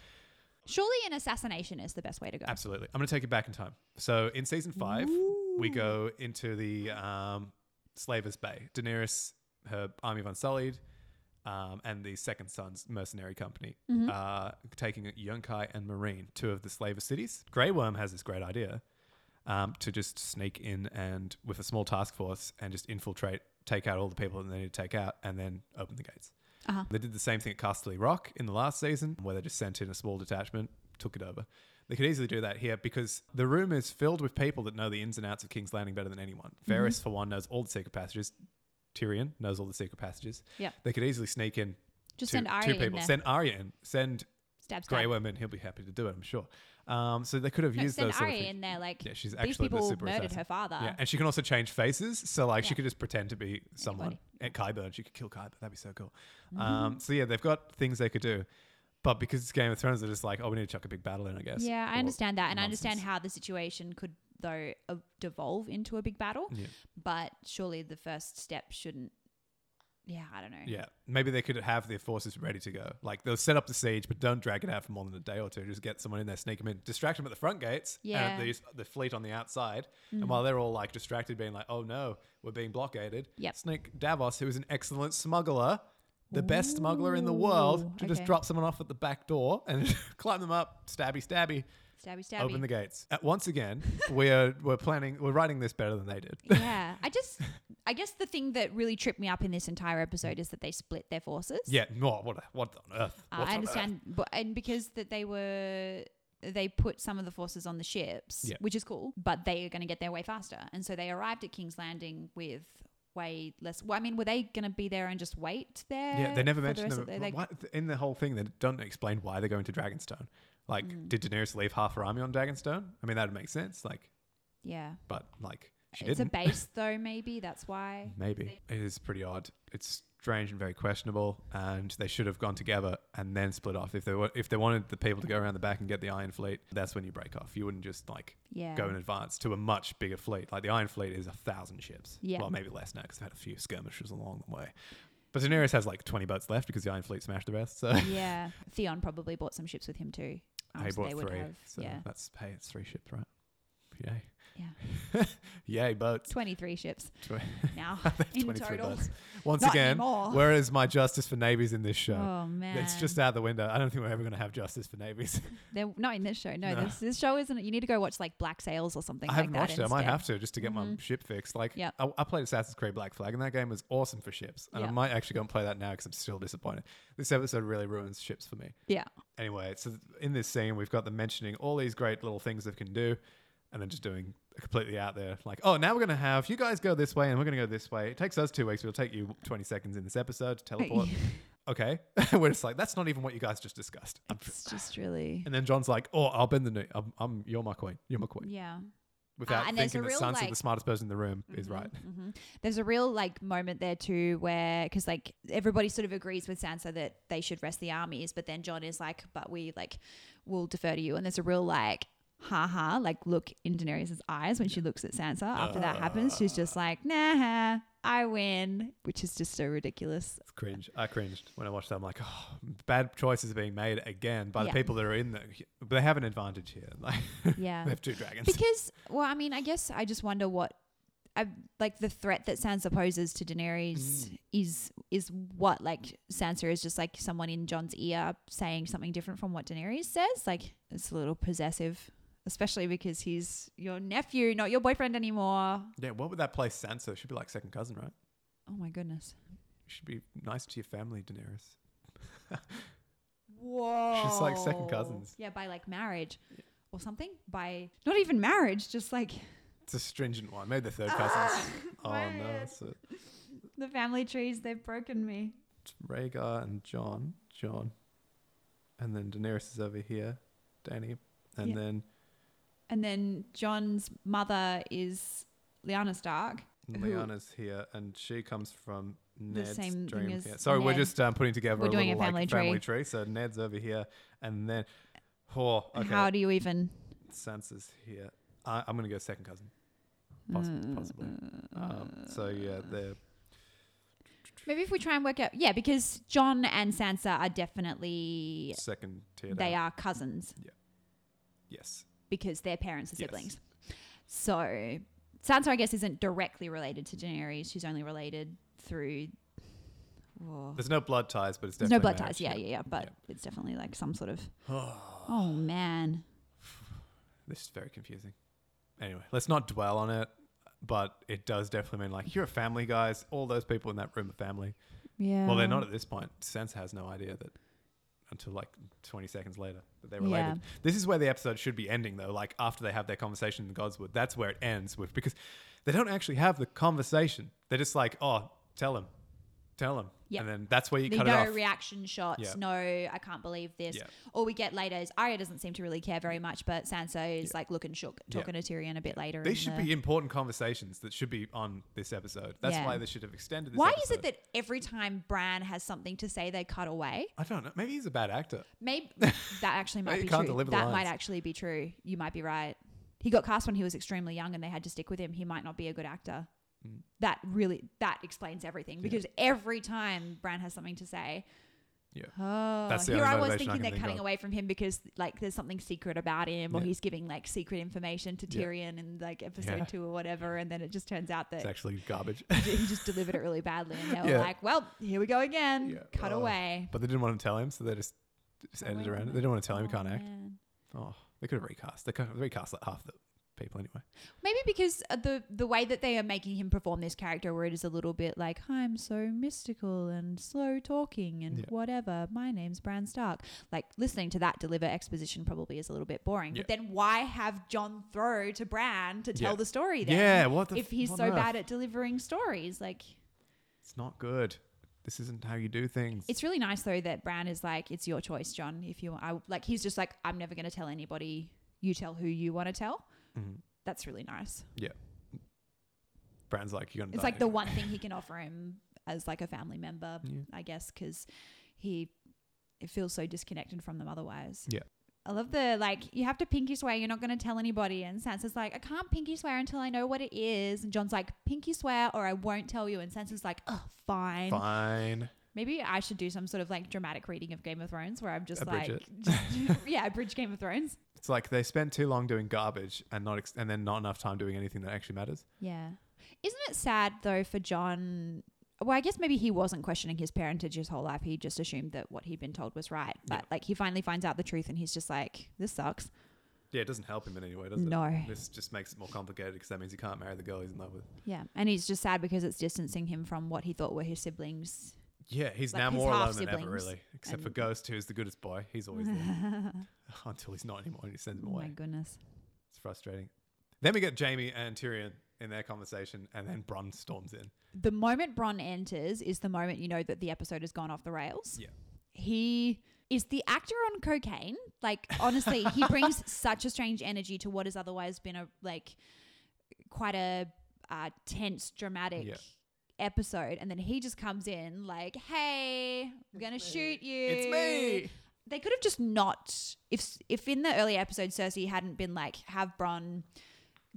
C: Surely an assassination is the best way to go.
A: absolutely. I'm going to take you back in time. So in season five, we go into the um, Slaver's Bay. Daenerys, her army of Unsullied, um, and the Second Son's mercenary company, uh, taking Yunkai and Marine, two of the slaver cities. Grey Worm has this great idea um, to just sneak in and with a small task force and just infiltrate, take out all the people that they need to take out, and then open the gates.
C: Uh-huh.
A: They did the same thing at Casterly Rock in the last season, where they just sent in a small detachment, took it over. They could easily do that here because the room is filled with people that know the ins and outs of King's Landing better than anyone.
C: Mm-hmm.
A: Ferris, for one, knows all the secret passages. Tyrion knows all the secret passages.
C: Yeah.
A: They could easily sneak in
C: Just
A: two,
C: send Arya
A: two
C: in
A: people.
C: there.
A: Send Arya in. Send
C: stab, stab.
A: Grey Worm in. He'll be happy to do it, I'm sure. Um, so they could have
C: No,
A: used
C: send
A: those sort of
C: Arya
A: things.
C: in there. Like
A: Yeah, she's
C: these
A: actually the
C: people
A: super
C: murdered
A: assassin.
C: her father.
A: Yeah, and she can also change faces. So like she
C: Um, Yeah.
A: could just pretend to be someone
C: Anybody. Mm-hmm.
A: at Kyber and she could kill Kyber. That'd be so cool. Um, so yeah, they've got things they could do. But because it's Game of Thrones, they're just like, oh, we need to chuck a big battle in, I guess.
C: Yeah, I
A: Or-
C: understand that, and I understand
A: nonsense.
C: how the situation could though uh, devolve into a big battle.
A: Yeah.
C: But surely the first step shouldn't. Yeah, I don't know.
A: Yeah. Maybe they could have their forces ready to go. Like they'll set up the siege, but don't drag it out for more than a day or two. Just get someone in there, sneak them in, distract them at the front gates,
C: Yeah. Mm.
A: and at the, the fleet on the outside. And while they're all like distracted, being like, oh no, we're being blockaded,
C: Yep.
A: sneak Davos, who is an excellent smuggler, the best smuggler in the world,
C: Ooh,
A: to just
C: okay.
A: drop someone off at the back door and climb them up, stabby, stabby,
C: Stabby, stabby.
A: open the gates. Uh, once again, we're, we're planning, we're writing this better than they did.
C: yeah, I just, I guess the thing that really tripped me up in this entire episode is that they split their forces.
A: yeah, no, what, what on earth? What
C: uh, I
A: on earth?
C: understand, but and because that they were, they put some of the forces on the ships,
A: Yeah.
C: which is cool. But they are going to get there way faster, and so they arrived at King's Landing with way less. Well, I mean, were they going to be there and just wait there?
A: Yeah, they never
C: for the
A: mentioned
C: rest
A: them.
C: of the- like-
A: why- in the whole thing, they don't explain why they're going to Dragonstone. Like,
C: Mm.
A: did Daenerys leave half her army on Dragonstone? I mean, that would make sense. Like,
C: Yeah.
A: but like she
C: it's
A: didn't.
C: a base though, maybe that's why.
A: Maybe it is pretty odd. It's strange and very questionable. And they should have gone together and then split off. If they were, if they wanted the people to go around the back and get the Iron Fleet, that's when you break off. You wouldn't just like
C: Yeah.
A: go in advance to a much bigger fleet. Like the Iron Fleet is a thousand ships.
C: Yeah.
A: Well, maybe less now because they've had a few skirmishes along the way. But Daenerys has like twenty boats left because the Iron Fleet smashed the rest. So.
C: yeah. Theon probably bought some ships with him too.
A: I
C: so
A: bought
C: they would
A: three.
C: have-
A: so
C: yeah.
A: that's hey, it's three ships, right? Yay.
C: Yeah.
A: Yay, boats.
C: 23 ships
A: Tw-
C: now in
A: 23
C: total.
A: boats. Once
C: Not
A: again,
C: anymore.
A: where is my justice for navies in this show?
C: Oh man.
A: It's just out the window. I don't think we're ever going to have justice for navies.
C: They're not in this show. No,
A: No.
C: This, this show isn't. You need to go watch like Black Sails or something.
A: I haven't
C: like
A: watched
C: that
A: it. I might
C: instead.
A: have to just to get my ship fixed. Like,
C: Yep.
A: I, I played Assassin's Creed Black Flag, and that game was awesome for ships. And I
C: Yep.
A: might actually go and play that now because I'm still disappointed. This episode really ruins ships for me.
C: Yeah.
A: Anyway, so th- in this scene, we've got them mentioning all these great little things they can do, and then just doing a completely out there, like, oh, now we're going to have you guys go this way, and we're going to go this way. It takes us two weeks. It'll take you 20 seconds in this episode to teleport. okay. we're just like, that's not even what you guys just discussed. I'm tr-
C: It's just really.
A: And then John's like, oh, I'll bend the knee. I'm, I'm, you're my queen. You're my queen.
C: Yeah.
A: Without
C: Uh, and there's
A: thinking
C: a
A: that
C: real,
A: Sansa, the
C: like-
A: smartest person in the room, is right.
C: hmm There's a real like moment there too where because like everybody sort of agrees with Sansa that they should rest the armies, but then John is like, "But we like will defer to you." And there's a real like, ha ha, like look in Daenerys' eyes when she looks at Sansa after that happens. She's just like, "Nah, I win," which is just so ridiculous.
A: It's cringe. I cringed when I watched that. I'm like, oh, bad choices are being made again by
C: Yeah.
A: the people that are in the. They have an advantage here. Like,
C: Yeah.
A: they have two dragons.
C: Because, well, I mean, I guess I just wonder what, I like the threat that Sansa poses to Daenerys is is what like Sansa is just like someone in John's ear saying something different from what Daenerys says. Like it's a little possessive, especially because he's your nephew, not your boyfriend anymore.
A: yeah, what would that place Sansa? It should be like second cousin, right?
C: Oh my goodness.
A: You should be nice to your family, Daenerys.
C: Whoa.
A: She's like second cousins.
C: Yeah, by like marriage or something. By not even marriage, just like
A: It's a stringent one. Maybe the third
C: Ah,
A: cousins. oh no,
C: weird.
A: it's, a,
C: the family trees. They've broken me.
A: it's Rhaegar and John. John, and then Daenerys is over here, Danny, and
C: Yeah.
A: then
C: And then John's mother is Lyanna Stark. Who-
A: Leanna's here, and she comes from Ned's
C: same
A: dream
C: thing as
A: here. Sorry, we're
C: Ned.
A: just um, putting together
C: We're
A: a
C: doing
A: little
C: a family
A: like, family tree. So Ned's over here, and then oh, okay,
C: How do you even?
A: Sansa's here. I, I'm gonna go second cousin, Poss-
C: Mm.
A: possibly.
C: uh,
A: Um, so yeah, they're
C: Maybe if we try and work out, yeah, because John and Sansa are definitely
A: second tier.
C: they
A: down.
C: are cousins
A: Yes,
C: because their parents are
A: Yes.
C: siblings. So Sansa, I guess, isn't directly related to Daenerys. She's only related through. Whoa.
A: there's no blood ties, but it's
C: There's no
A: definitely
C: blood
A: marriage,
C: ties. Yeah, yeah, yeah. But it's definitely like some sort of. oh man.
A: This is very confusing. Anyway, let's not dwell on it, but it does definitely mean like you're a family, guys. All those people in that room are family.
C: Yeah.
A: Well, they're not at this point. Sansa has no idea that until like 20 seconds later that they're related.
C: Yeah.
A: This is where the episode should be ending, though. Like after they have their conversation in Godswood, that's where it ends with because they don't actually have the conversation. They're just like, oh, tell him, tell him,
C: Yeah.
A: and then that's where you
C: The
A: cut
C: no
A: it off.
C: reaction shots.
A: Yeah.
C: No, I can't believe this.
A: Yeah.
C: All we get later is Arya doesn't seem to really care very much, but Sansa is like looking shook,
A: Yeah.
C: talking to Tyrion a bit later. in
A: These should
C: the-
A: be important conversations that should be on this episode. That's
C: Yeah.
A: why they should have extended. This
C: Why is
A: episode.
C: it that every time Bran has something to say, they cut away?
A: I don't know? Maybe he's a bad actor.
C: Maybe that actually might
A: You
C: be
A: can't
C: true.
A: deliver
C: That
A: the
C: might
A: lines.
C: actually be true. You might be right. He got cast when he was extremely young, and they had to stick with him. He might not be a good actor.
A: Mm.
C: That really that explains everything because every time Bran has something to say,
A: Yeah.
C: oh,
A: That's the
C: here
A: only
C: I was
A: motivation I
C: thinking
A: can
C: they're
A: think
C: cutting
A: of.
C: away from him because like there's something secret about him, or
A: Yeah.
C: he's giving like secret information to
A: Yeah.
C: Tyrion in like episode
A: Yeah.
C: two or whatever, and then it just turns out
A: It's
C: that
A: actually garbage.
C: he just delivered it really badly, and they were
A: Yeah.
C: like, "Well, here we go again,
A: Yeah.
C: cut
A: Oh.
C: away."
A: but they didn't want to tell him, so they just, just ended around it. They didn't want to tell him he can't act. Oh, they could have recast. They could have recast like half the people anyway.
C: Maybe because uh, the the way that they are making him perform this character, where it is a little bit like I'm so mystical and slow talking and
A: Yeah.
C: whatever. My name's Bran Stark. Like listening to that deliver exposition probably is a little bit boring. But
A: Yeah.
C: then why have John throw to Bran to tell
A: Yeah.
C: the story then?
A: Yeah, what the
C: if
A: f-
C: he's
A: what
C: so
A: on earth?
C: bad at delivering stories, like
A: It's not good. This isn't how you do things.
C: it's really nice though that Bran is like, it's your choice, John. If you, I like, he's just like, I'm never going to tell anybody. You tell who you want to tell.
A: Mhm.
C: That's really nice.
A: Bran's like you're gonna.
C: It's
A: die
C: like the
A: anyway."
C: one thing he can offer him as like a family member,
A: Yeah.
C: I guess, because he it feels so disconnected from them otherwise.
A: Yeah.
C: I love the like you have to pinky swear you're not going to tell anybody, and Sansa's like I can't pinky swear until I know what it is, and John's like pinky swear or I won't tell you, and Sansa's like oh fine.
A: Fine.
C: Maybe I should do some sort of like dramatic reading of Game of Thrones where I'm just
A: Abridge
C: like yeah, abridge Game of Thrones.
A: It's like they spend too long doing garbage and not ex- and then not enough time doing anything that actually matters.
C: Yeah. Isn't it sad though for John? Well, I guess maybe he wasn't questioning his parentage his whole life. He just assumed that what he'd been told was right. But
A: Yeah.
C: like he finally finds out the truth and he's just like, this sucks.
A: Yeah, it doesn't help him in any way, does it?
C: No.
A: This just makes it more complicated because that means he can't marry the girl he's in love with.
C: Yeah. And he's just sad because it's distancing him from what he thought were his siblings.
A: Yeah, he's
C: Like
A: now
C: his
A: more alone than
C: half-siblings
A: ever, really. Except for
C: and-
A: Ghost, who's the goodest boy. He's always there until he's not anymore, and he sends him
C: Oh my
A: away.
C: goodness.
A: It's frustrating. Then we get Jamie and Tyrion in their conversation, and then Bronn storms in.
C: The moment Bron enters is the moment you know that the episode has gone off the rails.
A: Yeah.
C: He is the actor on cocaine. Like honestly, he brings such a strange energy to what has otherwise been a like quite a uh, tense, dramatic
A: Yeah.
C: episode, and then he just comes in like, "Hey, I'm gonna shoot you."
A: It's me.
C: They could have just not if if in the early episode Cersei hadn't been like, "Have Bron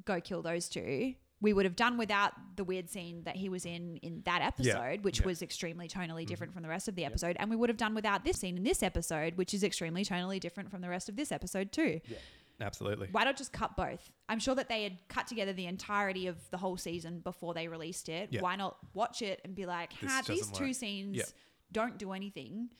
C: go kill those two. We would have done without the weird scene that he was in in that episode, which
A: Yeah. Mm-hmm.
C: was extremely tonally different from the rest of the episode, and we would have done without this scene in this episode, which is extremely tonally different from the rest of this episode too.
A: Absolutely.
C: Why not just cut both? I'm sure that they had cut together the entirety of the whole season before they released it.
A: Yeah.
C: Why not watch it and be like,
A: This
C: "Ha, these
A: doesn't
C: two
A: work."
C: scenes
A: Yeah.
C: don't do anything,"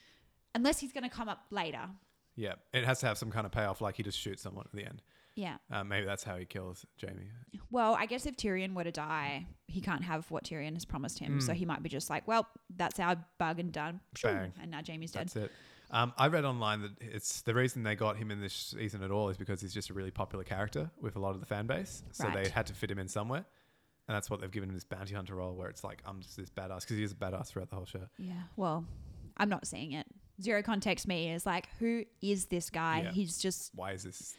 C: unless he's going to come up later.
A: Yeah, it has to have some kind of payoff, like he just shoots someone at the end.
C: Yeah.
A: Uh, maybe that's how he kills Jamie.
C: Well, I guess if Tyrion were to die, he can't have what Tyrion has promised him. So he might be just like, well, that's our bargain done. Shoo.
A: Hmm. Bang.
C: And now Jamie's dead.
A: That's it. Um, I read online that it's the reason they got him in this season at all is because he's just a really popular character with a lot of the fan base. So
C: Right.
A: they had to fit him in somewhere. And that's what they've given him this bounty hunter role where it's like, I'm just this badass because he is a badass throughout the whole show.
C: Yeah. Well, I'm not seeing it. Zero context me is like, who is this guy?
A: Yeah.
C: He's just,
A: Why is this?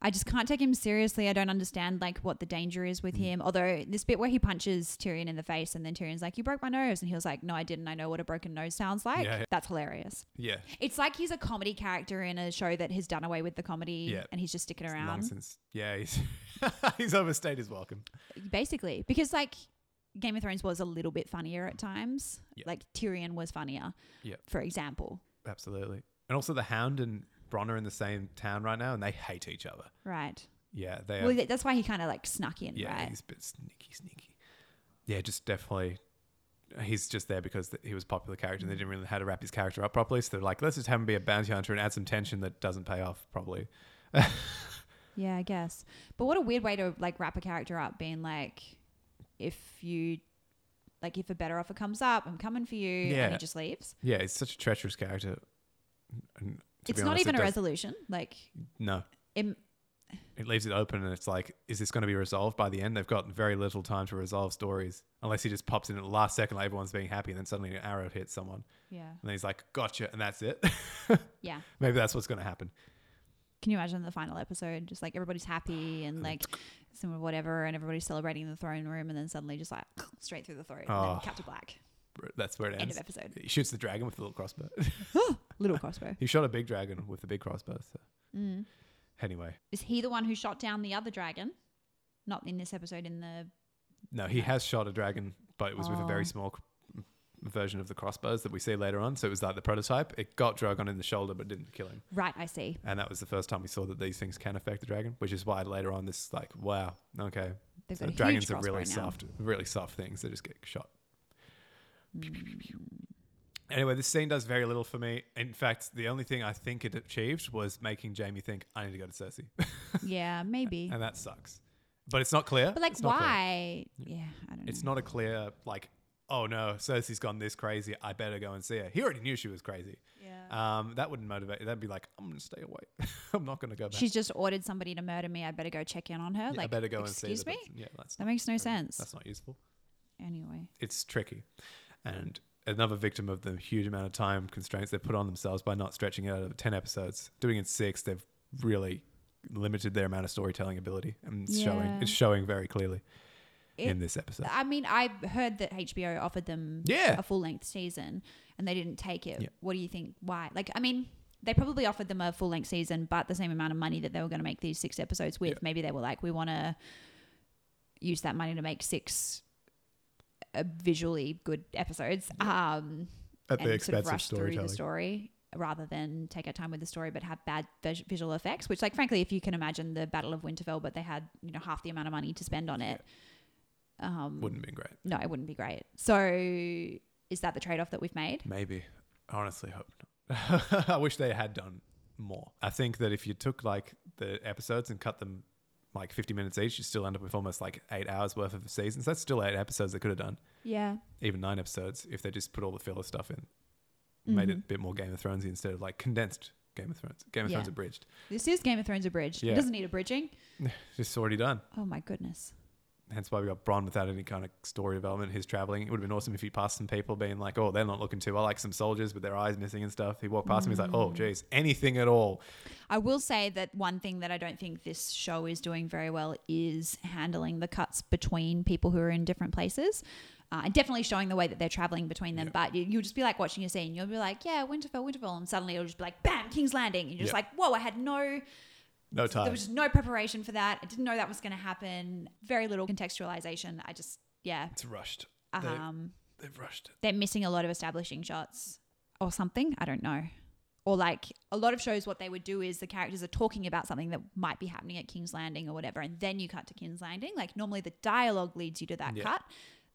C: I just can't take him seriously. I don't understand like what the danger is
A: Hmm.
C: with him. Although this bit where he punches Tyrion in the face and then Tyrion's like, you broke my nose. And he was like, no, I didn't. I know what a broken nose sounds like.
A: Yeah.
C: That's hilarious.
A: Yeah,
C: It's like he's a comedy character in a show that has done away with the comedy
A: Yeah.
C: and he's just sticking around.
A: long since. Yeah, he's, he's overstayed his welcome.
C: basically because like game of thrones was a little bit funnier at times
A: Yeah.
C: like tyrion was funnier
A: Yeah.
C: for example
A: Absolutely. And also, the Hound and Bronn are in the same town right now and they hate each other.
C: right
A: Yeah, they are
C: well that's why he kind of like snuck in
A: Yeah,
C: right
A: he's a bit sneaky, sneaky. Yeah, just definitely. He's just there because th- he was a popular character and they didn't really know how to wrap his character up properly. So they're like, let's just have him be a bounty hunter and add some tension that doesn't pay off, probably.
C: yeah i guess but what a weird way to like wrap a character up being like if you Like if a better offer comes up, I'm coming for you, and
A: Yeah.
C: he just leaves.
A: Yeah, it's such a treacherous character. And to
C: it's
A: be
C: not
A: honest,
C: even
A: it
C: a
A: does-
C: resolution. Like
A: No,
C: it,
A: it leaves it open, and it's like, is this going to be resolved by the end? They've got very little time to resolve stories, unless he just pops in at the last second, like everyone's being happy, and then suddenly an arrow hits someone,
C: yeah,
A: and then he's like, "Gotcha," and that's it.
C: yeah.
A: Maybe that's what's going to happen.
C: Can you imagine the final episode? Just like everybody's happy
A: Mm.
C: and like some of whatever, and everybody's celebrating in the throne room, and then suddenly just like straight through the throat, and then
A: Oh.
C: cut to black.
A: That's where it
C: End of
A: ends.
C: episode.
A: He shoots the dragon with a little crossbow.
C: Little crossbow.
A: he shot a big dragon with a big crossbow. So
C: Mm.
A: anyway,
C: Is he the one who shot down the other dragon? Not in this episode. In the
A: no, he has shot a dragon, but it was with a
C: Oh.
A: very small c- version of the crossbows that we see later on. So it was like the prototype. It got Drogon in the shoulder, but didn't kill him.
C: right, I see.
A: And that was the first time we saw that these things can affect the dragon, which is why later on this is like, wow, okay,
C: They've
A: so
C: got a
A: dragons
C: huge
A: are really
C: crossbow now.
A: soft, really soft things that just get shot. Anyway, this scene does very little for me. In fact, the only thing I think it achieved was making Jamie think I need to go to Cersei,
C: yeah, maybe.
A: and that sucks. But it's not clear.
C: But like,
A: It's not clear.
C: why? Yeah, I don't know.
A: It's not a clear like, oh no, Cersei's gone this crazy. I better go and see her. He already knew she was crazy.
C: Yeah.
A: Um, that wouldn't motivate. That'd be like, I'm gonna stay away. I'm not gonna go back.
C: She's just ordered somebody to murder me. I better go check in on her.
A: Yeah,
C: like,
A: I better go and see.
C: excuse
A: the
C: me.
A: person. Yeah, that's
C: That makes no sense.
A: that's not useful.
C: Anyway,
A: it's tricky and another victim of the huge amount of time constraints they've put on themselves by not stretching it out of 10 episodes doing it six they've really limited their amount of storytelling ability and it's showing
C: Yeah.
A: it's showing very clearly in
C: It-
A: this episode
C: I mean, I heard that HBO offered them
A: Yeah.
C: a full length season, and they didn't take it.
A: Yeah.
C: What do you think? Why? Like, I mean. They probably offered them a full length season, but the same amount of money that they were going to make these six episodes with.
A: Yeah.
C: Maybe they were like, we want to use that money to make six uh, visually good episodes. Um,
A: at the
C: and sort
A: expense of
C: of rush through
A: storytelling
C: the story rather than take our time with the story but have bad vis- visual effects which like frankly if you can imagine the battle of winterfell but they had you know half the amount of money to spend on it um
A: wouldn't have been great
C: no it wouldn't be great so is that the trade-off that we've made
A: maybe i honestly hope not i wish they had done more i think that if you took like the episodes and cut them like 50 minutes each you still end up with almost like eight hours worth of seasons that's still eight episodes they could have done
C: yeah
A: even nine episodes if they just put all the filler stuff in, made it a bit more Game of Thronesy instead of like condensed Game of Thrones. Game of
C: Yeah.
A: Thrones abridged.
C: this is game of thrones abridged it
A: Yeah.
C: doesn't need a bridging
A: It's already done.
C: oh my goodness
A: Hence why we got Bronn without any kind of story development. His traveling. It would have been awesome if he passed some people being like, "Oh, they're not looking too well." Like some soldiers with their eyes missing and stuff. He walked past him. He's like, "Oh, geez, anything at all."
C: I will say that one thing that I don't think this show is doing very well is handling the cuts between people who are in different places. Uh, and definitely showing the way that they're traveling between them. But you, you'll just be like watching a scene. You'll be like, yeah, Winterfell, Winterfell. And suddenly it'll just be like, bam, King's Landing. And you're just
A: Yeah. Uh,
C: like, whoa, I had no,
A: No
C: there
A: time.
C: was just no preparation for that. I didn't know that was going to happen. Very little contextualization. I just, yeah.
A: it's rushed. They-
C: Um,
A: They've rushed it.
C: they're missing a lot of establishing shots or something. I don't know. Or like a lot of shows, what they would do is the characters are talking about something that might be happening at King's Landing or whatever, and then you cut to King's Landing. Like normally the dialogue leads you to that
A: Yeah.
C: cut.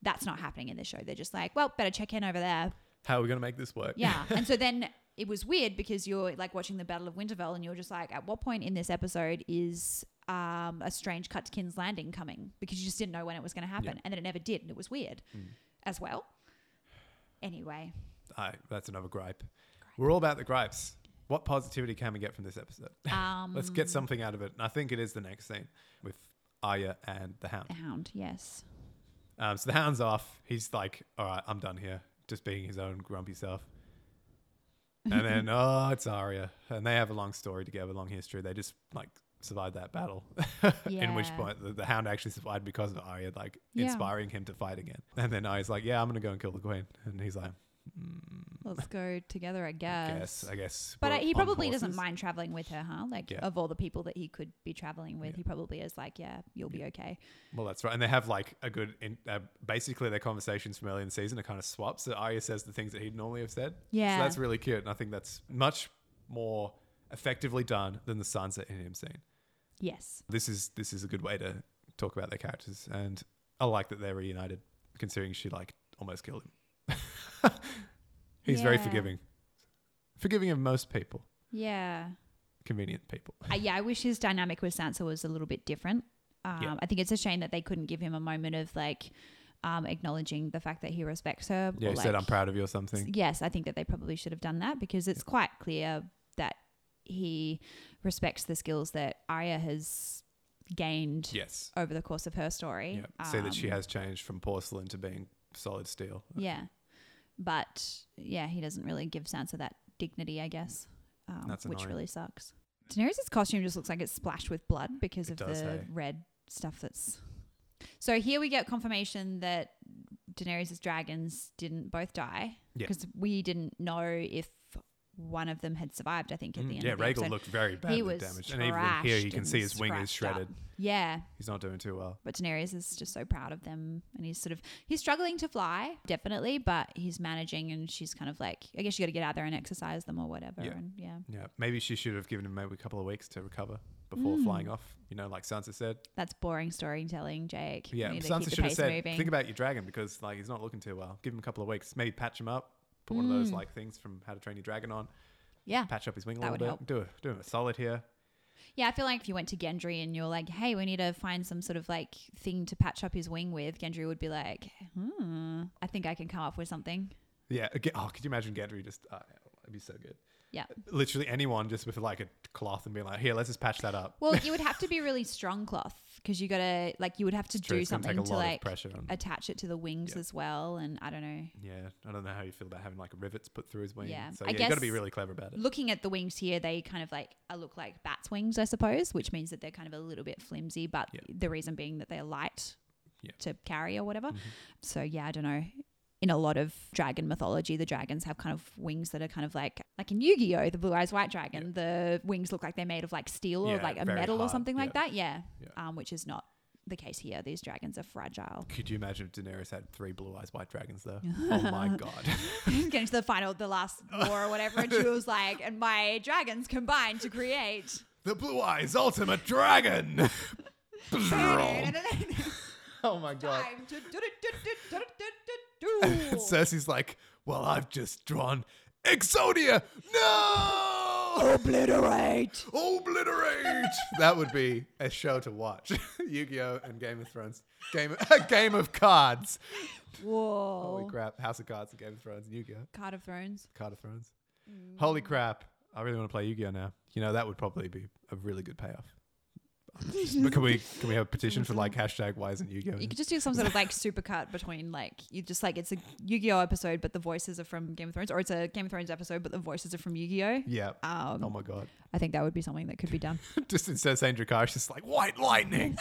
C: That's not happening in this show. They're just like, well, better check in over there.
A: How are we gonna make this work?
C: Yeah. and so then it was weird because you're like watching the Battle of Winterfell and you're just like, at what point in this episode is um, a strange cut to King's Landing coming? Because you just didn't know when it was going to happen. And then it never did. And it was weird as well. Anyway.
A: I, that's another gripe. We're all about the gripes. What positivity can we get from this episode?
C: Um,
A: Let's get something out of it. And I think it is the next scene with Arya and the Hound.
C: The hound, yes.
A: Um, so the hound's off. He's like, all right, I'm done here. Just being his own grumpy self. And then, oh, it's Arya. And they have a long story together, long history. They just like survived that battle. In which
C: Yeah.
A: point the, the hound actually survived because of Arya, like
C: Yeah.
A: inspiring him to fight again. And then Arya's like, yeah, I'm going to go and kill the queen. And he's like,
C: Let's go together, I guess.
A: yes, I guess.
C: But
A: we're
C: I,
A: on
C: he probably doesn't
A: horses."
C: mind traveling with her, huh? Like,
A: Yeah.
C: of all the people that he could be traveling with,
A: Yeah.
C: he probably is like, yeah, you'll be okay.
A: Well, that's right. And they have like a good, in, uh, basically their conversations from early in the season are kind of swaps. So Arya says the things that he'd normally have said.
C: Yeah.
A: So that's really cute. And I think that's much more effectively done than the sunset in him scene.
C: Yes.
A: This is, this is a good way to talk about their characters. And I like that they're reunited considering she like almost killed him. He's very
C: Yeah.
A: forgiving. Forgiving of most people,
C: Yeah.
A: convenient people.
C: Uh, yeah, I wish his dynamic with Sansa was a little bit different. Um,
A: Yeah.
C: I think it's a shame that they couldn't give him a moment of like, um, acknowledging the fact that he respects her.
A: Yeah,
C: or,
A: he said,
C: like,
A: I'm proud of you or something.
C: Yes, I think that they probably should have done that because it's quite clear that he respects the skills that Arya has gained
A: Yes.
C: over the course of her story.
A: Yeah. Say that she
C: Um,
A: has changed from porcelain to being solid steel. Mm,
C: Yeah. But yeah, he doesn't really give Sansa that dignity, I guess, um,
A: That's
C: which
A: annoying.
C: really sucks. Daenerys' costume just looks like it's splashed with blood because
A: It
C: of
A: does,
C: the
A: hey?
C: red stuff that's. So here we get confirmation that Daenerys' dragons didn't both die
A: Yeah.
C: because we didn't know if one of them had survived. I think at the
A: Mm,
C: end,
A: yeah,
C: of the
A: Rhaegal
C: episode.
A: looked very badly
C: was
A: damaged. And even here, you
C: trashed
A: can see
C: and
A: his wing is
C: scratched
A: shredded.
C: up. Yeah,
A: He's not doing too well.
C: but Daenerys is just so proud of them, and he's sort of he's struggling to fly, definitely, but he's managing, and she's kind of like, I guess you got to get out there and exercise them or whatever,
A: Yeah.
C: and yeah,
A: Yeah. Maybe she should have given him maybe a couple of weeks to recover before
C: Mm.
A: flying off. You know, like Sansa said.
C: that's boring storytelling, Jake.
A: Yeah.
C: We need to keep
A: Sansa
C: the
A: should have
C: pace
A: said,
C: moving.
A: think about your dragon because like he's not looking too well. Give him a couple of weeks. Maybe patch him up. Put one of those
C: Mm.
A: like things from How to Train Your Dragon on.
C: yeah,
A: Patch up his wing a
C: That
A: little bit.
C: would help.
A: Do it. Do him a solid here.
C: yeah. I feel like if you went to Gendry and you're like, hey, we need to find some sort of like thing to patch up his wing with, Gendry would be like, hmm, I think I can come up with something.
A: Yeah. aga- Oh, could you imagine Gendry just? Uh, it'd be so good.
C: Yeah.
A: Literally anyone just with like a cloth and being like, "Here, let's just patch that up."
C: Well, you would have to be really strong cloth because you got to like you would have to
A: True,
C: do
A: it's gonna
C: something
A: take a
C: to
A: lot
C: like
A: of pressure on.
C: attach it to the wings
A: Yeah.
C: as well, and I don't know.
A: yeah, I don't know how you feel about having like rivets put through his wing.
C: Yeah,
A: So
C: I
A: yeah, you got to be
C: guess-
A: really clever about it.
C: looking at the wings here, they kind of like uh, look like bats' wings, I suppose, which means that they're kind of a little bit flimsy, but
A: Yeah.
C: the reason being that they're light
A: Yeah.
C: to carry or whatever.
A: Mhm.
C: So yeah, I don't know. In a lot of dragon mythology, the dragons have kind of wings that are kind of like like in Yu-Gi-Oh, the blue eyes white dragon, the wings look like they're made of like steel or
A: Yeah,
C: like a
A: very
C: metal or
A: hard,
C: something like
A: yeah.
C: that. Yeah.
A: Yeah.
C: Um, which is not the case here. These dragons are fragile.
A: Could you imagine if Daenerys had three blue eyes white dragons though? oh my god.
C: Getting to the final, the last war or whatever, and she was like, and my dragons combined to create
A: the blue eyes ultimate dragon. oh my god. Cersei's like, "Well, I've just drawn Exodia. No!
C: Obliterate.
A: Obliterate. that would be a show to watch. Yu-Gi-Oh and Game of Thrones. Game of, Game of Cards. Holy
C: Whoa.
A: crap! House of Cards and Game of Thrones. and Yu-Gi-Oh.
C: Card of Thrones.
A: Card of Thrones. Holy
C: Mm.
A: crap! I really want to play Yu-Gi-Oh now. You know that would probably be a really good payoff. but can we can we have a petition for like hashtag Why isn't Yu-Gi-Oh?
C: You could just do some sort of like supercut between like you just like it's a Yu-Gi-Oh episode, but the voices are from Game of Thrones, or it's a Game of Thrones episode, but the voices are from Yu-Gi-Oh.
A: yeah.
C: Um,
A: Oh my god!
C: I think that would be something that could be done.
A: Just instead of saying Drakash, just like white lightning.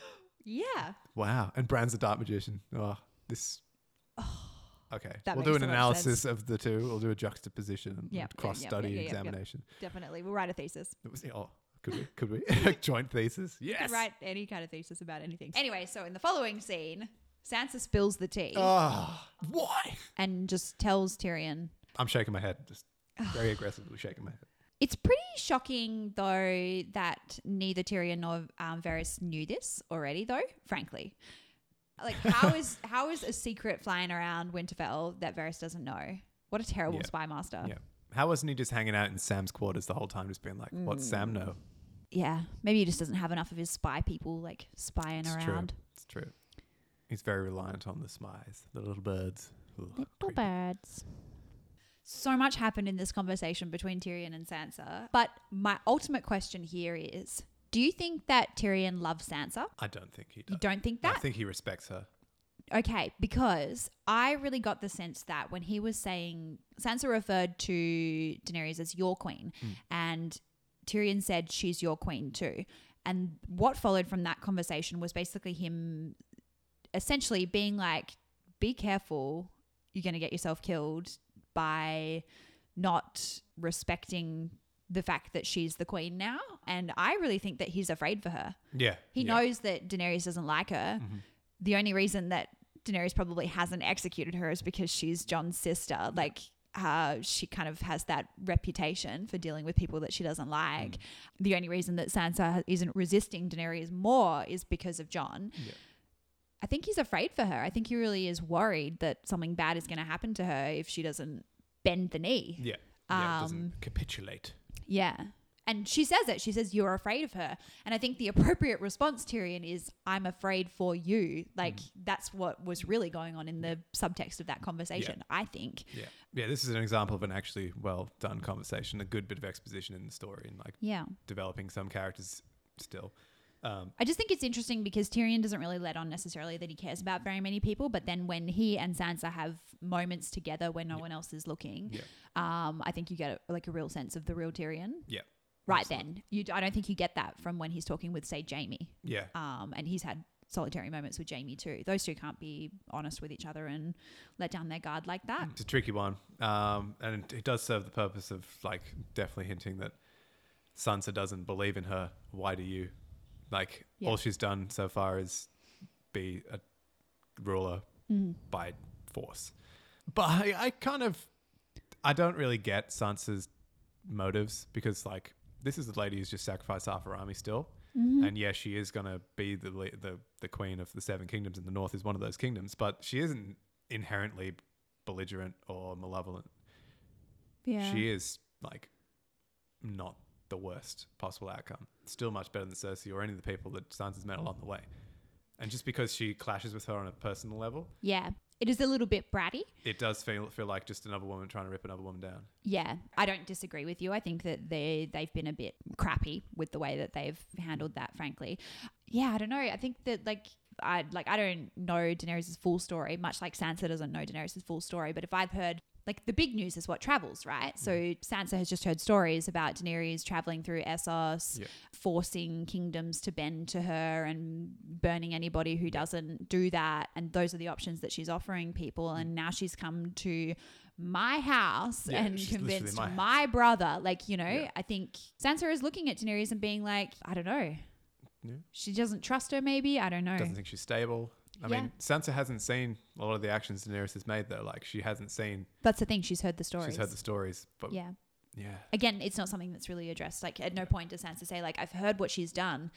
C: yeah.
A: Wow. And Bran's a dark magician. Oh, this. Okay.
C: Oh. That
A: we'll do an
C: makes so much
A: analysis
C: sense.
A: of the two. We'll do a juxtaposition and
C: Yeah, yeah, yeah,
A: cross study
C: yeah, yeah, yeah, yeah.
A: examination.
C: Definitely. We'll write a thesis.
A: It was- oh, could we? Could we? Joint thesis.
C: You
A: Yes.
C: could write any kind of thesis about anything. Anyway, so in the following scene, Sansa spills the tea
A: Oh, why?
C: and just tells Tyrion.
A: I'm shaking my head, just very aggressively shaking my head.
C: It's pretty shocking, though, that neither Tyrion nor um, Varys knew this already, though. Frankly, like how is how is a secret flying around Winterfell that Varys doesn't know? What a terrible
A: Yeah.
C: spy master.
A: Yeah. How wasn't he just hanging out in Sam's quarters the whole time, just being like, what's
C: Mm.
A: Sam know?
C: Yeah, maybe he just doesn't have enough of his spy people like spying
A: It's true.
C: around.
A: It's true. He's very reliant on the spies, the little birds. Ugh, creepy.
C: birds. So much happened in this conversation between Tyrion and Sansa, but my ultimate question here is: Do you think that Tyrion loves Sansa?
A: I don't think he does.
C: You don't think that?
A: I think he respects her.
C: Okay, because I really got the sense that when he was saying Sansa referred to Daenerys as your queen, and Tyrion said she's your queen too. And what followed from that conversation was basically him essentially being like, be careful, you're going to get yourself killed by not respecting the fact that she's the queen now. And I really think that he's afraid for her.
A: Yeah.
C: He
A: yeah.
C: knows that Daenerys doesn't like her. The only reason that Daenerys probably hasn't executed her is because she's John's sister. Like, uh, she kind of has that reputation for dealing with people that she doesn't like. The only reason that Sansa ha- isn't resisting Daenerys more is because of John.
A: Yeah.
C: I think he's afraid for her. I think he really is worried that something bad is going to happen to her if she doesn't bend the knee.
A: Yeah. Yeah, it
C: Um,
A: doesn't capitulate.
C: Yeah. And she says it. She says, You're afraid of her. And I think the appropriate response, Tyrion, is, I'm afraid for you. Like,
A: Mm.
C: that's what was really going on in the subtext of that conversation, I think.
A: Yeah. Yeah. This is an example of an actually well done conversation, a good bit of exposition in the story and like
C: Yeah.
A: developing some characters still. Um,
C: I just think it's interesting because Tyrion doesn't really let on necessarily that he cares about very many people, but then when he and Sansa have moments together where no one else is looking,
A: yeah.
C: um, I think you get a, like a real sense of the real Tyrion.
A: Yeah.
C: Right
A: Absolutely.
C: then, you I don't think you get that from when he's talking with say Jamie,
A: Yeah.
C: um, and he's had solitary moments with Jamie too. Those two can't be honest with each other and let down their guard like that.
A: It's a tricky one, um, and it does serve the purpose of like definitely hinting that Sansa doesn't believe in her. Why do you? Like
C: Yeah.
A: all she's done so far is be a ruler by force. But I, I kind of I don't really get Sansa's motives because like this is the lady who's just sacrificed half her army still. And yeah, she is gonna be the, le- the the queen of the seven kingdoms, and the north is one of those kingdoms. But she isn't inherently belligerent or malevolent.
C: Yeah,
A: She is like not the worst possible outcome. Still much better than Cersei or any of the people that Sansa's met along the way. And just because she clashes with her on a personal level,
C: yeah. It is a little bit bratty.
A: it does feel feel like just another woman trying to rip another woman down.
C: Yeah, I don't disagree with you. I think that they they've been a bit crappy with the way that they've handled that. Frankly, yeah, I don't know. I think that like I like I don't know Daenerys' full story, much like Sansa doesn't know Daenerys' full story. But if I've heard like the big news is what travels, right? So Sansa has just heard stories about Daenerys traveling through Essos,
A: Yeah.
C: forcing kingdoms to bend to her and burning anybody who doesn't do that. And those are the options that she's offering people.
A: Mm.
C: And now she's come to my house
A: Yeah,
C: and
A: she's literally
C: convinced
A: my
C: my,
A: house.
C: brother. Like, you know,
A: Yeah.
C: I think Sansa is looking at Daenerys and being like, I don't know.
A: Yeah.
C: She doesn't trust her, maybe. I don't know.
A: Doesn't think she's stable. I
C: Yeah.
A: mean, Sansa hasn't seen a lot of the actions Daenerys has made though. Like she hasn't seen.
C: That's the thing. She's heard the stories.
A: She's heard the stories, but yeah,
C: yeah. Again, it's not something that's really addressed. Like, at no point does Sansa say, like, I've heard what she's done.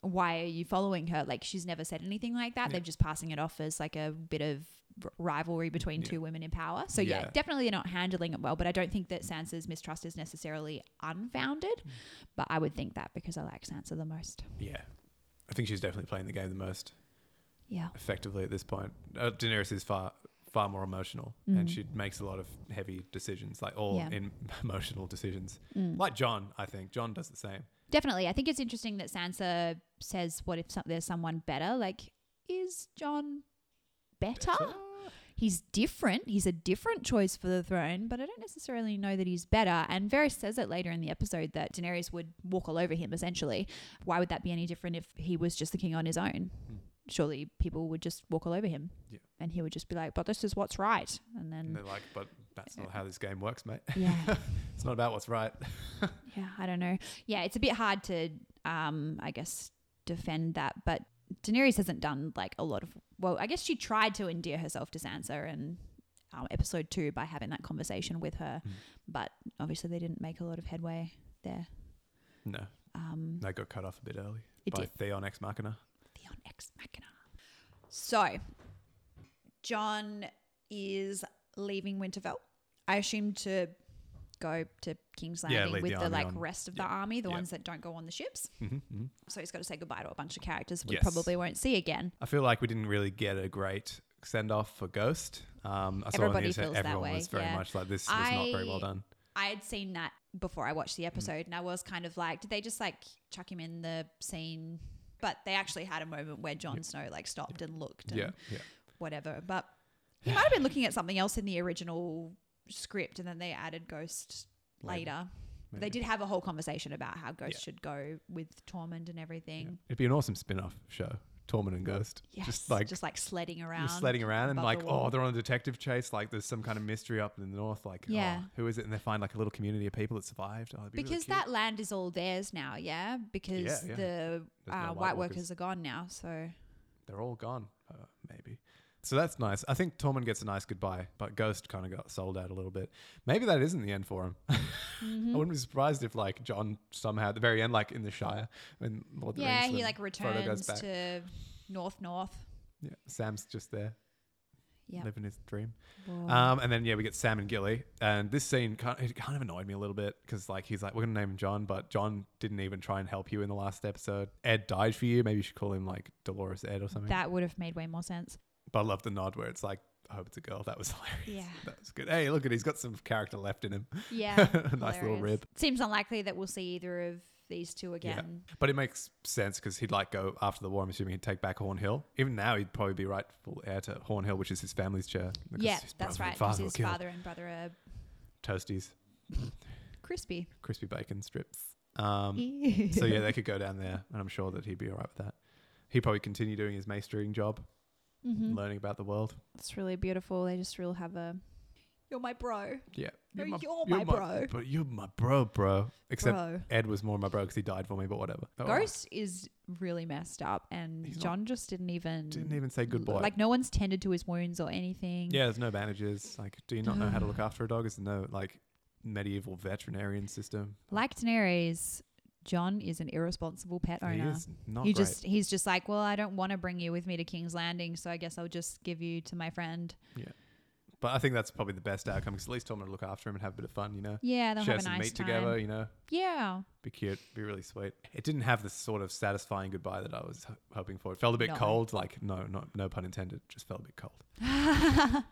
C: Why are you following her? Like, she's never said anything like that.
A: Yeah.
C: They're just passing it off as like a bit of r- rivalry between
A: Yeah.
C: two women in power. So, yeah.
A: Yeah.
C: definitely not handling it well. But I don't think that Sansa's mistrust is necessarily unfounded.
A: Mm.
C: But I would think that because I like Sansa the most.
A: yeah. I think she's definitely playing the game the most.
C: Yeah.
A: effectively at this point. Uh, Daenerys is far far more emotional, and she makes a lot of heavy decisions, like all
C: Mm-hmm. Yeah.
A: in emotional decisions. Like John, I think John does the same.
C: Definitely. I think it's interesting that Sansa says, What if some- there's someone better? Like, is John better? He's different. He's a different choice for the throne, but I don't necessarily know that he's better. And Varys says it later in the episode that Daenerys would walk all over him, essentially. Why would that be any different if he was just the king on his own?
A: Mm.
C: Surely people would just walk all over him.
A: Yeah.
C: And he would just be like, But this is what's right.
A: And
C: And then,
A: they're like, but that's not how this game works, mate.
C: yeah.
A: It's not about what's right.
C: Yeah, I don't know. Yeah, it's a bit hard to, um, I guess, defend that. But Daenerys hasn't done like a lot of. Well, I guess she tried to endear herself to Sansa in um, episode two by having that conversation with her,
A: Mm.
C: but obviously they didn't make a lot of headway there.
A: No,
C: Um,
A: they got cut off a bit early
C: It
A: by
C: did.
A: Theon ex Machina.
C: Theon ex machina. So, John is leaving Winterfell. I assume to go to King's
A: Yeah,
C: Landing
A: lead
C: with
A: the
C: the,
A: army
C: like
A: on.
C: rest of the
A: Yeah.
C: army, the
A: Yeah.
C: ones that don't go on the ships.
A: Mm-hmm, hmm
C: So he's got to say goodbye to a bunch of characters we
A: Yes.
C: probably won't see again.
A: I feel like we didn't really get a great send off for Ghost. Um, I saw on
C: Everybody
A: the internet
C: feels that
A: everyone
C: way,
A: was very
C: yeah.
A: much like this was not very well
C: I-
A: done.
C: I had seen that before I
A: Mm.
C: watched the episode, and I was kind of like, did they just like chuck him in the scene? But they actually had a moment where Jon Snow like stopped and looked and
A: Yeah, yeah.
C: whatever. But he might have been looking at something else in the original script, and then they added Ghost
A: Maybe.
C: later. But They
A: Maybe.
C: did have a whole conversation about how Ghost
A: Yeah.
C: should go with Tormund and
A: Yeah.
C: everything.
A: It'd be an awesome spin off show. Tormund and Ghost.
C: Yes,
A: Just like
C: just like sledding around,
A: Just sledding around and
C: above
A: like,
C: the
A: oh,
C: wall.
A: they're on a detective chase. Like, there's some kind of mystery up in the north. Like,
C: Yeah.
A: oh, who is it? And they find like a little community of people that survived. Oh, it'd be really
C: because
A: cute.
C: that land is all theirs now, yeah. Because
A: Yeah, yeah.
C: the
A: no White
C: uh, White
A: Walkers.
C: Workers are gone now, so
A: they're all gone, uh, maybe. So that's nice. I think Tormund gets a nice goodbye, but Ghost kind of got sold out a little bit. Maybe that isn't the end for him.
C: Mm-hmm.
A: I wouldn't be surprised if like John somehow at the very end, like in the Shire, when Lord of the
C: yeah,
A: Rings, when
C: he like
A: Frodo goes
C: returns
A: back.
C: to North North.
A: Yeah, Sam's just there.
C: Yeah.
A: living his dream.
C: Whoa.
A: Um, and then yeah, we get Sam and Gilly, and this scene kind of, it kind of annoyed me a little bit because like he's like, we're gonna name him John, but John didn't even try and help you in the last episode. Ed died for you. Maybe you should call him like Dolores Ed or something.
B: That would have made way more sense.
A: but I love the nod where it's like, I hope it's a girl. That was hilarious.
C: Yeah.
A: That was good. Hey, look at he's got some character left in him.
C: Yeah.
A: nice little
C: hilarious.
A: rib.
C: Seems unlikely that we'll see either of these two
A: Yeah.
C: again.
A: But it makes sense because he'd like go after the war. I'm assuming he'd take back Horn Hill. Even now, he'd probably be rightful heir to Horn Hill, which is his family's chair. because
C: Yeah,
A: his
C: that's
A: brother and
C: right. 'cause
A: were
C: His
A: killed.
C: father and brother are
A: Toasties,
C: crispy.
A: crispy bacon strips. Um, so yeah, they could go down there, and I'm sure that he'd be all right with that. He'd probably continue doing his maestering job,
C: Mhm.
A: learning about the world.
C: It's really beautiful. They just really have a. You're my bro.
A: Yeah,
C: No, you're my bro.
A: but you're my bro, bro. Except
C: bro.
A: Ed was more my bro because he died for me, but whatever. Oh, well.
C: Ghost is really messed up, and
A: He's not-
C: John just didn't even.
A: didn't even say goodbye.
C: Like, no one's tended to his wounds or anything.
A: Yeah, there's no bandages. Like, do you not know how to look after a dog? Is there no like medieval veterinarian system?
C: Like Daenerys, John is an irresponsible pet
A: He
C: owner.
A: is not
C: he
A: great.
C: just he's just like, well, I don't want to bring you with me to King's Landing, so I guess I'll just give you to my friend.
A: but I think that's probably the best outcome because at least told him to look after him and have a bit of fun. You know,
C: Yeah, they'll
A: share
C: have a
A: some
C: nice
A: meat
C: time.
A: together. You know,
C: Yeah,
A: be cute, be really sweet. It didn't have the sort of satisfying goodbye that I was h- hoping for. It felt a bit
C: No.
A: cold. Like, no, not no pun intended. Just felt a bit cold.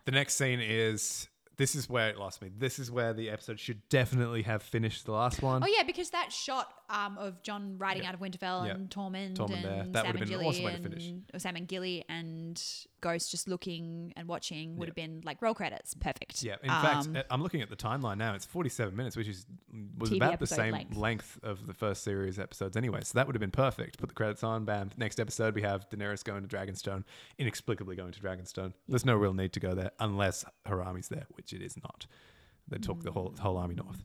A: the next scene is. This is where it lost me. This is where the episode should definitely have finished the last one.
C: Oh yeah, because that shot um, of John riding
A: Yeah.
C: out of Winterfell
A: Yeah.
C: and Tormund,
A: Tormund
C: and
A: there. That would've
C: Sam and
A: been an
C: Gilly
A: awesome way to
C: and
A: finish.
C: or Sam and Gilly and Ghost just looking and watching would
A: Yeah.
C: have been like roll credits, perfect.
A: Yeah, in
C: Um,
A: fact, uh, I'm looking at the timeline now. It's 47 minutes, which is was
C: TV
A: about the
C: episode
A: same
C: length.
A: length. of the first series episodes anyway. So that would have been perfect. Put the credits on, bam. Next episode, we have Daenerys going to Dragonstone, inexplicably going to Dragonstone. There's no real need to go there unless Harami's there, which it is not. They took the
C: Mm.
A: whole whole army north.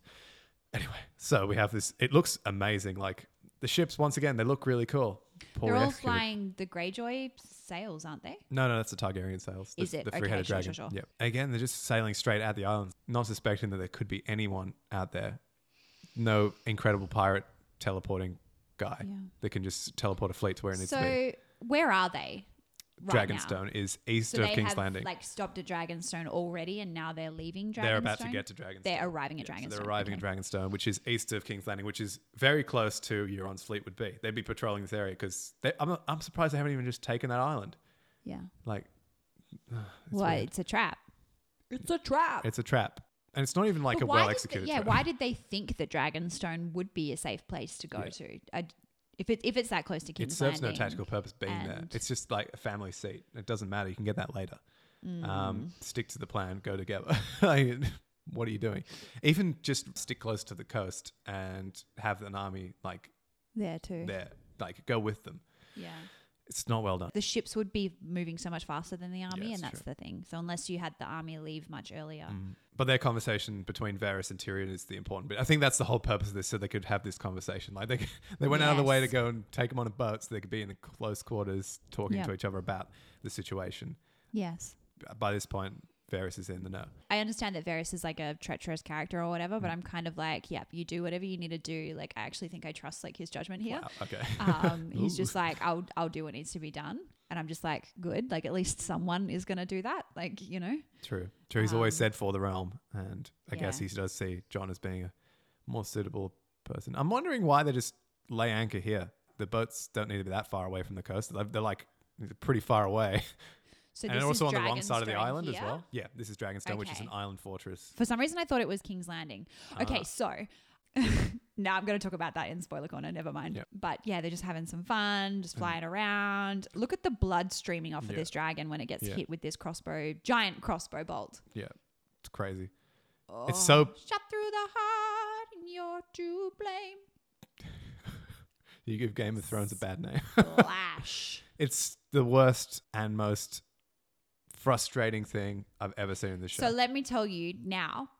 A: Anyway, so we have this. It looks amazing. Like the ships, once again, they look really cool. Poorly
C: they're all
A: executed.
C: flying the Greyjoy sails, aren't they?
A: No, no, that's the Targaryen sails. The,
C: Is it?
A: the
C: Okay,
A: three-headed
C: sure,
A: dragon?
C: sure, sure.
A: Yep. Again, they're just sailing straight at the islands, not suspecting that there could be anyone out there. No incredible pirate teleporting guy
C: Yeah.
A: that can just teleport a fleet to where it needs to
C: So where are they?
A: be.
C: Right Now?
A: Dragonstone is east
C: So
A: of
C: they
A: King's
C: have
A: Landing.
C: like stopped at Dragonstone already, and now they're leaving. Dragonstone.
A: they're about to get to Dragonstone.
C: They're arriving at
A: Yeah,
C: Dragonstone.
A: so they're arriving
C: okay.
A: at Dragonstone, which is east of King's Landing, which is very close to Euron's fleet would be. They'd be patrolling this area because I'm, not- I'm surprised they haven't even just taken that island.
C: Yeah.
A: Like, it's
C: well,
A: weird.
C: it's a trap. It's a trap.
A: It's a trap. And it's not even like
C: But
A: a
C: why did
A: well executed
C: they, yeah
A: trap.
C: why did they think that dragonstone would be a safe place to go
A: Yeah.
C: to I, if, it, if it's that close to
A: It
C: King's
A: serves no
C: Landing.
A: tactical purpose being there.
C: and-
A: It's just like a family seat. It doesn't matter. You can get that later.
C: Mm.
A: Um, stick to the plan. Go together. Like, what are you doing? Even just stick close to the coast and have an army like
C: there too
A: there. Like go with them.
C: yeah
A: It's not well done.
C: the ships would be moving so much faster than the
A: it's
C: army
A: Mm.
C: and that's the thing so unless you had the army leave much earlier
A: But their conversation between Varys and Tyrion is the important bit. I think that's the whole purpose of this, so they could have this conversation. Like they, they went out of the way to
C: Yes.
A: go and take them on a boat, so they could be in the close quarters talking
C: Yeah.
A: to each other about the situation.
C: yes
A: By this point, Varys is in the know.
C: I understand that Varys is like a treacherous character or whatever,
A: Mm.
C: but I'm kind of like, yep, you do whatever you need to do. Like, I actually think I trust like his judgment here.
A: Wow, okay.
C: Um, he's just like, I'll I'll do what needs to be done, and I'm just like, good. Like, at least someone is gonna do that. Like, you know.
A: True. True. He's always
C: Um,
A: said for the realm, and I guess he
C: yeah.
A: does see John as being a more suitable person. I'm wondering why they just lay anchor here. The boats don't need to be that far away from the coast. They're, they're like pretty far away,
C: So
A: and
C: this
A: also on
C: is
A: the wrong side of the
C: Dragonstone
A: island as
C: here?
A: well. Yeah, this is Dragonstone, which is an
C: Okay.
A: island fortress.
C: For some reason, I thought it was King's Landing. Okay,
A: Ah.
C: so now I'm going to talk about that in spoiler corner. Never mind.
A: Yep.
C: But yeah, they're just having some fun, just flying around. Look at the blood streaming off of
A: Mm. Yeah.
C: this dragon when it gets
A: Yeah.
C: hit with this crossbow, giant crossbow bolt.
A: Yeah, it's crazy.
C: Oh.
A: It's so
C: shot through the heart, and you're to blame.
A: you give Game of Thrones a bad name.
C: Flash.
A: it's the worst and most frustrating thing I've ever seen in the show.
C: So let me tell you now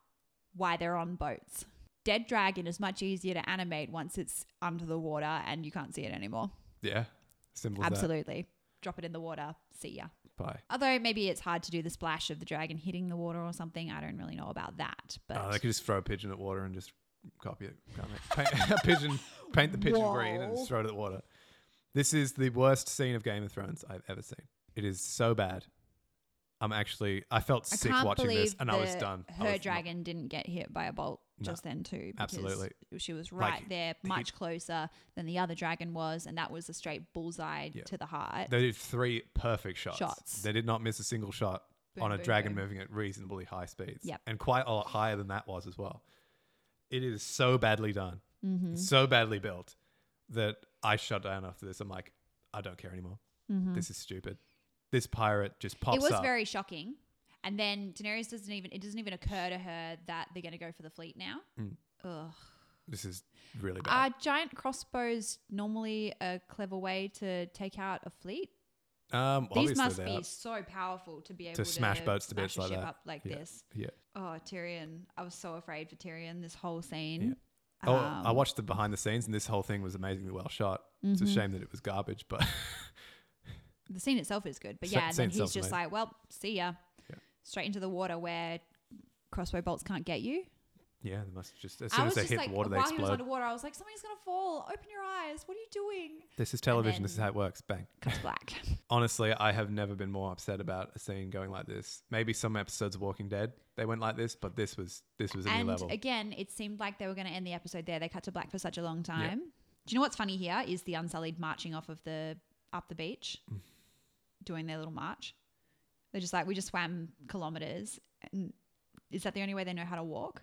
C: why they're on boats. Dead dragon is much easier to animate once it's under the water and you can't see it anymore.
A: yeah, simple as
C: Absolutely. Drop it in the water. See ya.
A: that. Bye.
C: Although maybe it's hard to do the splash of the dragon hitting the water or something. I don't really know about that. But
A: Oh, they could just throw a pigeon at water and just copy it. Can't they? Paint, a pigeon, paint the pigeon green and
C: Whoa.
A: just throw it at the water. This is the worst scene of Game of Thrones I've ever seen. It is so bad. I'm actually I felt
C: I
A: sick
C: can't
A: watching this,
C: believe
A: and I was
C: that
A: done. I
C: Her
A: was not-
C: dragon didn't get hit by a bolt just then too. because
A: absolutely.
C: she was
A: Like,
C: right there,
A: he-
C: much closer than the other dragon was, and that was a straight bullseye
A: Yeah.
C: to the heart.
A: They did three perfect shots.
C: Shots.
A: They did not miss a single shot
C: Boom,
A: on a
C: boom,
A: dragon
C: boom.
A: moving at reasonably high speeds.
C: Yep.
A: And quite a lot higher than that was as well. It is so badly done,
C: Mm-hmm.
A: so badly built that I shut down after this. I'm like, I don't care anymore. This is stupid. This pirate just pops
C: Mm-hmm. it was
A: up.
C: very shocking. And then Daenerys doesn't even it doesn't even occur to her that they're gonna go for the fleet now. Ugh.
A: this is really bad.
C: Are giant crossbows normally a clever way to take out a fleet?
A: um, obviously
C: These must
A: they
C: be
A: are.
C: so powerful to be able
A: smash boats to
C: smash
A: bits
C: a
A: like
C: ship
A: that.
C: up like
A: Yeah.
C: this.
A: Yeah.
C: Oh, Tyrion. I was so afraid for Tyrion this whole scene.
A: Oh,
C: Um,
A: I watched the behind the scenes, and this whole thing was amazingly well shot. It's
C: Mm-hmm.
A: a shame that it was garbage, but
C: The scene itself is good, but
A: Se-
C: yeah, and then
A: scene
C: he's
A: itself's
C: just
A: amazing.
C: like, "Well, see ya."
A: Yeah.
C: Straight into the water where crossbow bolts can't get you.
A: yeah, they must just as
C: I
A: soon
C: was
A: as they
C: just
A: hit
C: like,
A: water, they
C: while he was
A: explode.
C: underwater, I was like, "Something's gonna fall! Open your eyes! What are you doing?"
A: This is television.
C: then-
A: this is how it works. Bang.
C: Cuts black.
A: Honestly, I have never been more upset about a scene going like this. Maybe some episodes of Walking Dead they went like this, but this was this was a new
C: and
A: level.
C: again, it seemed like they were going to end the episode there. They cut to black for such a long time. Do you know what's funny here is the Unsullied marching off of the up the beach, doing their little march. They're just like, we just swam kilometers, and is that the only way they know how to walk?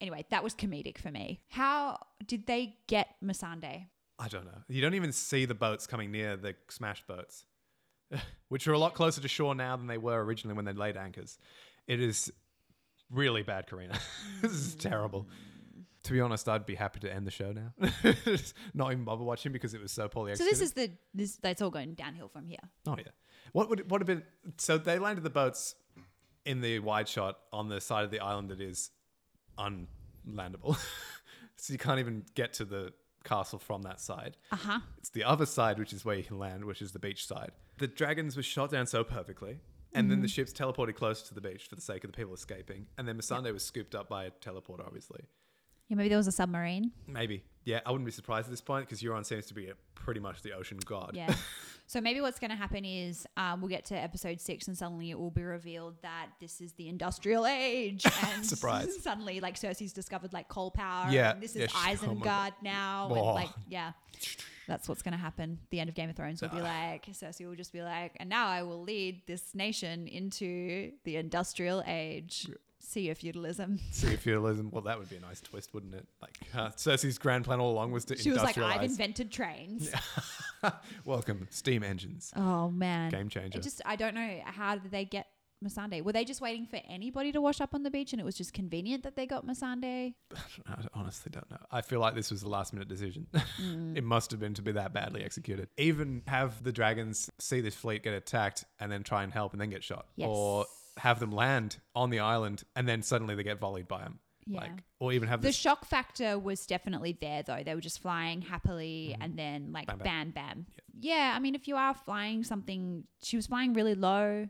C: Anyway, that was comedic for me. How did they get Masande?
A: I don't know. You don't even see the boats coming near the smashed boats, which are a lot closer to shore now than they were originally when they laid anchors. It is really bad, Karina. this is terrible. To be honest, I'd be happy to end the show now. Just Not even bother watching because it was so poorly
C: So
A: executed.
C: this is the this that's all going downhill from here.
A: Oh yeah. What would what have been? So they landed the boats in the wide shot on the side of the island that is unlandable, so you can't even get to the castle from that side.
C: Uh huh.
A: It's the other side which is where you can land, which is the beach side. The dragons were shot down so perfectly. And then the ships teleported close to the beach for the sake of the people escaping. And then Masande was scooped up by a teleporter, obviously.
C: Yeah, maybe there was a submarine.
A: Maybe. Yeah, I wouldn't be surprised at this point because Euron seems to be a, pretty much the ocean god.
C: Yeah. So maybe what's going to happen is um, we'll get to episode six, and suddenly it will be revealed that this is the industrial age. And
A: Surprise.
C: Suddenly, like Cersei's discovered like coal power.
A: Yeah.
C: And this
A: Yeah,
C: is
A: sh- oh my
C: Isengard now. And
A: Oh.
C: like, yeah, that's what's going to happen. The end of Game of Thrones will be
A: Ah.
C: like Cersei will just be like, and now I will lead this nation into the industrial age. See you, feudalism.
A: Sea feudalism. Well, that would be a nice twist, wouldn't it? Like uh, Cersei's grand plan all along was to
C: She was like, I've
A: industrialize.
C: invented trains.
A: Welcome, steam engines.
C: Oh man,
A: Game changer.
C: It just I don't know how did they get Masande? Were they just waiting for anybody to wash up on the beach, and it was just convenient that they got Masande?
A: I don't- honestly don't know. I feel like this was a last minute decision.
C: Mm.
A: it must have been to be that badly executed. Even have the dragons see this fleet get attacked and then try and help and then get shot.
C: Yes.
A: Or have them land on the island and then suddenly they get volleyed by them.
C: Yeah.
A: Like, or even have
C: The
A: this.
C: shock factor was definitely there, though. They were just flying happily,
A: Mm-hmm.
C: and then like bam, bam. Yeah. I mean, if you are flying something, she was flying really low.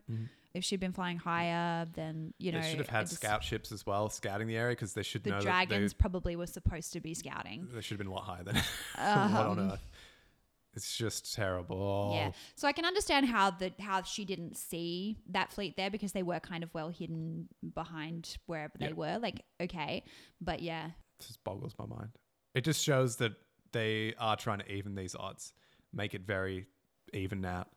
C: If she'd been flying higher, then you know
A: Mm-hmm. they should have
C: it
A: had
C: just-
A: scout ships as well, scouting the area because they should
C: The
A: know
C: dragons
A: that
C: probably were supposed to be scouting.
A: they, they should have been a lot higher than what on earth. It's just terrible.
C: Yeah. So I can understand how the how she didn't see that fleet there because they were kind of well hidden behind wherever
A: Yeah.
C: they were. Like, okay. But yeah.
A: just boggles my mind. It just shows that they are trying to even these odds, make it very even out.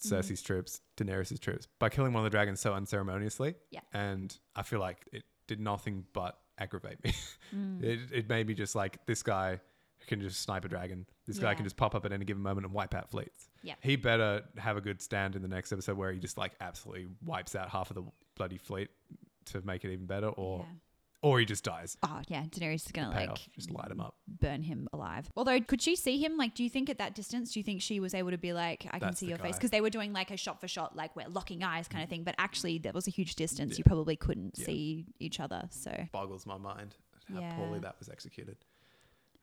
A: Cersei's
C: Mm-hmm.
A: troops, Daenerys' troops, by killing one of the dragons so unceremoniously.
C: Yeah.
A: And I feel like it did nothing but aggravate me.
C: Mm.
A: It, it made me just like, this guy can just snipe a dragon. This guy
C: Yeah.
A: can just pop up at any given moment and wipe out fleets.
C: Yeah.
A: He better have a good stand in the next episode where he just like absolutely wipes out half of the bloody fleet to make it even better or
C: Yeah.
A: or he just dies.
C: Oh yeah, Daenerys is gonna
A: Payoff.
C: like
A: just light him up.
C: burn him alive. Although, could she see him? Like, do you think at that distance, do you think she was able to be like, I can
A: That's
C: see
A: the
C: your face?
A: guy. Mm.
C: Because they were doing like a shot for shot, like we're locking eyes kind of thing. But actually, there was a huge distance. You probably couldn't
A: Yeah.
C: see each other. So
A: boggles my mind how
C: Yeah.
A: poorly that was executed.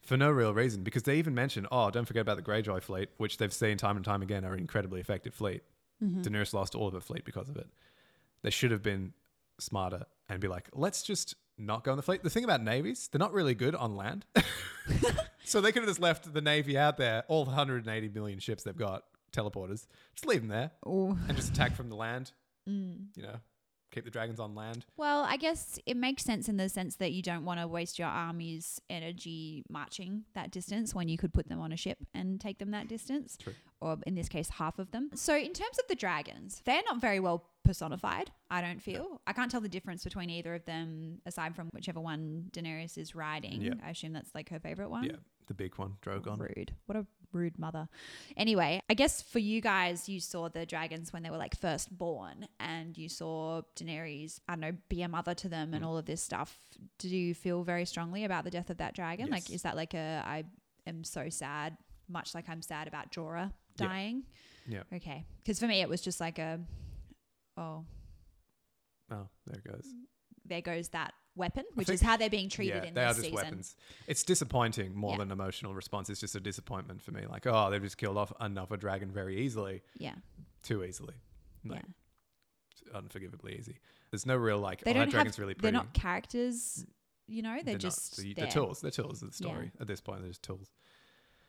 A: For no real reason, because they even mention, oh, don't forget about the Greyjoy fleet, which they've seen time and time again are an incredibly effective fleet.
C: Mm-hmm.
A: Daenerys lost all of her fleet because of it. They should have been smarter and be like, let's just not go on the fleet. The thing about navies, they're not really good on land. so they could have just left the navy out there, all 180 million ships they've got, teleporters, just leave them there
C: oh,
A: and just attack from the land.
C: mm.
A: you know, keep the dragons on land.
C: Well, I guess it makes sense in the sense that you don't want to waste your army's energy marching that distance when you could put them on a ship and take them that distance.
A: True.
C: Or in this case, half of them. So, in terms of the dragons, they're not very well personified, I don't feel. I can't tell the difference between either of them aside from whichever one Daenerys is riding.
A: Yeah.
C: I assume that's like her favorite one.
A: Yeah, the big one, Drogon.
C: Rude. What a rude mother. Anyway, I guess for you guys, you saw the dragons when they were like first born and you saw Daenerys, I don't know, be a mother to them
A: Hmm.
C: and all of this stuff. Do you feel very strongly about the death of that dragon? Like,
A: Yes.
C: is that like a, I am so sad, much like I'm sad about Jorah
A: Yeah.
C: dying?
A: Yeah.
C: Okay. Because for me, it was just like a, oh,
A: Oh, there it goes.
C: there goes that weapon, which is
A: think-
C: how they're being treated
A: yeah,
C: in
A: they
C: this
A: are just
C: season.
A: weapons. It's disappointing more
C: Yeah.
A: than emotional response. It's just a disappointment for me. Like, oh, they've just killed off another dragon very easily,
C: Yeah.
A: too easily, like
C: yeah.
A: unforgivably easy. There's no real like.
C: They
A: oh,
C: don't
A: that
C: have-
A: dragon's really
C: They're
A: pretty.
C: not characters, you know, they're,
A: They're not.
C: just.
A: So you-
C: there.
A: they're tools. They're tools of the
C: Yeah.
A: story. At this point, they're just tools.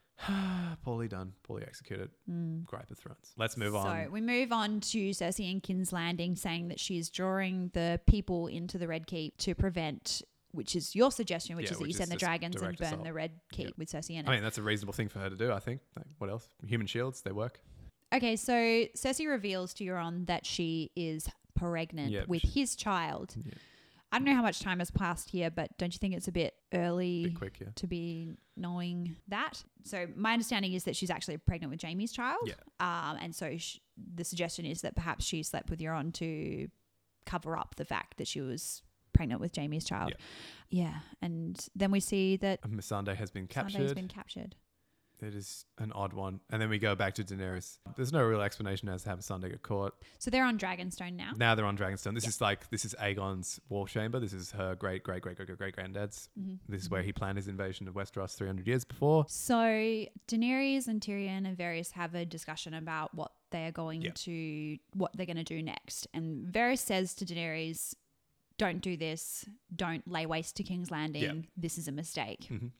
A: poorly done, poorly executed. Gripe of Thrones. Let's move
C: Mm. So
A: on.
C: we move on to Cersei and Kin's Landing saying that she's drawing the people into the Red Keep to prevent, which is your suggestion, which
A: Yeah,
C: is that you
A: which
C: send
A: is
C: the
A: just
C: dragons and
A: direct
C: burn
A: assault.
C: the Red Keep
A: Yep.
C: with Cersei in it.
A: I mean, that's a reasonable thing for her to do. I think. Like, what else? Human shields. They work.
C: okay, so Cersei reveals to Euron that she is pregnant
A: Yep,
C: with his child.
A: Yeah.
C: I don't know how much time has passed here, but don't you think it's a bit early?
A: Bit quick. Yeah.
C: to be knowing that. So my understanding is that she's actually pregnant with Jamie's child.
A: Yeah.
C: Um, and so sh- the suggestion is that perhaps she slept with Euron to cover up the fact that she was pregnant with Jamie's child. Yeah. And then we see that
A: Missandei has been
C: Sandai's
A: captured.
C: been captured.
A: It is an odd one. And then we go back to Daenerys. There's no real explanation as to how Missandei got caught.
C: So they're on Dragonstone now.
A: Now they're on Dragonstone. This is like this is Aegon's war chamber. This is her great great great great great great granddad's.
C: Mm-hmm.
A: This is where he planned his invasion of Westeros 300 years before.
C: So Daenerys and Tyrion and Varys have a discussion about what they are going
A: Yeah.
C: to, what they're going to do next. And Varys says to Daenerys, "Don't do this. Don't lay waste to King's Landing. This is a mistake."
A: Mhm.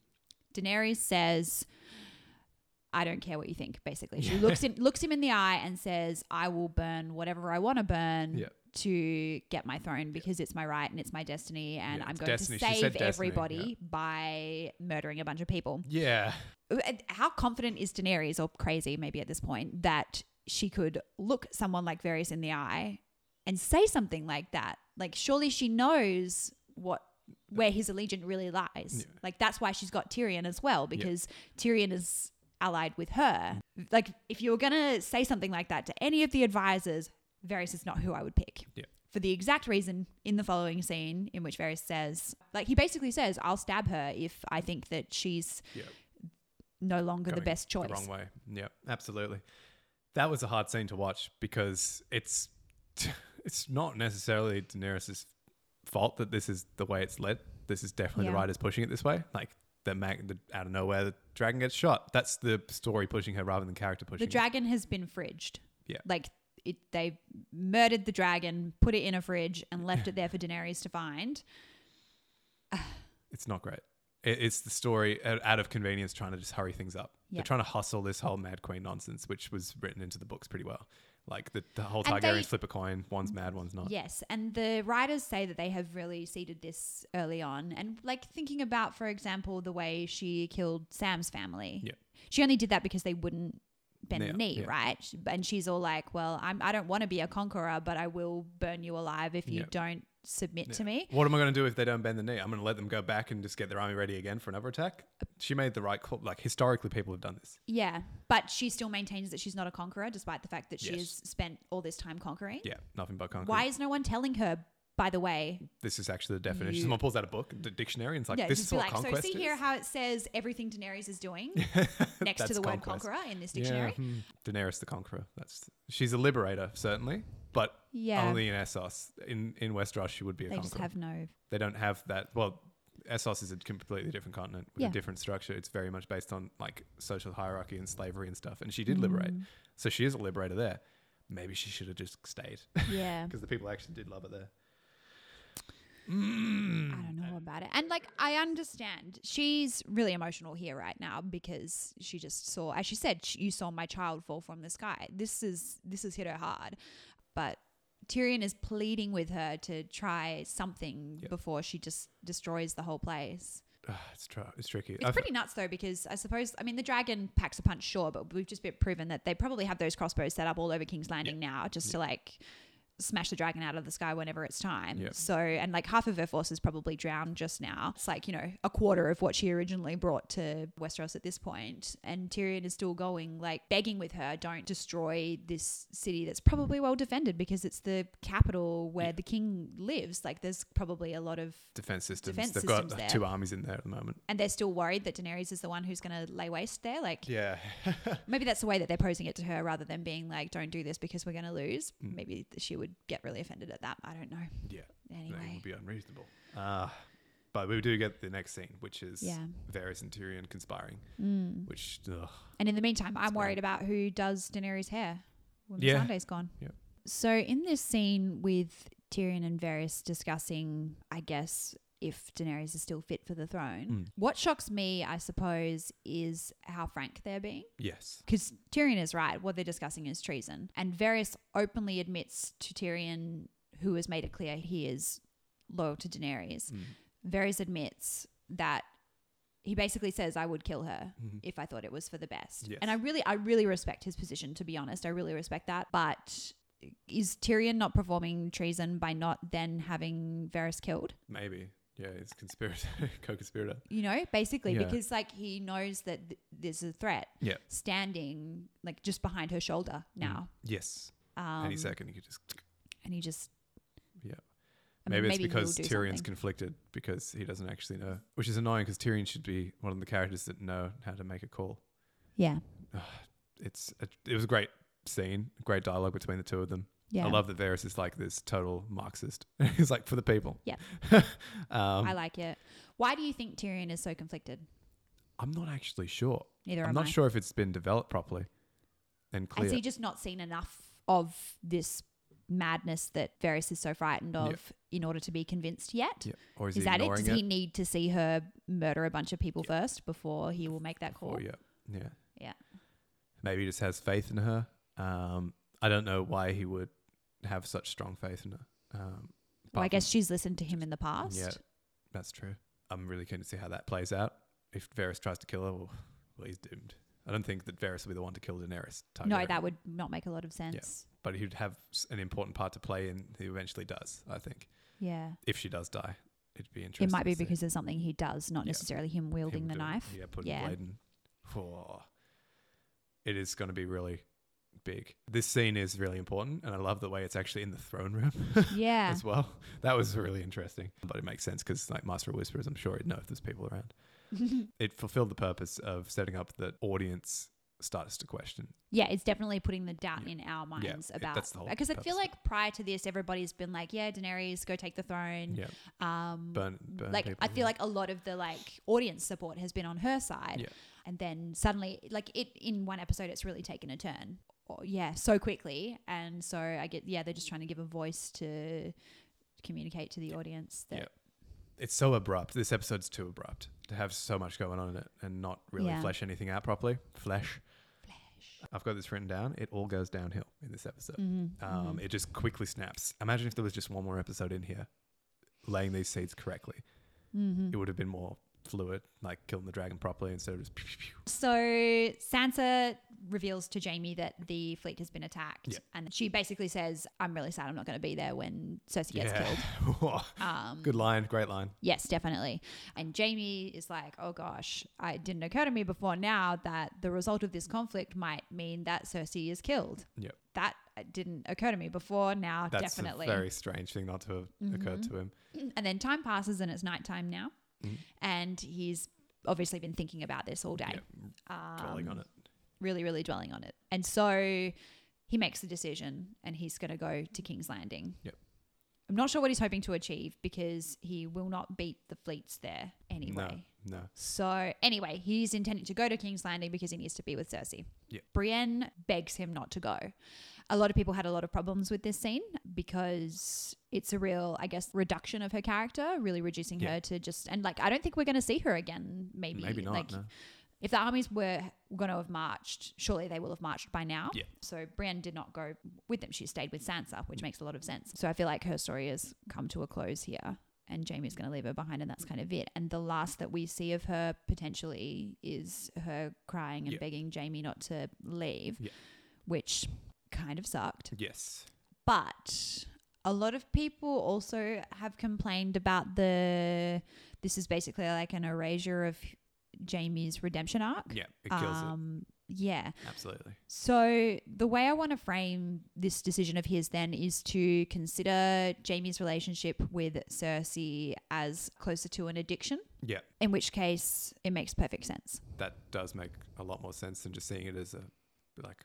C: Daenerys says, "I don't care what you think." Basically, she looks him looks him in the eye and says, "I will burn whatever I want to burn."
A: Yeah.
C: To get my throne because it's my right and it's my destiny, and
A: Yeah,
C: I'm
A: it's
C: going
A: destiny.
C: to
A: She said
C: save
A: destiny,
C: everybody
A: yeah.
C: by murdering a bunch of people
A: Yeah.
C: how confident is Daenerys or crazy maybe at this point that she could look someone like Varys in the eye and say something like that? Like surely she knows what where his allegiance really lies.
A: Yeah.
C: Like that's why she's got Tyrion as well because Tyrion is allied with her. Like if you were going to say something like that to any of the advisors, Varys is not who I would pick.
A: Yeah.
C: For the exact reason in the following scene in which Varys says, like he basically says, I'll stab her if I think that she's
A: Yeah.
C: no longer the
A: Going
C: best choice.
A: The wrong way. Yeah, absolutely. That was a hard scene to watch because it's it's not necessarily Daenerys' fault that this is the way it's led. This is definitely
C: Yeah.
A: the writers pushing it this way. Like the, mag- the out of nowhere, the dragon gets shot. That's the story pushing her rather than character pushing. it.
C: The dragon has been fridged.
A: Yeah.
C: Like it, they murdered the dragon, put it in a fridge, and left it there for Daenerys to find.
A: it's not great. It, it's the story out out of convenience trying to just hurry things up.
C: Yeah.
A: They're trying to hustle this whole Mad Queen nonsense, which was written into the books pretty well. Like the, the whole
C: And
A: Targaryens
C: they-
A: flip a coin, one's mad, one's not.
C: Yes, and the writers say that they have really seeded this early on, and like thinking about, for example, the way she killed Sam's family.
A: Yeah.
C: She only did that because they wouldn't bend
A: Yeah,
C: the knee,
A: yeah.
C: right? She- And she's all like, "Well, I'm, I don't want to be a conqueror, but I will burn you alive if you
A: Yeah.
C: don't submit to
A: Yeah.
C: me."
A: What am I going to do if they don't bend the knee? I'm going to let them go back and just get their army ready again for another attack. She made the right call. Like historically, people have done this.
C: Yeah, but she still maintains that she's not a conqueror, despite the fact that she has
A: Yes.
C: spent all this time conquering.
A: Yeah, nothing but concrete.
C: Why is no one telling her? By the way,
A: This is actually the definition.
C: You-
A: Someone pulls out a book, the dictionary, and it's like,
C: yeah,
A: this
C: just
A: is
C: be
A: what
C: like, so
A: conquest
C: see here
A: is.
C: how it says everything Daenerys is doing next to
A: That's
C: the word
A: conquest.
C: conqueror in this
A: yeah,
C: dictionary.
A: hmm. Daenerys the Conqueror. That's she's a liberator certainly, but
C: Yeah,
A: only in Essos. In in Westeros, she would be a
C: they just
A: conqueror.
C: have no.
A: they don't have that. Well, Essos is a completely different continent with
C: Yeah.
A: a different structure. It's very much based on like social hierarchy and slavery and stuff. And she did liberate,
C: Mm.
A: so she is a liberator there. Maybe she should have just stayed
C: Yeah,
A: because the people actually did love it there. Mm.
C: I don't know about it. And like, I understand she's really emotional here right now because she just saw, as she said, sh- you saw my child fall from the sky. This is this has hit her hard, but Tyrion is pleading with her to try something
A: Yep.
C: before she just destroys the whole place.
A: Ah, it's, tr- it's tricky.
C: It's
A: I've-
C: pretty nuts though, because I suppose I mean the dragon packs a punch, sure, but we've just been proven that they probably have those crossbows set up all over King's Landing now, just to like smash the dragon out of the sky whenever it's time.
A: Yep.
C: So and like half of her force is probably drowned just now. It's like you know a quarter of what she originally brought to Westeros at this point, and Tyrion is still going like begging with her, don't destroy this city that's probably well defended because it's the capital where the king lives. Like there's probably a lot of
A: defense systems.
C: defense
A: They've
C: systems
A: got
C: there.
A: two armies in there at the moment.
C: and they're still worried that Daenerys is the one who's going to lay waste there. Like
A: Yeah.
C: maybe that's the way that they're posing it to her rather than being like, don't do this because we're going to lose. Maybe she would get really offended at that. I don't know.
A: Mm. Yeah. It
C: Anyway.
A: would be unreasonable. Uh, but we do get the next scene, which is
C: Yeah.
A: Varys and Tyrion conspiring,
C: Mm.
A: which ugh,
C: And in the meantime, I'm
A: It's
C: worried about who does Daenerys' hair when
A: Yeah.
C: Missandei's gone.
A: Yep.
C: So in this scene with Tyrion and Varys discussing, I guess, if Daenerys is still fit for the throne,
A: Mm.
C: what shocks me, I suppose, is how frank they're being.
A: yes.
C: Because Tyrion is right. What they're discussing is treason. And Varys openly admits to Tyrion, who has made it clear he is loyal to Daenerys.
A: Mm.
C: Varys admits that he basically says, I would kill her
A: Mhm.
C: if I thought it was for the best.
A: Yes.
C: And I really, I really respect his position, to be honest. I really respect that. But is Tyrion not performing treason by not then having Varys killed?
A: Maybe. Yeah, it's conspirator, co-conspirator.
C: You know, basically,
A: Yeah.
C: because like he knows that th- there's a threat
A: Yeah.
C: standing like just behind her shoulder now.
A: Yes.
C: Um,
A: Any second he could just.
C: And he just.
A: Yeah.
C: I
A: Maybe,
C: mean,
A: it's
C: he'll
A: because
C: do
A: Tyrion's
C: something.
A: conflicted because he doesn't actually know, which is annoying because Tyrion should be one of the characters that know how to make a call.
C: Yeah.
A: It's a, it was a great scene, great dialogue between the two of them.
C: Yeah.
A: I love that Varys is like this total Marxist. He's like for the people.
C: Yeah.
A: um,
C: I like it. Why do you think Tyrion is so conflicted?
A: I'm not actually sure.
C: Neither
A: I'm
C: am
A: not
C: I.
A: sure if it's been developed properly and clear.
C: Has he just not seen enough of this madness that Varys is so frightened
A: Yeah.
C: of in order to be convinced yet?
A: yeah. Or is,
C: Is
A: he
C: that it?
A: ignoring
C: Does he need to see her murder a bunch of people first before he will make that call?
A: Or yeah, yeah,
C: Yeah.
A: Maybe he just has faith in her. Um, I don't know why he would have such strong faith in her. Um,
C: Well, I
A: apart from-
C: guess she's listened to him in the past.
A: Yeah, that's true. I'm really keen to see how that plays out. If Varys tries to kill her, well, well he's doomed. I don't think that Varys will be the one to kill Daenerys.
C: No,
A: Targaryen,
C: that would not make a lot of sense.
A: But he'd have s- an important part to play, and he eventually does. I think
C: Yeah.
A: if she does die, it'd be interesting.
C: It might be
A: to see
C: because there's something he does, not
A: Yeah.
C: necessarily him
A: him
C: wielding the
A: doing-
C: knife.
A: Yeah, putting
C: Yeah.
A: the blade in. Oh. it is going to be really big. This scene is really important, and I love the way it's actually in the throne room
C: Yeah.
A: as well. That was really interesting, but it makes sense because like Master of Whispers, I'm sure he'd know if there's people around. it fulfilled the purpose of setting up that audience starts to question.
C: Yeah, it's definitely putting the doubt
A: Yeah.
C: in our
A: Yeah,
C: minds
A: it-
C: about
A: that's the whole
C: because I feel
A: purpose.
C: like prior to this, everybody's been like, "Yeah, Daenerys, go take the throne."
A: Yeah,
C: Um,
A: burn, burn
C: like
A: people.
C: I feel like a lot of the like audience support has been on her side,
A: Yeah.
C: and then suddenly, like it in one episode, it's really taken a turn. Or, yeah, so quickly, and so I get yeah, they're just trying to give a voice to communicate to the audience that
A: Yeah. it's so abrupt. This episode's too abrupt to have so much going on in it and not really
C: Yeah.
A: flesh anything out properly. Flesh. I've got this written down. It all goes downhill in this episode.
C: Mhm,
A: Um,
C: mhm.
A: It just quickly snaps. Imagine if there was just one more episode in here, laying these seeds correctly.
C: Mhm.
A: It would have been more fluid, like killing the dragon properly instead of just. Pew, pew, pew.
C: So Sansa reveals to Jamie that the fleet has been attacked,
A: Yeah.
C: and she basically says, "I'm really sad. I'm not going to be there when Cersei gets killed."
A: Yeah.
C: Um,
A: Good line. Great line.
C: Yes, definitely. And Jamie is like, "Oh gosh, I- it didn't occur to me before now that the result of this conflict might mean that Cersei is killed.
A: Yep.
C: That didn't occur to me before now,
A: That's
C: Oh, definitely." Mm-hmm.
A: a very strange thing not to have occurred to him.
C: and then time passes, and it's nighttime now,
A: Mhm.
C: and he's obviously been thinking about this all day.
A: Dwelling
C: Um,
A: on it.
C: really, really dwelling on it. And so he makes the decision and he's going to go to King's Landing.
A: Yep.
C: I'm not sure what he's hoping to achieve because he will not beat the fleets there anyway.
A: No, no.
C: So, anyway, he's intending to go to King's Landing because he needs to be with Cersei.
A: Yep.
C: Brienne begs him not to go. A lot of people had a lot of problems with this scene because it's a real, I guess, reduction of her character, really reducing
A: Yeah.
C: her to just, and like, I don't think we're going to see her again, maybe.
A: Maybe not.
C: Like,
A: no.
C: If the armies were going to have marched, surely they will have marched by now.
A: Yeah.
C: So Brienne did not go with them. She stayed with Sansa, which makes a lot of sense. So I feel like her story has come to a close here. And Jamie's going to leave her behind, and that's kind of it. And the last that we see of her potentially is her crying and
A: Yeah.
C: begging Jamie not to leave,
A: Yeah.
C: which kind of sucked.
A: Yes.
C: But a lot of people also have complained about the. This is basically like an erasure of Jamie's redemption arc.
A: Yeah, it kills
C: um, Yeah.
A: it. Absolutely.
C: So the way I want to frame this decision of his then is to consider Jamie's relationship with Cersei as closer to an addiction.
A: Yeah,
C: In which case, it makes perfect sense.
A: that does make a lot more sense than just seeing it as a like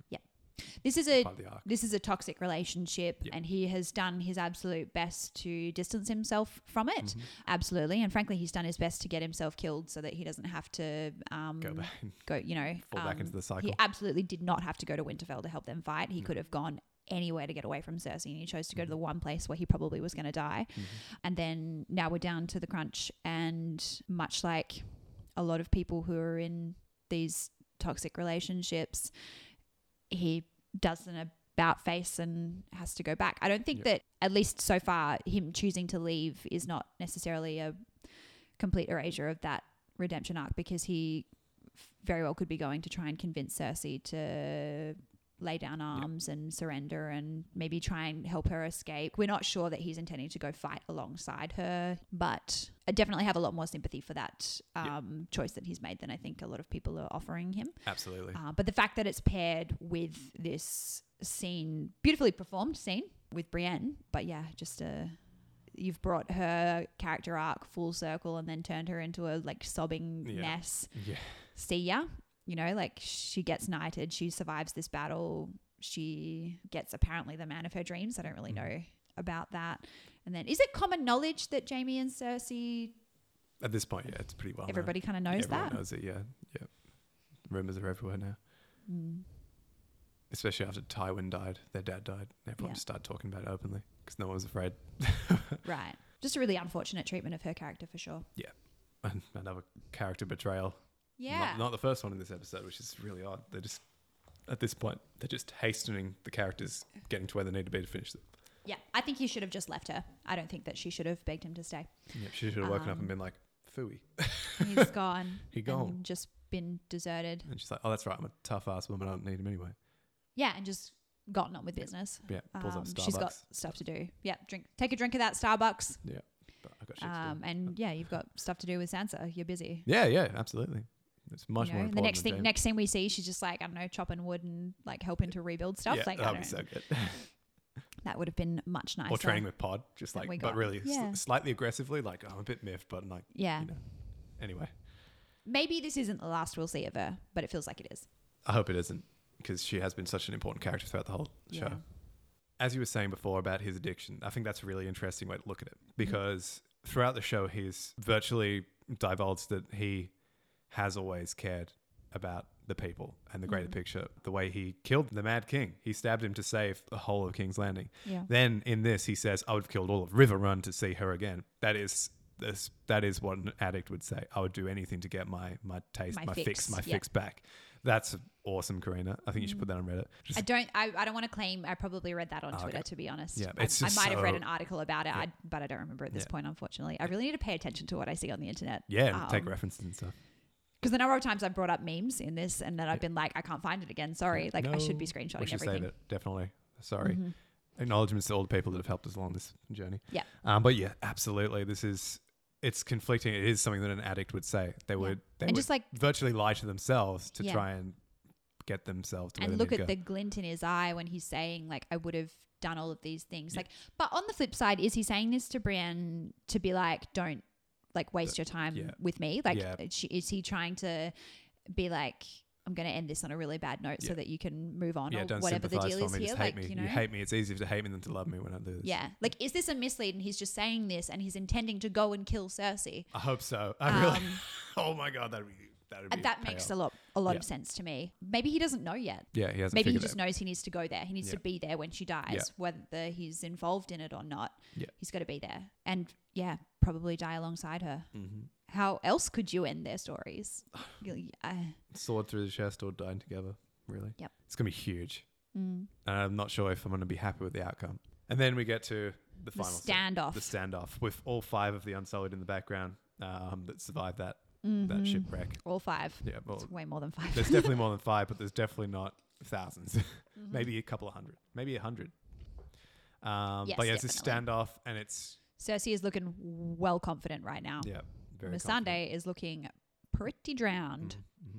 C: This is a
A: part of the arc.
C: this is a toxic relationship
A: Yeah.
C: and he has done his absolute best to distance himself from it
A: Mhm.
C: absolutely and frankly he's done his best to get himself killed so that he doesn't have to um,
A: Go back and
C: go you know
A: fall back
C: um,
A: into the cycle.
C: he absolutely did not have to go to winterfell to help them fight he
A: No.
C: could have gone anywhere to get away from cersei and he chose to go to the one place where he probably was going to die
A: Mhm.
C: and then now we're down to the crunch and much like a lot of people who are in these toxic relationships he does an about face and has to go back i don't think
A: Yep.
C: that at least so far him choosing to leave is not necessarily a complete erasure of that redemption arc because he f- very well could be going to try and convince cersei to lay down arms and surrender and maybe try and help her escape. We're not sure that he's intending to go fight alongside her, but I definitely have a lot more sympathy for that
A: Yeah.
C: um, choice that he's made than I think a lot of people are offering him.
A: Absolutely.
C: Uh, but the fact that it's paired with this scene, beautifully performed scene with Brienne, but yeah, just a. You've brought her character arc full circle and then turned her into a like sobbing
A: Yeah.
C: mess
A: yeah.
C: see ya. You know, like she gets knighted, she survives this battle, she gets apparently the man of her dreams. I don't
A: Hmm.
C: really know about that. And then is it common knowledge that Jamie and Cersei
A: At this point, yeah, it's pretty well. known.
C: everybody kind of
A: Oh,
C: knows
A: Everyone
C: that?
A: knows it. Yeah. Yeah. Rumors are everywhere now.
C: Mm.
A: Especially after Tywin died, their dad died. Everyone
C: Yeah.
A: just started talking about it openly because no one was afraid.
C: Right. Just a really unfortunate treatment of her character for sure.
A: Another character betrayal.
C: Yeah.
A: Not, not the first one in this episode, which is really odd. They're just, at this point, they're just hastening the characters getting to where they need to be to finish them.
C: yeah. I think he should have just left her. I don't think that she should have begged him to stay.
A: Yeah, she should have woken up
C: Um,
A: and been like, fooey.
C: He's gone.
A: He gone.
C: And just been deserted.
A: And she's like, oh, that's right. I'm a tough ass woman. I don't need him anyway.
C: Yeah. And just gotten on with business.
A: Yeah, pulls up
C: Um,
A: Starbucks.
C: she's got stuff to do. Yeah. Drink, take a drink of that Starbucks.
A: but I've got shit to do.
C: Um, and yeah, you've got stuff to do with Sansa. You're busy.
A: Yeah, yeah, absolutely. It's much
C: you
A: more
C: know?
A: important.
C: the next
A: than
C: thing,
A: Jamie.
C: next thing we see, she's just like I don't know, chopping wood and like helping to rebuild stuff.
A: yeah,
C: like I
A: that'd be
C: don't-
A: so good.
C: that would have been much nicer.
A: or training with Pod, just
C: that we
A: like,
C: got.
A: but really sl-
C: Yeah.
A: slightly aggressively. Like oh, I'm a bit miffed, but like
C: Yeah,
A: you know. anyway,
C: maybe this isn't the last we'll see of her, but it feels like it is.
A: I hope it isn't because she has been such an important character throughout the whole
C: Yeah.
A: show. As you were saying before about his addiction, I think that's a really interesting way to look at
C: Mm-hmm.
A: it because throughout the show, he's virtually divulged that he has always cared about the people and the greater
C: Mhm.
A: picture. The way he killed the Mad King, he stabbed him to save the whole of King's Landing.
C: Yeah,
A: Then in this, he says, "I would have killed all of River Run to see her again." That is this. That is what an addict would say. I would do anything to get my my taste,
C: My
A: my, fix,
C: fix,
A: my
C: yeah. Mm.
A: fix back. That's awesome, Karina. I think you should put that on Reddit. Just-
C: I don't. I, I don't want to claim. I probably read that on
A: Oh, okay.
C: Twitter, to be honest.
A: Yeah,
C: I,
A: it's
C: I
A: just
C: might have read
A: so-
C: an article about it, I, but I don't remember at this
A: Yeah.
C: point, unfortunately. I really need to pay attention to what I see on the internet.
A: yeah, and take
C: Um,
A: references and stuff.
C: Because the number of times I've brought up memes in this, and then I've
A: Yeah.
C: been like, I can't find it again. Sorry, like I should be
A: No,
C: screenshotting
A: We should
C: everything.
A: save it definitely. Sorry.
C: Mhm.
A: Acknowledgements to all the people that have helped us along this journey.
C: Yeah.
A: Um, but yeah, absolutely. This is it's conflicting. It is something that an addict would say. They would they
C: and
A: would
C: just like
A: virtually lie to themselves to
C: Yeah.
A: try and get themselves to where
C: and
A: they
C: look
A: need to
C: at
A: go.
C: the glint in his eye when he's saying like i would have done all of these things
A: Yeah.
C: like but on the flip side is he saying this to brienne to be like don't like waste your time
A: yeah.
C: with me like
A: Yeah.
C: is she- is he trying to be like i'm going to end this on a really bad note so
A: Yeah.
C: that you can move on
A: yeah,
C: or
A: don't
C: whatever the
A: sympathize
C: deal
A: for me.
C: is here
A: just hate
C: like
A: me.
C: you know
A: You hate me. It's easier to hate me than to love me when I do this.
C: yeah like is this a mislead and he's just saying this and he's intending to go and kill cersei
A: I hope so. I really.
C: Um,
A: oh my god, that'd be that'd be.
C: and Um, that makes a lot a lot of sense to me maybe he doesn't know yet
A: Yeah, he hasn't.
C: Maybe he
A: figured
C: just
A: it.
C: knows he needs to go there. He needs to
A: Yeah.
C: be there when she dies,
A: Yeah.
C: whether he's involved in it or not.
A: Yeah.
C: He's got to be there. And yeah, probably die alongside her.
A: Mhm.
C: How else could you end their stories? uh, You- I-
A: Sword through the chest or dying together, really.
C: Yep.
A: It's going to be huge.
C: mm.
A: And I'm not sure if I'm going to be happy with the outcome. And then we get to the
C: The
A: final scene,
C: standoff.
A: the standoff with all five of the unsullied in the background um, that survived that, that Oh.
C: Mhm.
A: shipwreck.
C: All five.
A: Yeah, well,
C: It's way more than five.
A: there's definitely more than five, but there's definitely not 1000s
C: Mm-hmm.
A: maybe a couple of hundred, maybe a hundred. Um,
C: Yes,
A: but yeah, it's this
C: definitely.
A: standoff, and it's
C: Cersei is looking well confident right now.
A: yeah, very. confident. Mm-hmm.
C: Missandei is looking pretty drowned.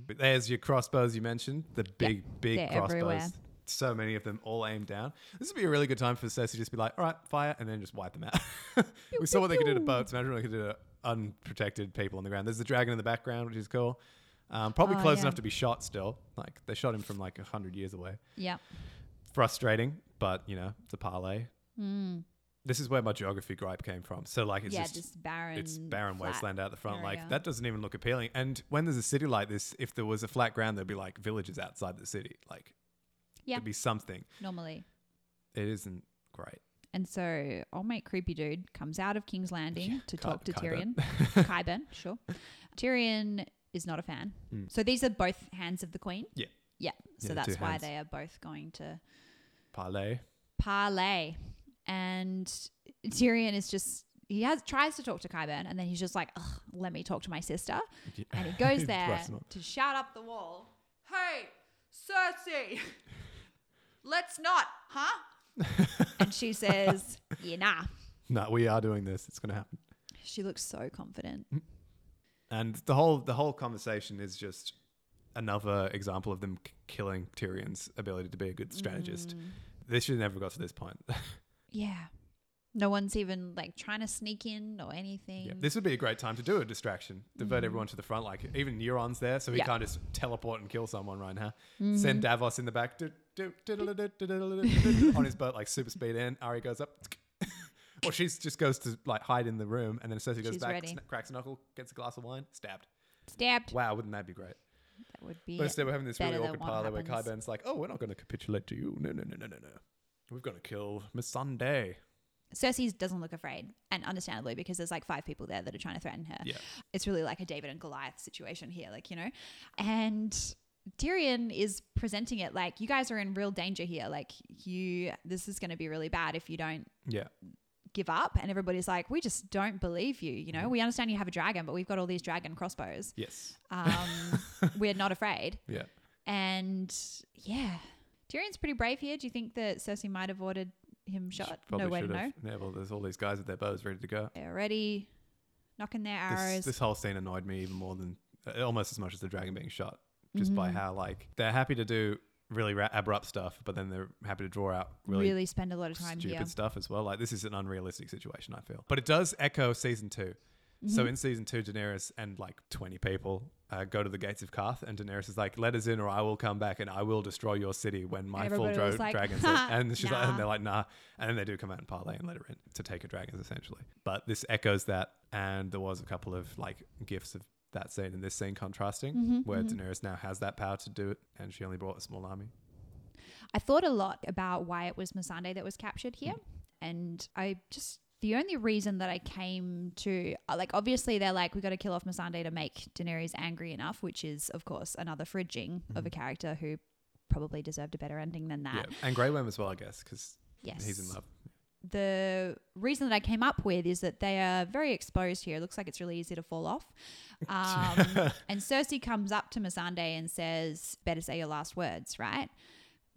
A: But there's your crossbows you mentioned, the big, big
C: they're
A: crossbows.
C: everywhere.
A: So many of them all aimed down. This would be a really good time for Cersei to just be like, all right, fire, and then just wipe them out. we saw what they could do to boats. Imagine what they could do to unprotected people on the ground. There's the dragon in the background, which is cool. Um, probably
C: Oh,
A: close
C: yeah.
A: enough to be shot still. Like, they shot him from like 100 years away.
C: Yep.
A: Frustrating, but you know, it's a parlay.
C: Mm.
A: This is where my geography gripe came from. So, like, it's
C: yeah,
A: just.
C: just, barren.
A: it's barren
C: flat.
A: wasteland out the front. Like
C: area.
A: that doesn't even look appealing. And when there's a city like this, if there was a flat ground, there'd be like villages outside the city. Like
C: Yeah.
A: there'd be something.
C: Normally.
A: It isn't great.
C: And so old mate creepy dude comes out of King's Landing to
A: Ky-
C: talk to
A: Kyburn.
C: Tyrion. Kyburn, sure. Tyrion is not a fan.
A: Mm.
C: So these are both hands of the queen.
A: Yeah.
C: Yeah. So
A: Yeah, two
C: that's why
A: hands.
C: they are both going to
A: Parlay.
C: parlay. And Tyrion is just he has tries to talk to Kyburn and then he's just like, Ugh, let me talk to my sister. And he goes there
A: Bless him up.
C: to shout up the wall, Hey, Cersei, let's not, huh? and she says, Yeah, nah.
A: No, we are doing this. It's gonna happen.
C: She looks so confident.
A: Mm. And the whole the whole conversation is just another example of them c- killing Tyrion's ability to be a good strategist.
C: Mm.
A: They should have never got to this point.
C: Yeah. No one's even like trying to sneak in or anything.
A: Yeah, this would be a great time to do a distraction, divert everyone to the front. Like even Neuron's there, so he
C: Mm-hmm. Yeah. Mm-hmm.
A: can't just teleport and kill someone right now. Send Davos in the back do, do, diddle-a-doo, diddle-a-doo, on his boat, like super speed in. Ari goes up. Or she just goes to like hide in the room, and then Cersei goes
C: She's
A: back,
C: ready.
A: sna- cracks a knuckle, gets a glass of wine, stabbed.
C: Stabbed.
A: Wow, wouldn't that be great?
C: That would be
A: But instead, we're having this really
C: better than
A: awkward
C: what
A: parley where
C: happens.
A: Kyburn's like, "Oh, we're not going to capitulate to you. No, no, no, no, no, no. We've got to kill Miss Sunday."
C: Cersei doesn't look afraid, and understandably, because there's like five people there that are trying to threaten her.
A: Yeah.
C: It's really like a David and Goliath situation here, like, you know? And Tyrion is presenting it like, you guys are in real danger here. Like, you, this is going to be really bad if you don't
A: Yeah,
C: give up. And everybody's like, we just don't believe you. You
A: Mm.
C: know, we understand you have a dragon, but we've got all these dragon crossbows.
A: yes,
C: Um, we're not afraid.
A: yeah.
C: And yeah, Tyrion's pretty brave here. Do you think that Cersei might have ordered him shot? No
A: Probably
C: way to
A: should
C: know.
A: have. Yeah, well, there's all these guys with their bows ready to go.
C: They're already knocking their arrows.
A: This, this whole scene annoyed me even more than uh, almost as much as the dragon being shot, just by
C: Mm-hmm.
A: how like they're happy to do really ra- abrupt stuff, but then they're happy to draw out
C: really,
A: really,
C: spend a lot of time
A: stupid
C: here.
A: stuff as well. Like this is an unrealistic situation, I feel, but it does echo season 2
C: Mm-hmm.
A: So in season two, Daenerys and like twenty people uh, go to the gates of Carth, and Daenerys is like, "Let us in, or I will come back and I will destroy your city when my full
C: everybody was
A: dro-
C: like,
A: dragons." Are. And she's like,
C: nah.
A: and they're like, "Nah," and then they do come out and parlay and let her in to take her dragons essentially. But this echoes that, and there was a couple of like gifts of that scene and this scene contrasting,
C: Mm-hmm.
A: where Daenerys now has that power to do it, and she only brought a small army.
C: I thought a lot about why it was Missandei that was captured here, and I just the only reason that I came to uh, like obviously they're like we got to kill off Missandei to make Daenerys angry enough, which is of course another fridging of a
A: Mm-hmm.
C: character who probably deserved a better ending than
A: Yeah,
C: that.
A: and Grey Worm as well, I guess, because
C: Yes,
A: he's in love.
C: the reason that I came up with is that they are very exposed here. It looks like it's really easy to fall off. Um, and Cersei comes up to Missandei and says, "Better say your last words, right?"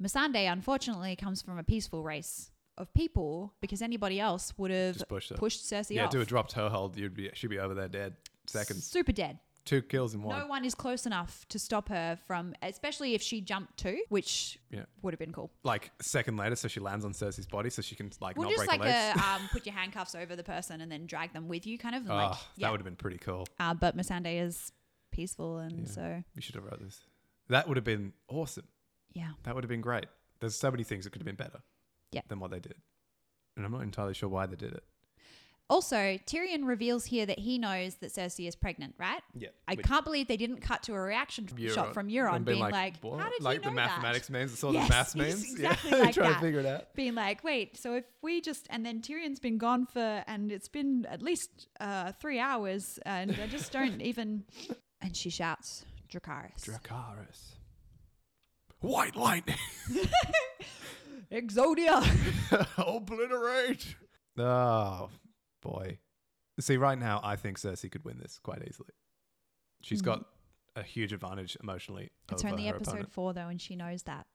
C: Missandei, unfortunately, comes from a peaceful race of people because anybody else would have
A: Just push her.
C: pushed Cersei
A: yeah,
C: off.
A: do a drop toe hold, you'd be she'd be over there dead. Seconds,
C: Super dead.
A: two kills in one.
C: No one is close enough to stop her from, especially if she jumped too, which
A: Yeah.
C: would have been cool.
A: like a second later, so she lands on Cersei's body, so she can like
C: Well,
A: not
C: just
A: break
C: like
A: her legs.
C: a um, put your handcuffs over the person and then drag them with you, kind of. And like,
A: Ah,
C: yeah.
A: That would have been pretty cool.
C: uh, but Missandei is peaceful, and
A: Yeah.
C: so
A: You should have wrote this. That would have been awesome.
C: yeah,
A: That would have been great. There's so many things that could have been better
C: Yeah.
A: than what they did, and I'm not entirely sure why they did it.
C: Also, Tyrion reveals here that he knows that Cersei is pregnant, right?
A: Yeah.
C: I
A: Which-
C: can't believe they didn't cut to a reaction shot from Euron
A: And been
C: being like,
A: what?
C: how did
A: like
C: you know
A: the
C: that?
A: mathematics means, it's all
C: Yes,
A: the math
C: yes,
A: means.
C: exactly
A: yeah,
C: like
A: trying
C: that.
A: to figure it out.
C: being like, wait, so if we just and then Tyrion's been gone for and it's been at least uh, three hours, and I just don't even. And she shouts, "Dracarys,
A: Dracarys. White lightning.
C: Exodia!"
A: Obliterate. Oh boy. See, right now, I think Cersei could win this quite easily.
C: Hmm.
A: She's got a huge advantage emotionally.
C: It's
A: over
C: only
A: her
C: episode
A: opponent.
C: four though, and she knows that.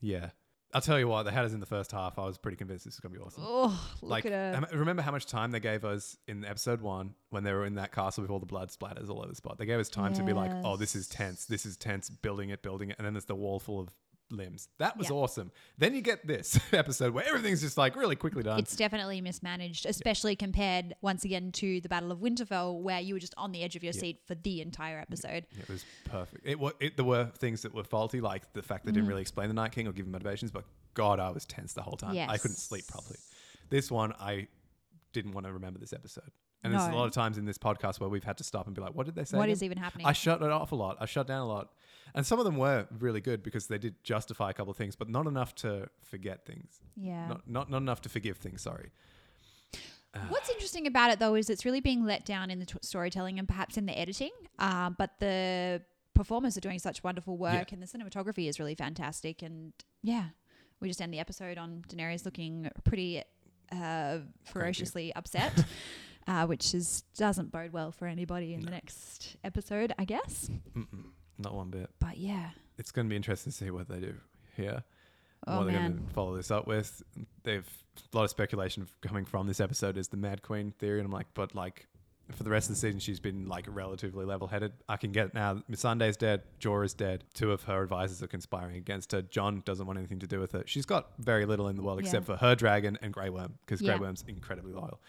A: Yeah. I'll tell you what, they had us in the first half. I was pretty convinced this was going to be awesome.
C: Oh, look
A: like,
C: at her.
A: how mu- remember how much time they gave us in episode one when they were in that castle with all the blood splatters all over the spot? They gave us time to be like, oh, this is tense. This is tense. Building it, building it. And then there's the wall full of limbs. That was
C: Yeah.
A: awesome. Then you get this episode where everything's just like really quickly done.
C: It's definitely mismanaged, especially compared once again to the Battle of Winterfell, where you were just on the edge of your seat for the entire episode.
A: It was perfect. It, wa- it there were things that were faulty, like the fact they
C: Mm-hmm.
A: didn't really explain the Night King or give him motivations. But God, I was tense the whole time. I couldn't sleep properly. This one, I didn't want to remember this episode. And there's a
C: No.
A: lot of times in this podcast where we've had to stop and be like, "What did they say?"
C: What
A: again?
C: is even happening?
A: I shut it off a lot. I shut down a lot, and some of them were really good because they did justify a couple of things, but not enough to forget things.
C: yeah.
A: Not, not not enough to forgive things. Sorry.
C: What's interesting about it though is it's really being let down in the t- storytelling and perhaps in the editing, uh, but the performers are doing such wonderful work and the cinematography is really fantastic. And yeah, we just end the episode on Daenerys looking pretty uh, ferociously upset, uh, which is doesn't bode well for anybody in the next episode, I guess.
A: Mm-mm, not one bit.
C: But yeah,
A: It's going to be interesting to see what they do here.
C: oh
A: what they're
C: man,
A: going to follow this up with. They've a lot of speculation f- coming from this episode is the Mad Queen theory, and I'm like, but like for the rest of the season, she's been like relatively level-headed. I can get it now. Missandei's dead. Jorah's dead. Two of her advisors are conspiring against her. John doesn't want anything to do with her. She's got very little in the world
C: Yeah.
A: except for her dragon and Grey Worm because
C: Yeah.
A: Grey Worm's incredibly loyal.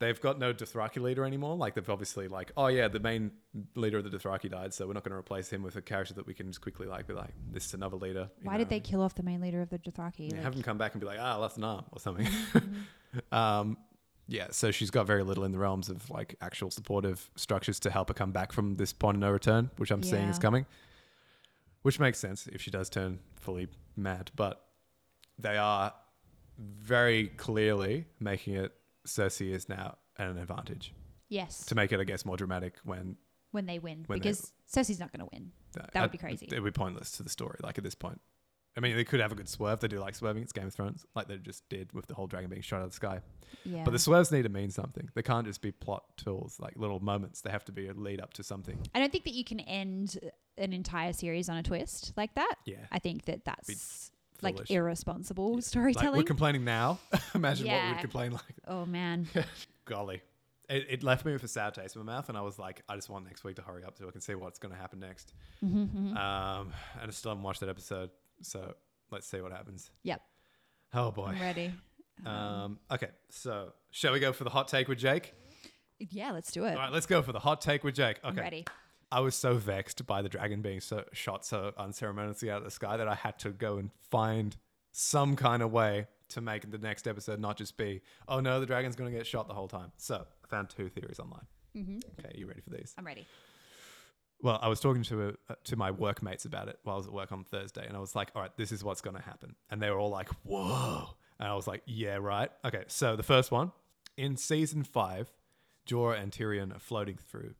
A: They've got no Dothraki leader anymore. Like they've obviously like, oh yeah, the main leader of the Dothraki died, so we're not going to replace him with a character that we can just quickly like be like, this is another leader. you
C: why did
A: know?
C: they kill off the main leader of the Dothraki?
A: Yeah,
C: Like,
A: have him come back and be like, ah, I left an arm or something.
C: Mm-hmm.
A: um, yeah, so she's got very little in the realms of like actual supportive structures to help her come back from this point of no return, which I'm seeing is
C: Yeah.
A: coming. Which makes sense if she does turn fully mad, but they are very clearly making it Cersei is now at an advantage
C: yes,
A: to make it, I guess, more dramatic when
C: when they win,
A: when they-
C: because Cersei's not going to win.
A: that,
C: That would be crazy.
A: It would be pointless to the story, like at this point. I mean, they could have a good swerve. They do like swerving. It's Game of Thrones, like they just did with the whole dragon being shot out of the sky.
C: Yeah,
A: But the swerves need to mean something. They can't just be plot tools, like little moments. They have to be a lead up to something.
C: I don't think that you can end uh, an entire series on a twist like that.
A: Yeah.
C: I think that that's like
A: Foolish.
C: irresponsible
A: Like, we're
C: storytelling.
A: complaining now. Imagine what
C: Yeah.
A: we'd complain like.
C: oh man,
A: Golly. It, it left me with a sad taste in my mouth, and I was like, I just want next week to hurry up so I can see what's going to happen next.
C: Mm-hmm, Mm.
A: Um, and I still haven't watched that episode, so let's see what happens.
C: Yep.
A: Oh, boy.
C: I'm ready.
A: Um, okay, so shall we go for the hot take with Jake?
C: Yeah, let's do it.
A: All right, let's go for the hot take with Jake.
C: I'm
A: Okay.
C: ready.
A: I was so vexed by the dragon being so, shot so unceremoniously out of the sky that I had to go and find some kind of way to make the next episode not just be, oh no, the dragon's going to get shot the whole time. So I found two theories online.
C: Mm-hmm.
A: Okay, you ready for these?
C: I'm ready.
A: Well, I was talking to uh, to my workmates about it while I was at work on Thursday, and I was like, "All right, this is what's going to happen," and they were all like, "Whoa!" And I was like, "Yeah, right." Okay, so the first one in season five, Jorah and Tyrion are floating through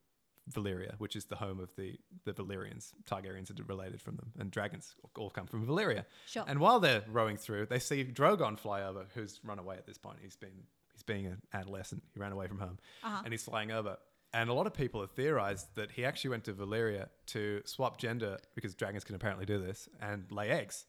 A: Valyria, which is the home of the the Valyrians. Targaryens are related from them, and dragons all come from Valyria.
C: Sure.
A: And while they're rowing through, they see Drogon fly over, who's run away at this point. He's been he's being an adolescent. He ran away from home, and he's flying over. And a lot of people have theorized that he actually went to Valyria to swap gender because dragons can apparently do this and lay eggs.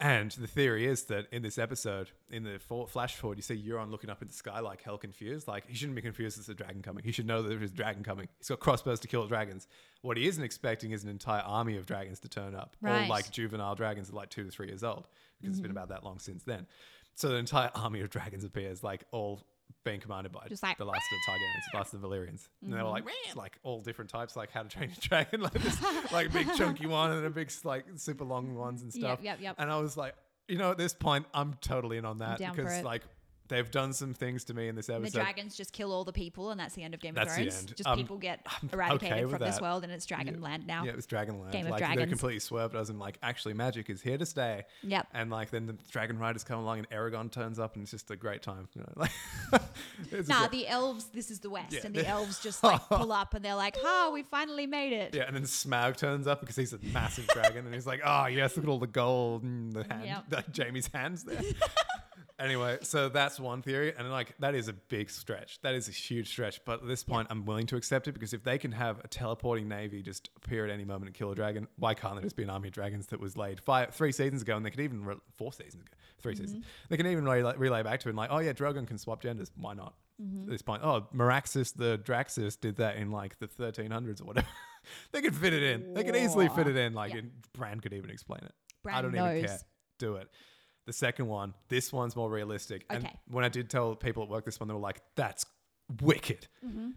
A: and the theory is that in this episode, in the for- flash forward, you see Euron looking up in the sky like hell confused. Like he shouldn't be confused as a dragon coming. He should know that there is a dragon coming. He's got crossbows to kill dragons. What he isn't expecting is an entire army of dragons to turn up,
C: Right. Mm-hmm.
A: or like juvenile dragons are like two to three years old because it's been about that long since then. So the entire army of dragons appears like all being commanded by
C: Just like, Mm-hmm.
A: the last of the Targaryens, the last of the Valyrians, and they were like "Meow," like all different types, like how to train your dragon, like this like big chunky one and a big like super long ones and
C: Yep,
A: stuff.
C: yep, yep.
A: And I was like, you know, at this point, I'm totally in on that
C: down for
A: because
C: it.
A: like They've done some things to me in this
B: the
A: episode.
B: dragons just kill all the people, and that's the end of Game
A: That's
B: of
A: the
B: Thrones.
A: end.
B: Just
A: Um,
B: people get
A: I'm
B: eradicated
A: okay with
B: from this
A: that.
B: world, and it's Dragonland now.
A: Yeah, it was Dragonland.
B: Game of
A: like they're
B: Dragons.
A: completely swerved us and like actually magic is here to stay.
B: Yep.
A: And like then the dragon riders come along and Aragon turns up and it's just a great time. You know, like it's a
B: Nah,
A: great-
B: the elves. This is the West,
A: Yeah.
B: and the elves just like pull up, and they're like, "Ha, we finally made it."
A: yeah, and then Smaug turns up because he's a massive dragon and he's like, oh yes, look at all the gold and the hand,
B: Yep.
A: like Jamie's hands there. anyway, so that's one theory, and like that is a big stretch. That is a huge stretch, but at this point, I'm willing to accept it because if they can have a teleporting navy just appear at any moment and kill a dragon, why can't there just be an army of dragons that was laid five, three seasons ago, and they could even re- four seasons ago, 3
B: Mm-hmm.
A: seasons, they can even relay, relay back to it and like, oh yeah, Drogon can swap genders. Why not?
B: Mm-hmm.
A: At this point, oh, Meraxis the Draxus did that in like the 1300s or whatever. they could fit it in. They could easily fit it in. Like,
B: Yeah.
A: and Bran could even explain it. I
B: Bran
A: don't even
B: knows.
A: care. Do it. The second one, this one's more realistic. And
B: Okay.
A: when I did tell people at work this one, they were like, that's wicked.
B: Mm-hmm.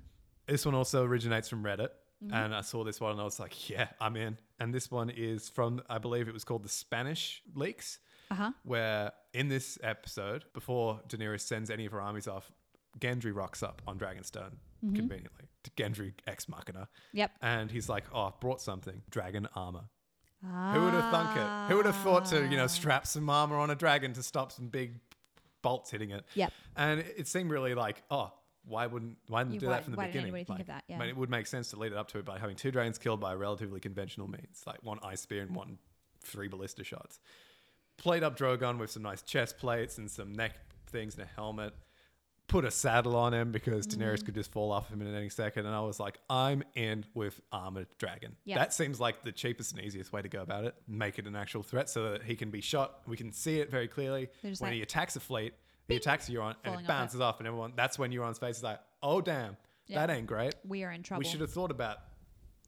A: This one also originates from Reddit. And I saw this one and I was like, yeah, I'm in. And this one is from, I believe it was called the Spanish leaks,
C: Uh-huh.
A: where in this episode, before Daenerys sends any of her armies off, Gendry rocks up on Dragonstone,
B: Mm-hmm.
A: conveniently. Gendry ex machina.
C: Yep.
A: And he's like, oh, I've brought something dragon armor. Who would have thunk it? Who would have
C: Ah.
A: thought to, you know, strap some armor on a dragon to stop some big bolts hitting it?
C: Yep.
A: And it seemed really like, oh, why wouldn't why didn't
C: You-
A: they do
C: why-
A: that from the
C: why didn't
A: beginning?
C: anybody think
A: Like,
C: of that? Yeah.
A: I mean, it would make sense to lead it up to it by having two dragons killed by relatively conventional means, like one ice spear and one three ballista shots. Played up Drogon with some nice chest plates and some neck things and a helmet. Put a saddle on him because Daenerys could just fall off him in any second. And I was like, I'm in with armored dragon.
B: Yeah.
A: That seems like the cheapest and easiest way to go about it. Make it an actual threat so that he can be shot. We can see it very clearly.
C: They're just
A: When
C: like-
A: he attacks a fleet, he attacks Euron and
B: Falling
A: it
B: off
A: bounces off, and everyone that's when Euron's face is like, oh damn, that ain't great.
C: Ah, We are in trouble.
A: We should have thought about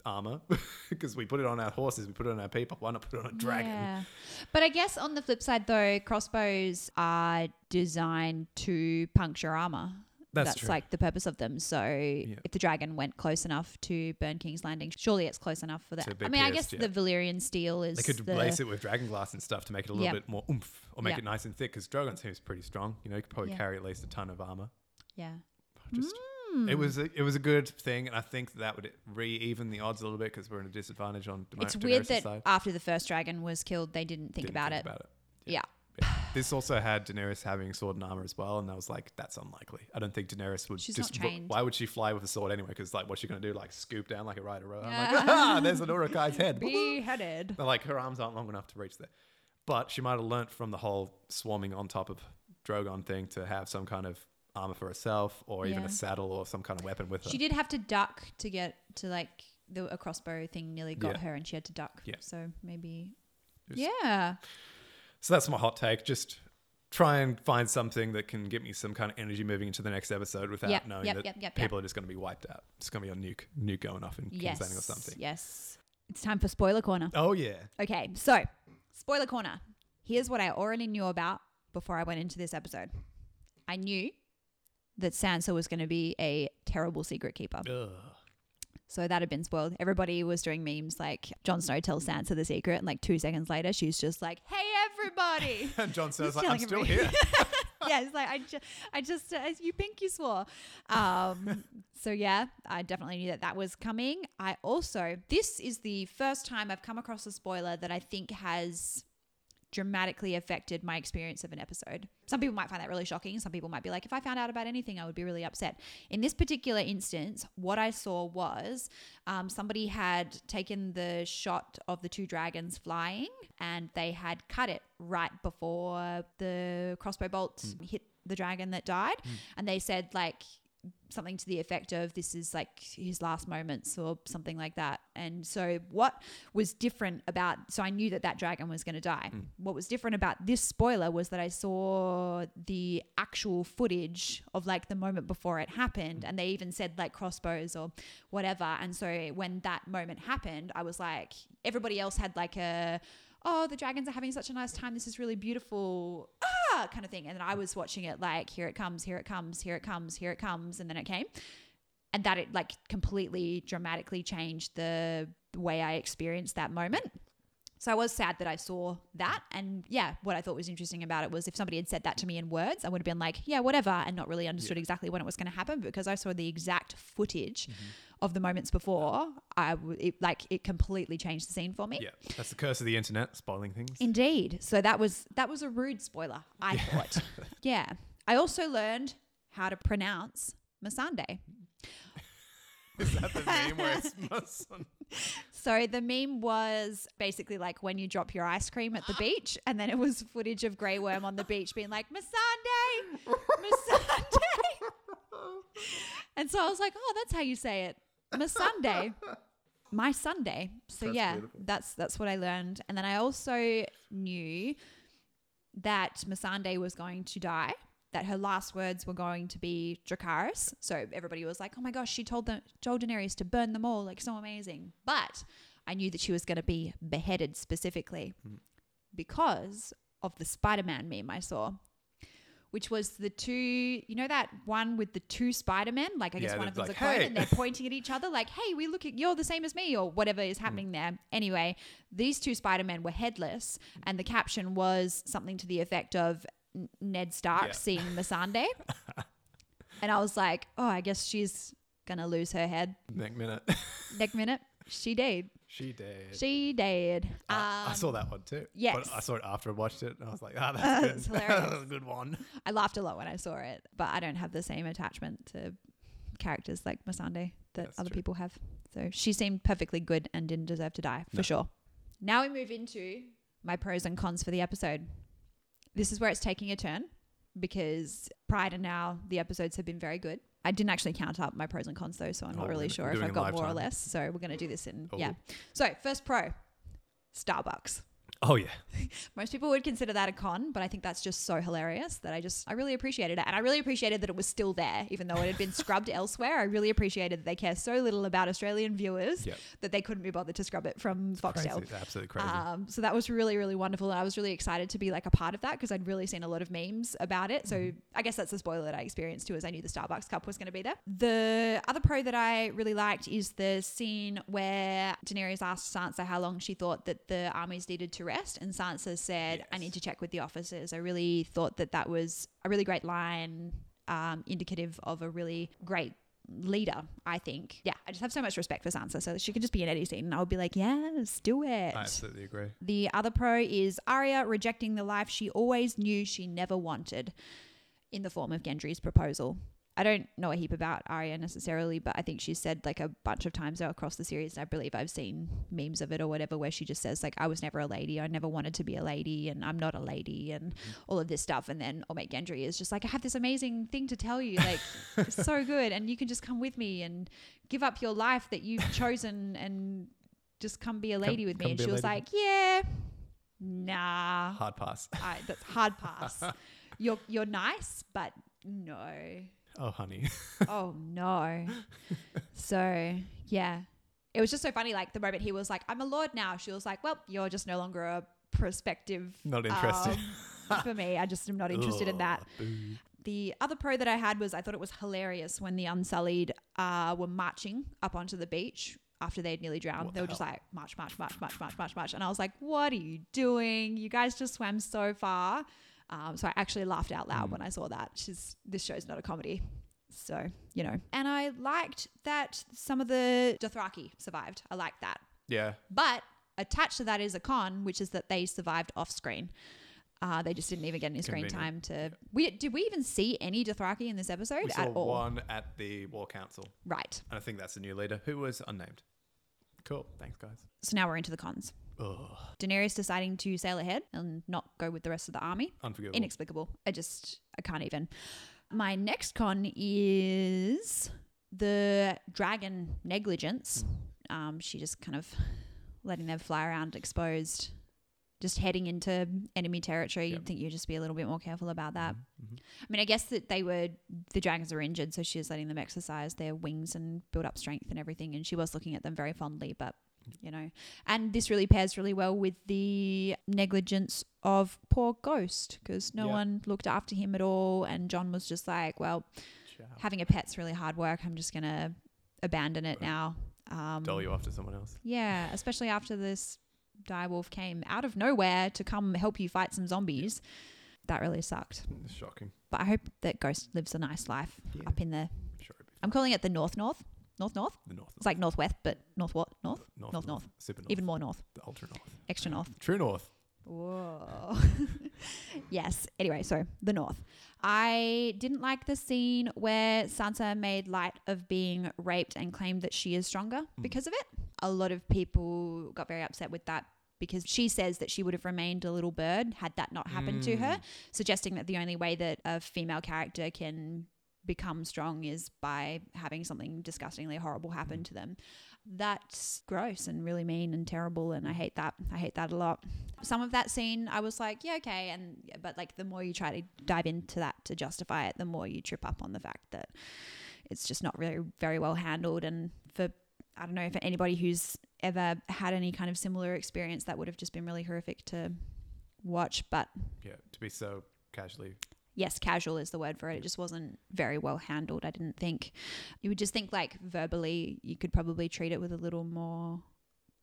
A: armor because we put it on our horses, we put it on our people. Why not put it on a dragon?
C: Yeah. But I guess on the flip side, though, crossbows are designed to puncture armor.
A: That's true.
C: like the purpose of them. So if the dragon went close enough to burn King's Landing, surely it's close enough for that.
A: To be
C: I mean, I
A: pierced,
C: guess
A: yeah.
C: the Valyrian steel is.
A: They could
C: the,
A: lace it with dragon glass and stuff to make it a little
C: Yeah.
A: bit more oomph, or make
C: Yeah.
A: it nice and thick. Because Drogon seems pretty strong. You know, he could probably
C: Yeah.
A: carry at least a ton of armor.
C: Yeah.
A: Just
C: Mm.
A: it was a, it was a good thing, and I think that would re even the odds a little bit because we're in a disadvantage on. Daener-
C: It's weird
A: Daenerys'
C: that
A: side.
C: after the first dragon was killed, they didn't think,
A: Didn't
C: about,
A: think
C: it.
A: about it.
C: Yeah.
A: This also had Daenerys having sword and armor as well, and I was like, that's unlikely. I don't think Daenerys would
C: She's
A: just.
C: not trained.
A: Why would she fly with a sword anyway? Because like, what's she gonna do? Like scoop down like a rider? row? I'm like, ah, there's an Urukai's head.
C: Beheaded.
A: But, like her arms aren't long enough to reach there. But she might have learnt from the whole swarming on top of Drogon thing to have some kind of armor for herself, or even
C: Yeah.
A: a saddle or some kind of weapon with her.
C: She did have to duck to get to like the a crossbow thing nearly got
A: Yeah.
C: her, and she had to duck.
A: Yeah.
C: So maybe.
A: Just-
C: yeah.
A: So that's my hot take. Just try and find something that can get me some kind of energy moving into the next episode without
C: Yep,
A: knowing
C: yep,
A: that
C: yep, yep, yep.
A: people are just going to be wiped out. It's going to be a nuke, nuke going off in King's
C: yes.
A: Landing or something.
C: Yes. It's time for spoiler corner.
A: Oh yeah.
C: Okay, so spoiler corner. Here's what I already knew about before I went into this episode. I knew that Sansa was going to be a terrible secret keeper. So that had been spoiled. Everybody was doing memes like Jon Snow tells Sansa the secret, and like two seconds later, she's just like, "Hey, everybody!"
A: And John Snow's
C: He's
A: like, I'm
C: telling
A: still
C: everybody.
A: here.
C: yeah, it's like I, ju- I just, uh, you think you swore. Um, so yeah, I definitely knew that that was coming. I also, this is the first time I've come across a spoiler that I think has dramatically affected my experience of an episode. Some people might find that really shocking. Some people might be like, if I found out about anything, I would be really upset. In this particular instance, what I saw was um, somebody had taken the shot of the two dragons flying and they had cut it right before the crossbow bolt hit the dragon that died. And they said, like, something to the effect of this is like his last moments or something like that and so what was different about so i knew that that dragon was going to die what was different about this spoiler was that i saw the actual footage of like the moment before it happened and they even said like crossbows or whatever and so when that moment happened i was like everybody else had like a oh the dragons are having such a nice time this is really beautiful ah, kind of thing. And then I was watching it like, here it comes, here it comes, here it comes, here it comes. And then it came. And that it like completely dramatically changed the way I experienced that moment. So I was sad that I saw that. And yeah, what I thought was interesting about it was if somebody had said that to me in words, I would have been like, yeah, whatever, and not really understood exactly when it was going to happen because I saw the exact footage of the moments before. I w- it, like it completely changed the scene for me.
A: Yeah, that's the curse of the internet, spoiling things.
C: Indeed. So that was that was a rude spoiler, I thought. Yeah. I also learned how to pronounce Masande.
A: Is that the meme where it's Mason?
C: So the meme was basically like when you drop your ice cream at the beach, and then it was footage of Grey Worm on the beach being like Masande, Masande. and so I was like, oh, that's how you say it, Masande. My Sunday. So
A: That's
C: yeah,
A: beautiful.
C: that's that's what I learned. And then I also knew that Masande was going to die, that her last words were going to be Dracaris. So everybody was like, oh my gosh, she told them, told Daenerys to burn them all. Like, so amazing. But I knew that she was going to be beheaded specifically because of the Spider Man meme I saw. Which was the two, you know, that one with the two Spider Men? Like, I guess
A: Yeah,
C: one of
A: that's
C: them's a
A: like,
C: clone
A: "Hey!"
C: and they're pointing at each other, like, hey, we look at, you're the same as me, or whatever
A: Mm.
C: is happening there. Anyway, these two Spider Men were headless, and the caption was something to the effect of "N- Ned Stark
A: Yeah.
C: seeing Missandei. and I was like, oh, I guess she's going to lose her head
A: Next minute.
C: next minute. She did.
A: She did.
C: She did.
A: I, I
C: Um,
A: saw that one too.
C: yes.
A: But I saw it after I watched it and I was like, ah, that's good.
C: That's
A: that was
C: hilarious.
A: a good one.
C: I laughed a lot when I saw it, but I don't have the same attachment to characters like Masande that
A: That's
C: other
A: true.
C: people have. So she seemed perfectly good and didn't deserve to die for
A: No.
C: sure. Now we move into my pros and cons for the episode. This is where it's taking a turn because prior to now, the episodes have been very good. I didn't actually count up my pros and cons though, so I'm
A: Oh,
C: not
A: we're
C: really
A: doing-
C: sure if
A: doing
C: I
A: it
C: got
A: live
C: more or
A: time.
C: less. So we're going to do this in,
A: Oh.
C: yeah. So, first pro Starbucks.
A: Oh, yeah.
C: Most people would consider that a con, but I think that's just so hilarious that I just, I really appreciated it. And I really appreciated that it was still there, even though it had been scrubbed elsewhere. I really appreciated that they care so little about Australian viewers
A: Yep.
C: that they couldn't be bothered to scrub it from
A: Crazy.
C: Foxtel.
A: It's absolutely crazy.
C: Um, so that was really, really wonderful. And I was really excited to be like a part of that because I'd really seen a lot of memes about it. So
A: Mm-hmm.
C: I guess that's the spoiler that I experienced too, as I knew the Starbucks cup was going to be there. The other pro that I really liked is the scene where Daenerys asked Sansa how long she thought that the armies needed to rest. And Sansa said, I
A: Yes.
C: need to check with the officers. I really thought that that was a really great line, um, indicative of a really great leader, I think. Yeah, I just have so much respect for Sansa. So she could just be in any scene and I would be like, yes, do it.
A: I absolutely agree.
C: The other pro is Arya rejecting the life she always knew she never wanted in the form of Gendry's proposal. I don't know a heap about Arya necessarily, but I think she's said like a bunch of times across the series. I believe I've seen memes of it or whatever where she just says like I was never a lady, I never wanted to be a lady and I'm not a lady and
A: Mm-hmm.
C: all of this stuff and then Olmec Gendry is just like I have this amazing thing to tell you like it's so good and you can just come with me and give up your life that you've chosen and just come be a lady with
A: come
C: me and
A: be a
C: she was
A: lady.
C: like yeah nah
A: Hard pass.
C: I, that's hard pass you're you're nice but no
A: Oh, honey.
C: oh no so yeah it was just so funny like the moment he was like i'm a lord now she was like well you're just no longer a prospective
A: Not interested.
C: um, for me i just am not interested in that
A: Ugh, boo.
C: the other pro that I had was I thought it was hilarious when the Unsullied uh, were marching up onto the beach after they'd nearly drowned.
A: What
C: they
A: the
C: were just like, march, march, march, march, march, march, march. And I was like, what are you doing? You guys just swam so far. Um, so I actually laughed out
A: Hmm.
C: loud when I saw that. She's, this show's not a comedy. So, you know. And I liked that some of the Dothraki survived. I liked that.
A: Yeah.
C: But attached to that is a con, which is that they survived off screen. Uh, they just didn't even get any screen time
A: Convenient.
C: to. We did we even see any Dothraki in this episode
A: We saw
C: at all? Right.
A: one at the War Council. And I think that's the new leader who was unnamed. Cool. Thanks, guys.
C: So now we're into the cons.
A: Ugh.
C: Daenerys deciding to sail ahead and not go with the rest of the army.
A: Unforgivable.
C: Inexplicable. I just I can't even. My next con is the dragon negligence. Um, she just kind of letting them fly around exposed, just heading into enemy territory.
A: Yep.
C: You'd think you'd just be a little bit more careful about that.
A: Mhm.
C: I mean, I guess that they were the dragons are injured, so she was letting them exercise their wings and build up strength and everything. And she was looking at them very fondly, but you know, and this really pairs really well with the negligence of poor Ghost because no
A: Yeah.
C: one looked after him at all, and John was just like, well,
A: Ciao.
C: having a pet's really hard work. I'm just gonna abandon
A: Right.
C: it now. Um,
A: Dole you off to someone else.
C: yeah, especially after this direwolf came out of nowhere to come help you fight some zombies. That really sucked.
A: Shocking.
C: But I hope that Ghost lives a nice life
A: Yeah.
C: up in the.
A: I'm sure it'd be
C: I'm calling it the North North. North North?
A: the north.
C: It's like Northwest, but North what? North?
A: north,
C: north,
A: Super north.
C: Even more North.
A: the ultra north.
C: Extra North.
A: True north.
C: Whoa. yes. Anyway, so the North. I didn't like the scene where Sansa made light of being raped and claimed that she is stronger because of it. A lot of people got very upset with that because she says that she would have remained a little bird had that not happened to
A: Mm.
C: her, suggesting that the only way that a female character can become strong is by having something disgustingly horrible happen to them. That's gross and really mean and terrible and I hate that. I hate that a lot. Some of that scene I was like, yeah, okay, and but like the more you try to dive into that to justify it, the more you trip up on the fact that it's just not really very well handled and for I don't know for anybody who's ever had any kind of similar experience that would have just been really horrific to watch, but
A: Yeah, to be so casually.
C: yes, casual is the word for it. It just wasn't very well handled, I didn't think. You would just think, like, verbally, you could probably treat it with a little more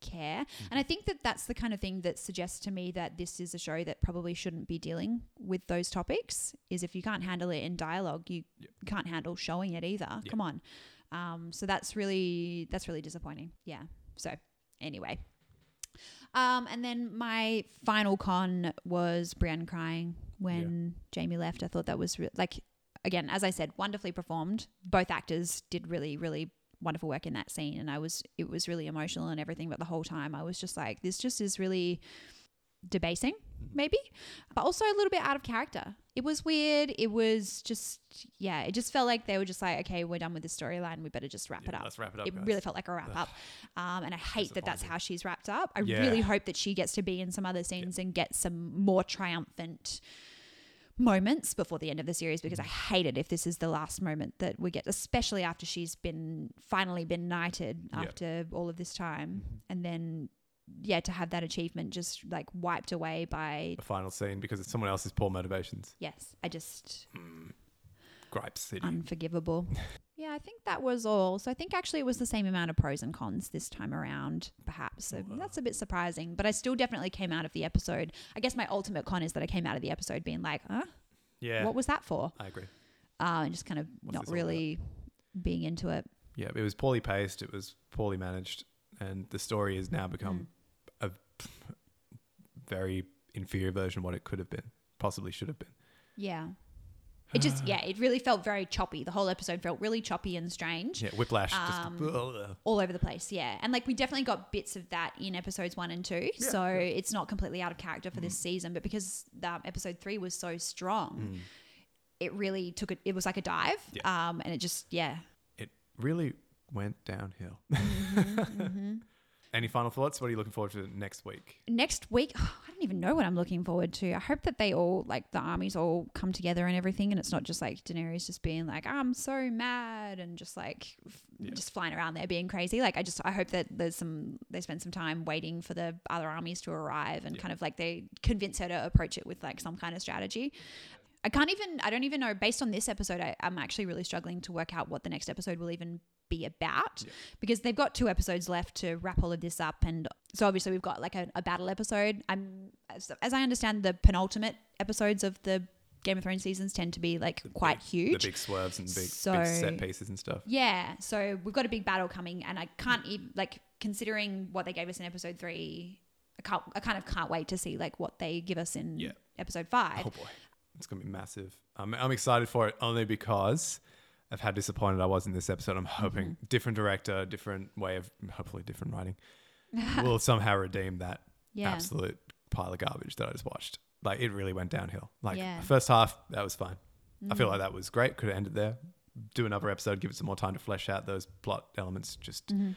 C: care. And I think that that's the kind of thing that suggests to me that this is a show that probably shouldn't be dealing with those topics, is if you can't handle it in dialogue, you
A: Yep.
C: can't handle showing it either.
A: Yeah.
C: Come on. Um, so that's really, that's really disappointing. Yeah. So anyway. Um, and then my final con was Brienne crying when Jamie left. I thought that was re- like, again, as I said, wonderfully performed. Both actors did really, really wonderful work in that scene, and I was it was really emotional and everything. But the whole time, I was just like, this just is really debasing, maybe, but also a little bit out of character. It was weird. It was just yeah. It just felt like they were just like, okay, we're done with this storyline. We better just wrap
A: Yeah,
C: it up
A: Let's wrap it up.
C: it
A: guys.
C: really felt like a wrap up. Um, and I hate that that's
A: Disappointing.
C: how she's wrapped up. I
A: Yeah.
C: really hope that she gets to be in some other scenes and get some more triumphant moments before the end of the series because I
A: Mm-hmm.
C: hate it if this is the last moment that we get, especially after she's been finally been knighted
A: Yeah. Mm-hmm.
C: after all of this time. And then, yeah, to have that achievement just like wiped away by,
A: the final scene because it's someone else's poor motivations.
C: yes, I just,
A: Gripe City.
C: Um, unforgivable. yeah, I think that was all. So I think actually it was the same amount of pros and cons this time around, perhaps. So that's a bit surprising, but I still definitely came out of the episode. I guess my ultimate con is that I came out of the episode being like, huh?
A: yeah.
C: What was that for?
A: I agree.
C: Uh, and just kind of
A: What's
C: not
A: this all
C: really being into it.
A: Yeah, it was poorly paced. It was poorly managed, and the story has now become
C: Mm.
A: a
C: Hmm.
A: very inferior version of what it could have been, possibly should have been.
C: Yeah. It just, yeah, it really felt very choppy. The whole episode felt really choppy and strange.
A: Yeah, whiplash. just-
C: Um, all over the place. Yeah. And like we definitely got bits of that in episodes one and two. so it's not completely out of character for this season, but because um, episode three was so strong,
A: Hmm.
C: it really took it, it was like a dive.
A: Mm. Yeah.
C: Um, and it just, yeah.
A: it really went downhill.
C: Mm-hmm,
A: Any final thoughts? What are you looking forward to next week?
C: Next week, I don't even know what I'm looking forward to. I hope that they all, like the armies all come together and everything. And it's not just like Daenerys just being like, I'm so mad and just like, f-
A: Yeah.
C: just flying around there being crazy. Like I just, I hope that there's some, they spend some time waiting for the other armies to arrive and
A: Yeah.
C: kind of like they convince her to approach it with like some kind of strategy. I can't even, I don't even know. Based on this episode, I, I'm actually really struggling to work out what the next episode will even be about
A: Yeah.
C: because they've got two episodes left to wrap all of this up. And so obviously we've got like a, a battle episode. I'm, as, as I understand, the penultimate episodes of the Game of Thrones seasons tend to be like quite huge.
A: The big swerves and big,
C: So-
A: big set pieces and stuff.
C: Yeah, so we've got a big battle coming, and I can't even like considering what they gave us in episode three. I can't. I kind of can't wait to see like what they give us in
A: Yeah.
C: episode five.
A: Oh boy, it's gonna be massive. I'm, I'm excited for it only because of how disappointed I was in this episode. I'm
C: Mm-hmm.
A: hoping different director, different way of hopefully different writing will somehow redeem that
C: yeah,
A: absolute pile of garbage that I just watched. Like it really went downhill. Like
C: Yeah. Mm.
A: the first half, that was fine. I feel like that was great. Could have ended there. Do another episode, give it some more time to flesh out those plot elements. Just,
C: Mm.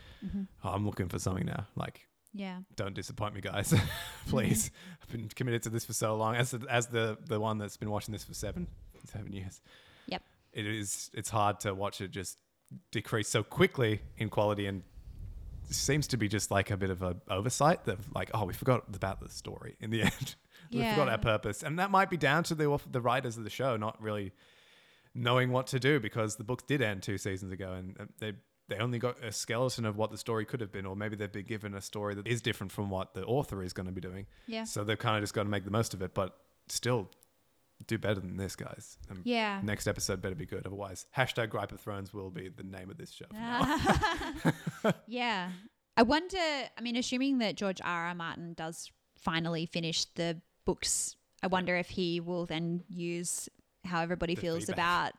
A: Oh, I'm looking for something now. Like
C: Mm-hmm. yeah,
A: don't disappoint me, guys. Please, I've been committed to this for so long. As the, as the the one that's been watching this for seven seven years.
C: Yep.
A: It is. It's hard to watch it just decrease so quickly in quality, and seems to be just like a bit of a oversight of like, oh, we forgot about the story in the end. we forgot
C: Yeah.
A: our purpose, and that might be down to the the writers of the show not really knowing what to do because the books did end two seasons ago, and uh, they they only got a skeleton of what the story could have been, or maybe they've been given a story that is different from what the author is going to be doing.
C: Yeah.
A: So they've kind of just got to make the most of it, but still do better than this, guys. Um,
C: Yeah.
A: Next episode better be good. Otherwise, hashtag Gripe of Thrones will be the name of this show. from now on.
C: yeah. I wonder, I mean, assuming that George R. R. Martin does finally finish the books, I wonder if he will then use how everybody
A: The
C: feels
A: feedback.
C: about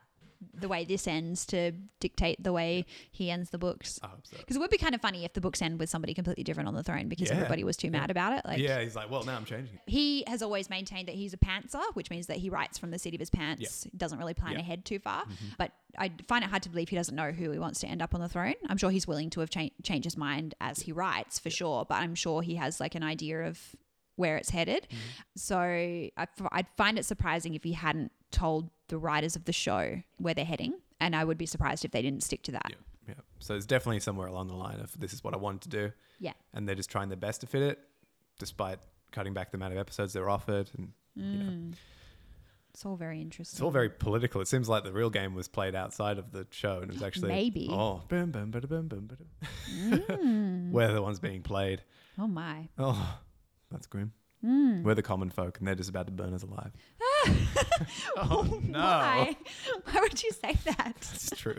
C: the way this ends to dictate the way he ends the books.
A: I hope so.
C: Because it would be kind of funny if the books end with somebody completely different on the throne because
A: Yeah.
C: everybody was too mad about it. Like,
A: yeah, he's like, well, now I'm changing it.
C: he has always maintained that he's a pantser, which means that he writes from the seat of his pants. Doesn't really plan
A: Yeah. Mm-hmm.
C: ahead too far. But I find it hard to believe he doesn't know who he wants to end up on the throne. I'm sure he's willing to have cha- changed his mind as he writes for sure. But I'm sure he has like an idea of where it's headed.
A: Mm-hmm.
C: So I f- I'd find it surprising if he hadn't told the writers of the show where they're heading. And I would be surprised if they didn't stick to that.
A: Yeah. Yeah. So it's definitely somewhere along the line of this is what I wanted to do.
C: Yeah.
A: And they're just trying their best to fit it, despite cutting back the amount of episodes they're offered. And you
C: Mm.
A: know,
C: It's all very interesting.
A: it's all very political. It seems like the real game was played outside of the show and it was actually
C: Maybe.
A: Oh, boom, boom, ba boom, boom, ba
C: Hmm.
A: We're the ones being played.
C: oh my.
A: Oh, that's grim.
C: Hmm.
A: We're the common folk, and they're just about to burn us alive. oh no,
C: Why? Why would you say that?
A: it's true.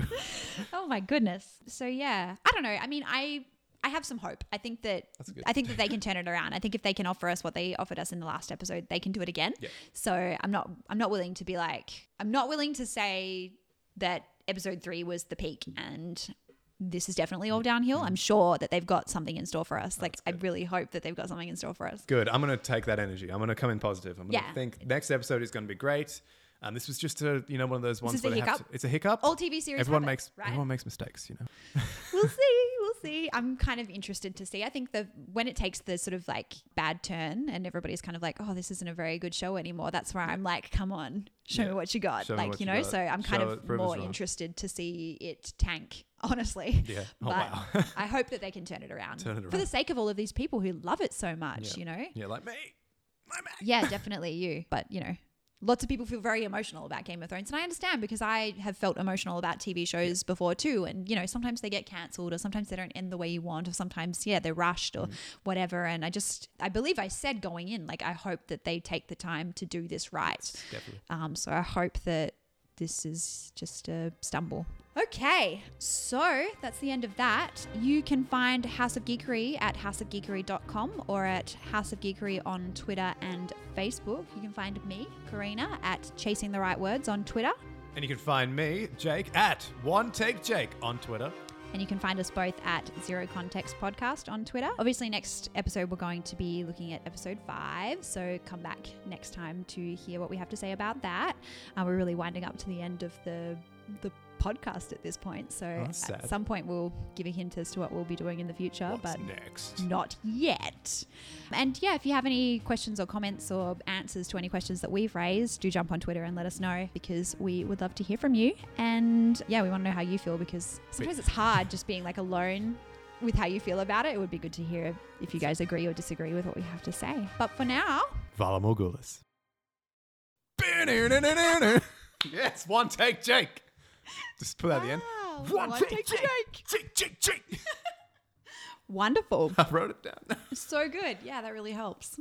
C: Oh my goodness. So yeah, I don't know. I mean, I I have some hope. I think that
A: That's good.
C: I think that they can turn it around. I think if they can offer us what they offered us in the last episode, they can do it again.
A: Yeah.
C: So I'm not I'm not willing to be like I'm not willing to say that episode 3 was the peak and this is definitely
A: Mm.
C: all downhill. I'm sure that they've got something in store for us. Like I really hope that they've got something in store for us.
A: Good. I'm gonna take that energy. I'm gonna come in positive. I'm gonna
C: Yeah.
A: think next episode is gonna be great. Um, this was just a you know one of those ones
C: is a
A: where they have
C: hiccup.
A: to, it's a hiccup.
C: All TV series
A: everyone
C: have it,
A: makes
C: right?
A: everyone makes mistakes. You know.
C: we'll see. We'll see. I'm kind of interested to see. I think the when it takes the sort of like bad turn and everybody's kind of like, oh, this isn't a very good show anymore. That's where I'm like, come on, show
A: Yeah.
C: me what you got.
A: Show me
C: like
A: what
C: you
A: you
C: know.
A: got.
C: So I'm kind
A: Show
C: of
A: it, prove us
C: more
A: wrong.
C: interested to see it tank. Honestly,
A: Yeah. Oh,
C: but
A: wow.
C: I hope that they can turn it around
A: Turn it
C: for the
A: around.
C: sake of all of these people who love it so much. You know.
A: Yeah, like me. My man.
C: Yeah, definitely you. But you know, lots of people feel very emotional about Game of Thrones, and I understand because I have felt emotional about TV shows before too. And you know, sometimes they get cancelled, or sometimes they don't end the way you want, or sometimes yeah they're rushed or whatever. And I just, I believe I said going in, like I hope that they take the time to do this right.
A: Definitely.
C: Um, so I hope that this is just a stumble. Okay, so that's the end of that. You can find House of Geekery at houseofgeekery.com or at House of Geekery on Twitter and Facebook. You can find me, Karina, at Chasing the Right Words on Twitter.
A: And you can find me, Jake, at One Take Jake on Twitter.
C: And you can find us both at Zero Context Podcast on Twitter. Obviously, next episode, we're going to be looking at episode five. So come back next time to hear what we have to say about that. Uh, we're really winding up to the end of the, the podcast at this point. So
A: Oh,
C: at
A: that's sad.
C: some point, we'll give a hint as to what we'll be doing in the future.
A: What's
C: but
A: next?
C: not yet. And yeah, if you have any questions or comments or answers to any questions that we've raised, do jump on Twitter and let us know because we would love to hear from you. And yeah, we want to know how you feel because sometimes it's hard just being like alone with how you feel about it. It would be good to hear if you guys agree or disagree with what we have to say. But for now,
A: Vala Morgulis. yes, One Take Jake. Just put that at the end.
C: Wow,
A: One,
C: One
A: take,
C: Take
A: Jake. Jake, Jake, Jake.
C: wonderful.
A: I wrote it down.
C: so good. Yeah, that really helps.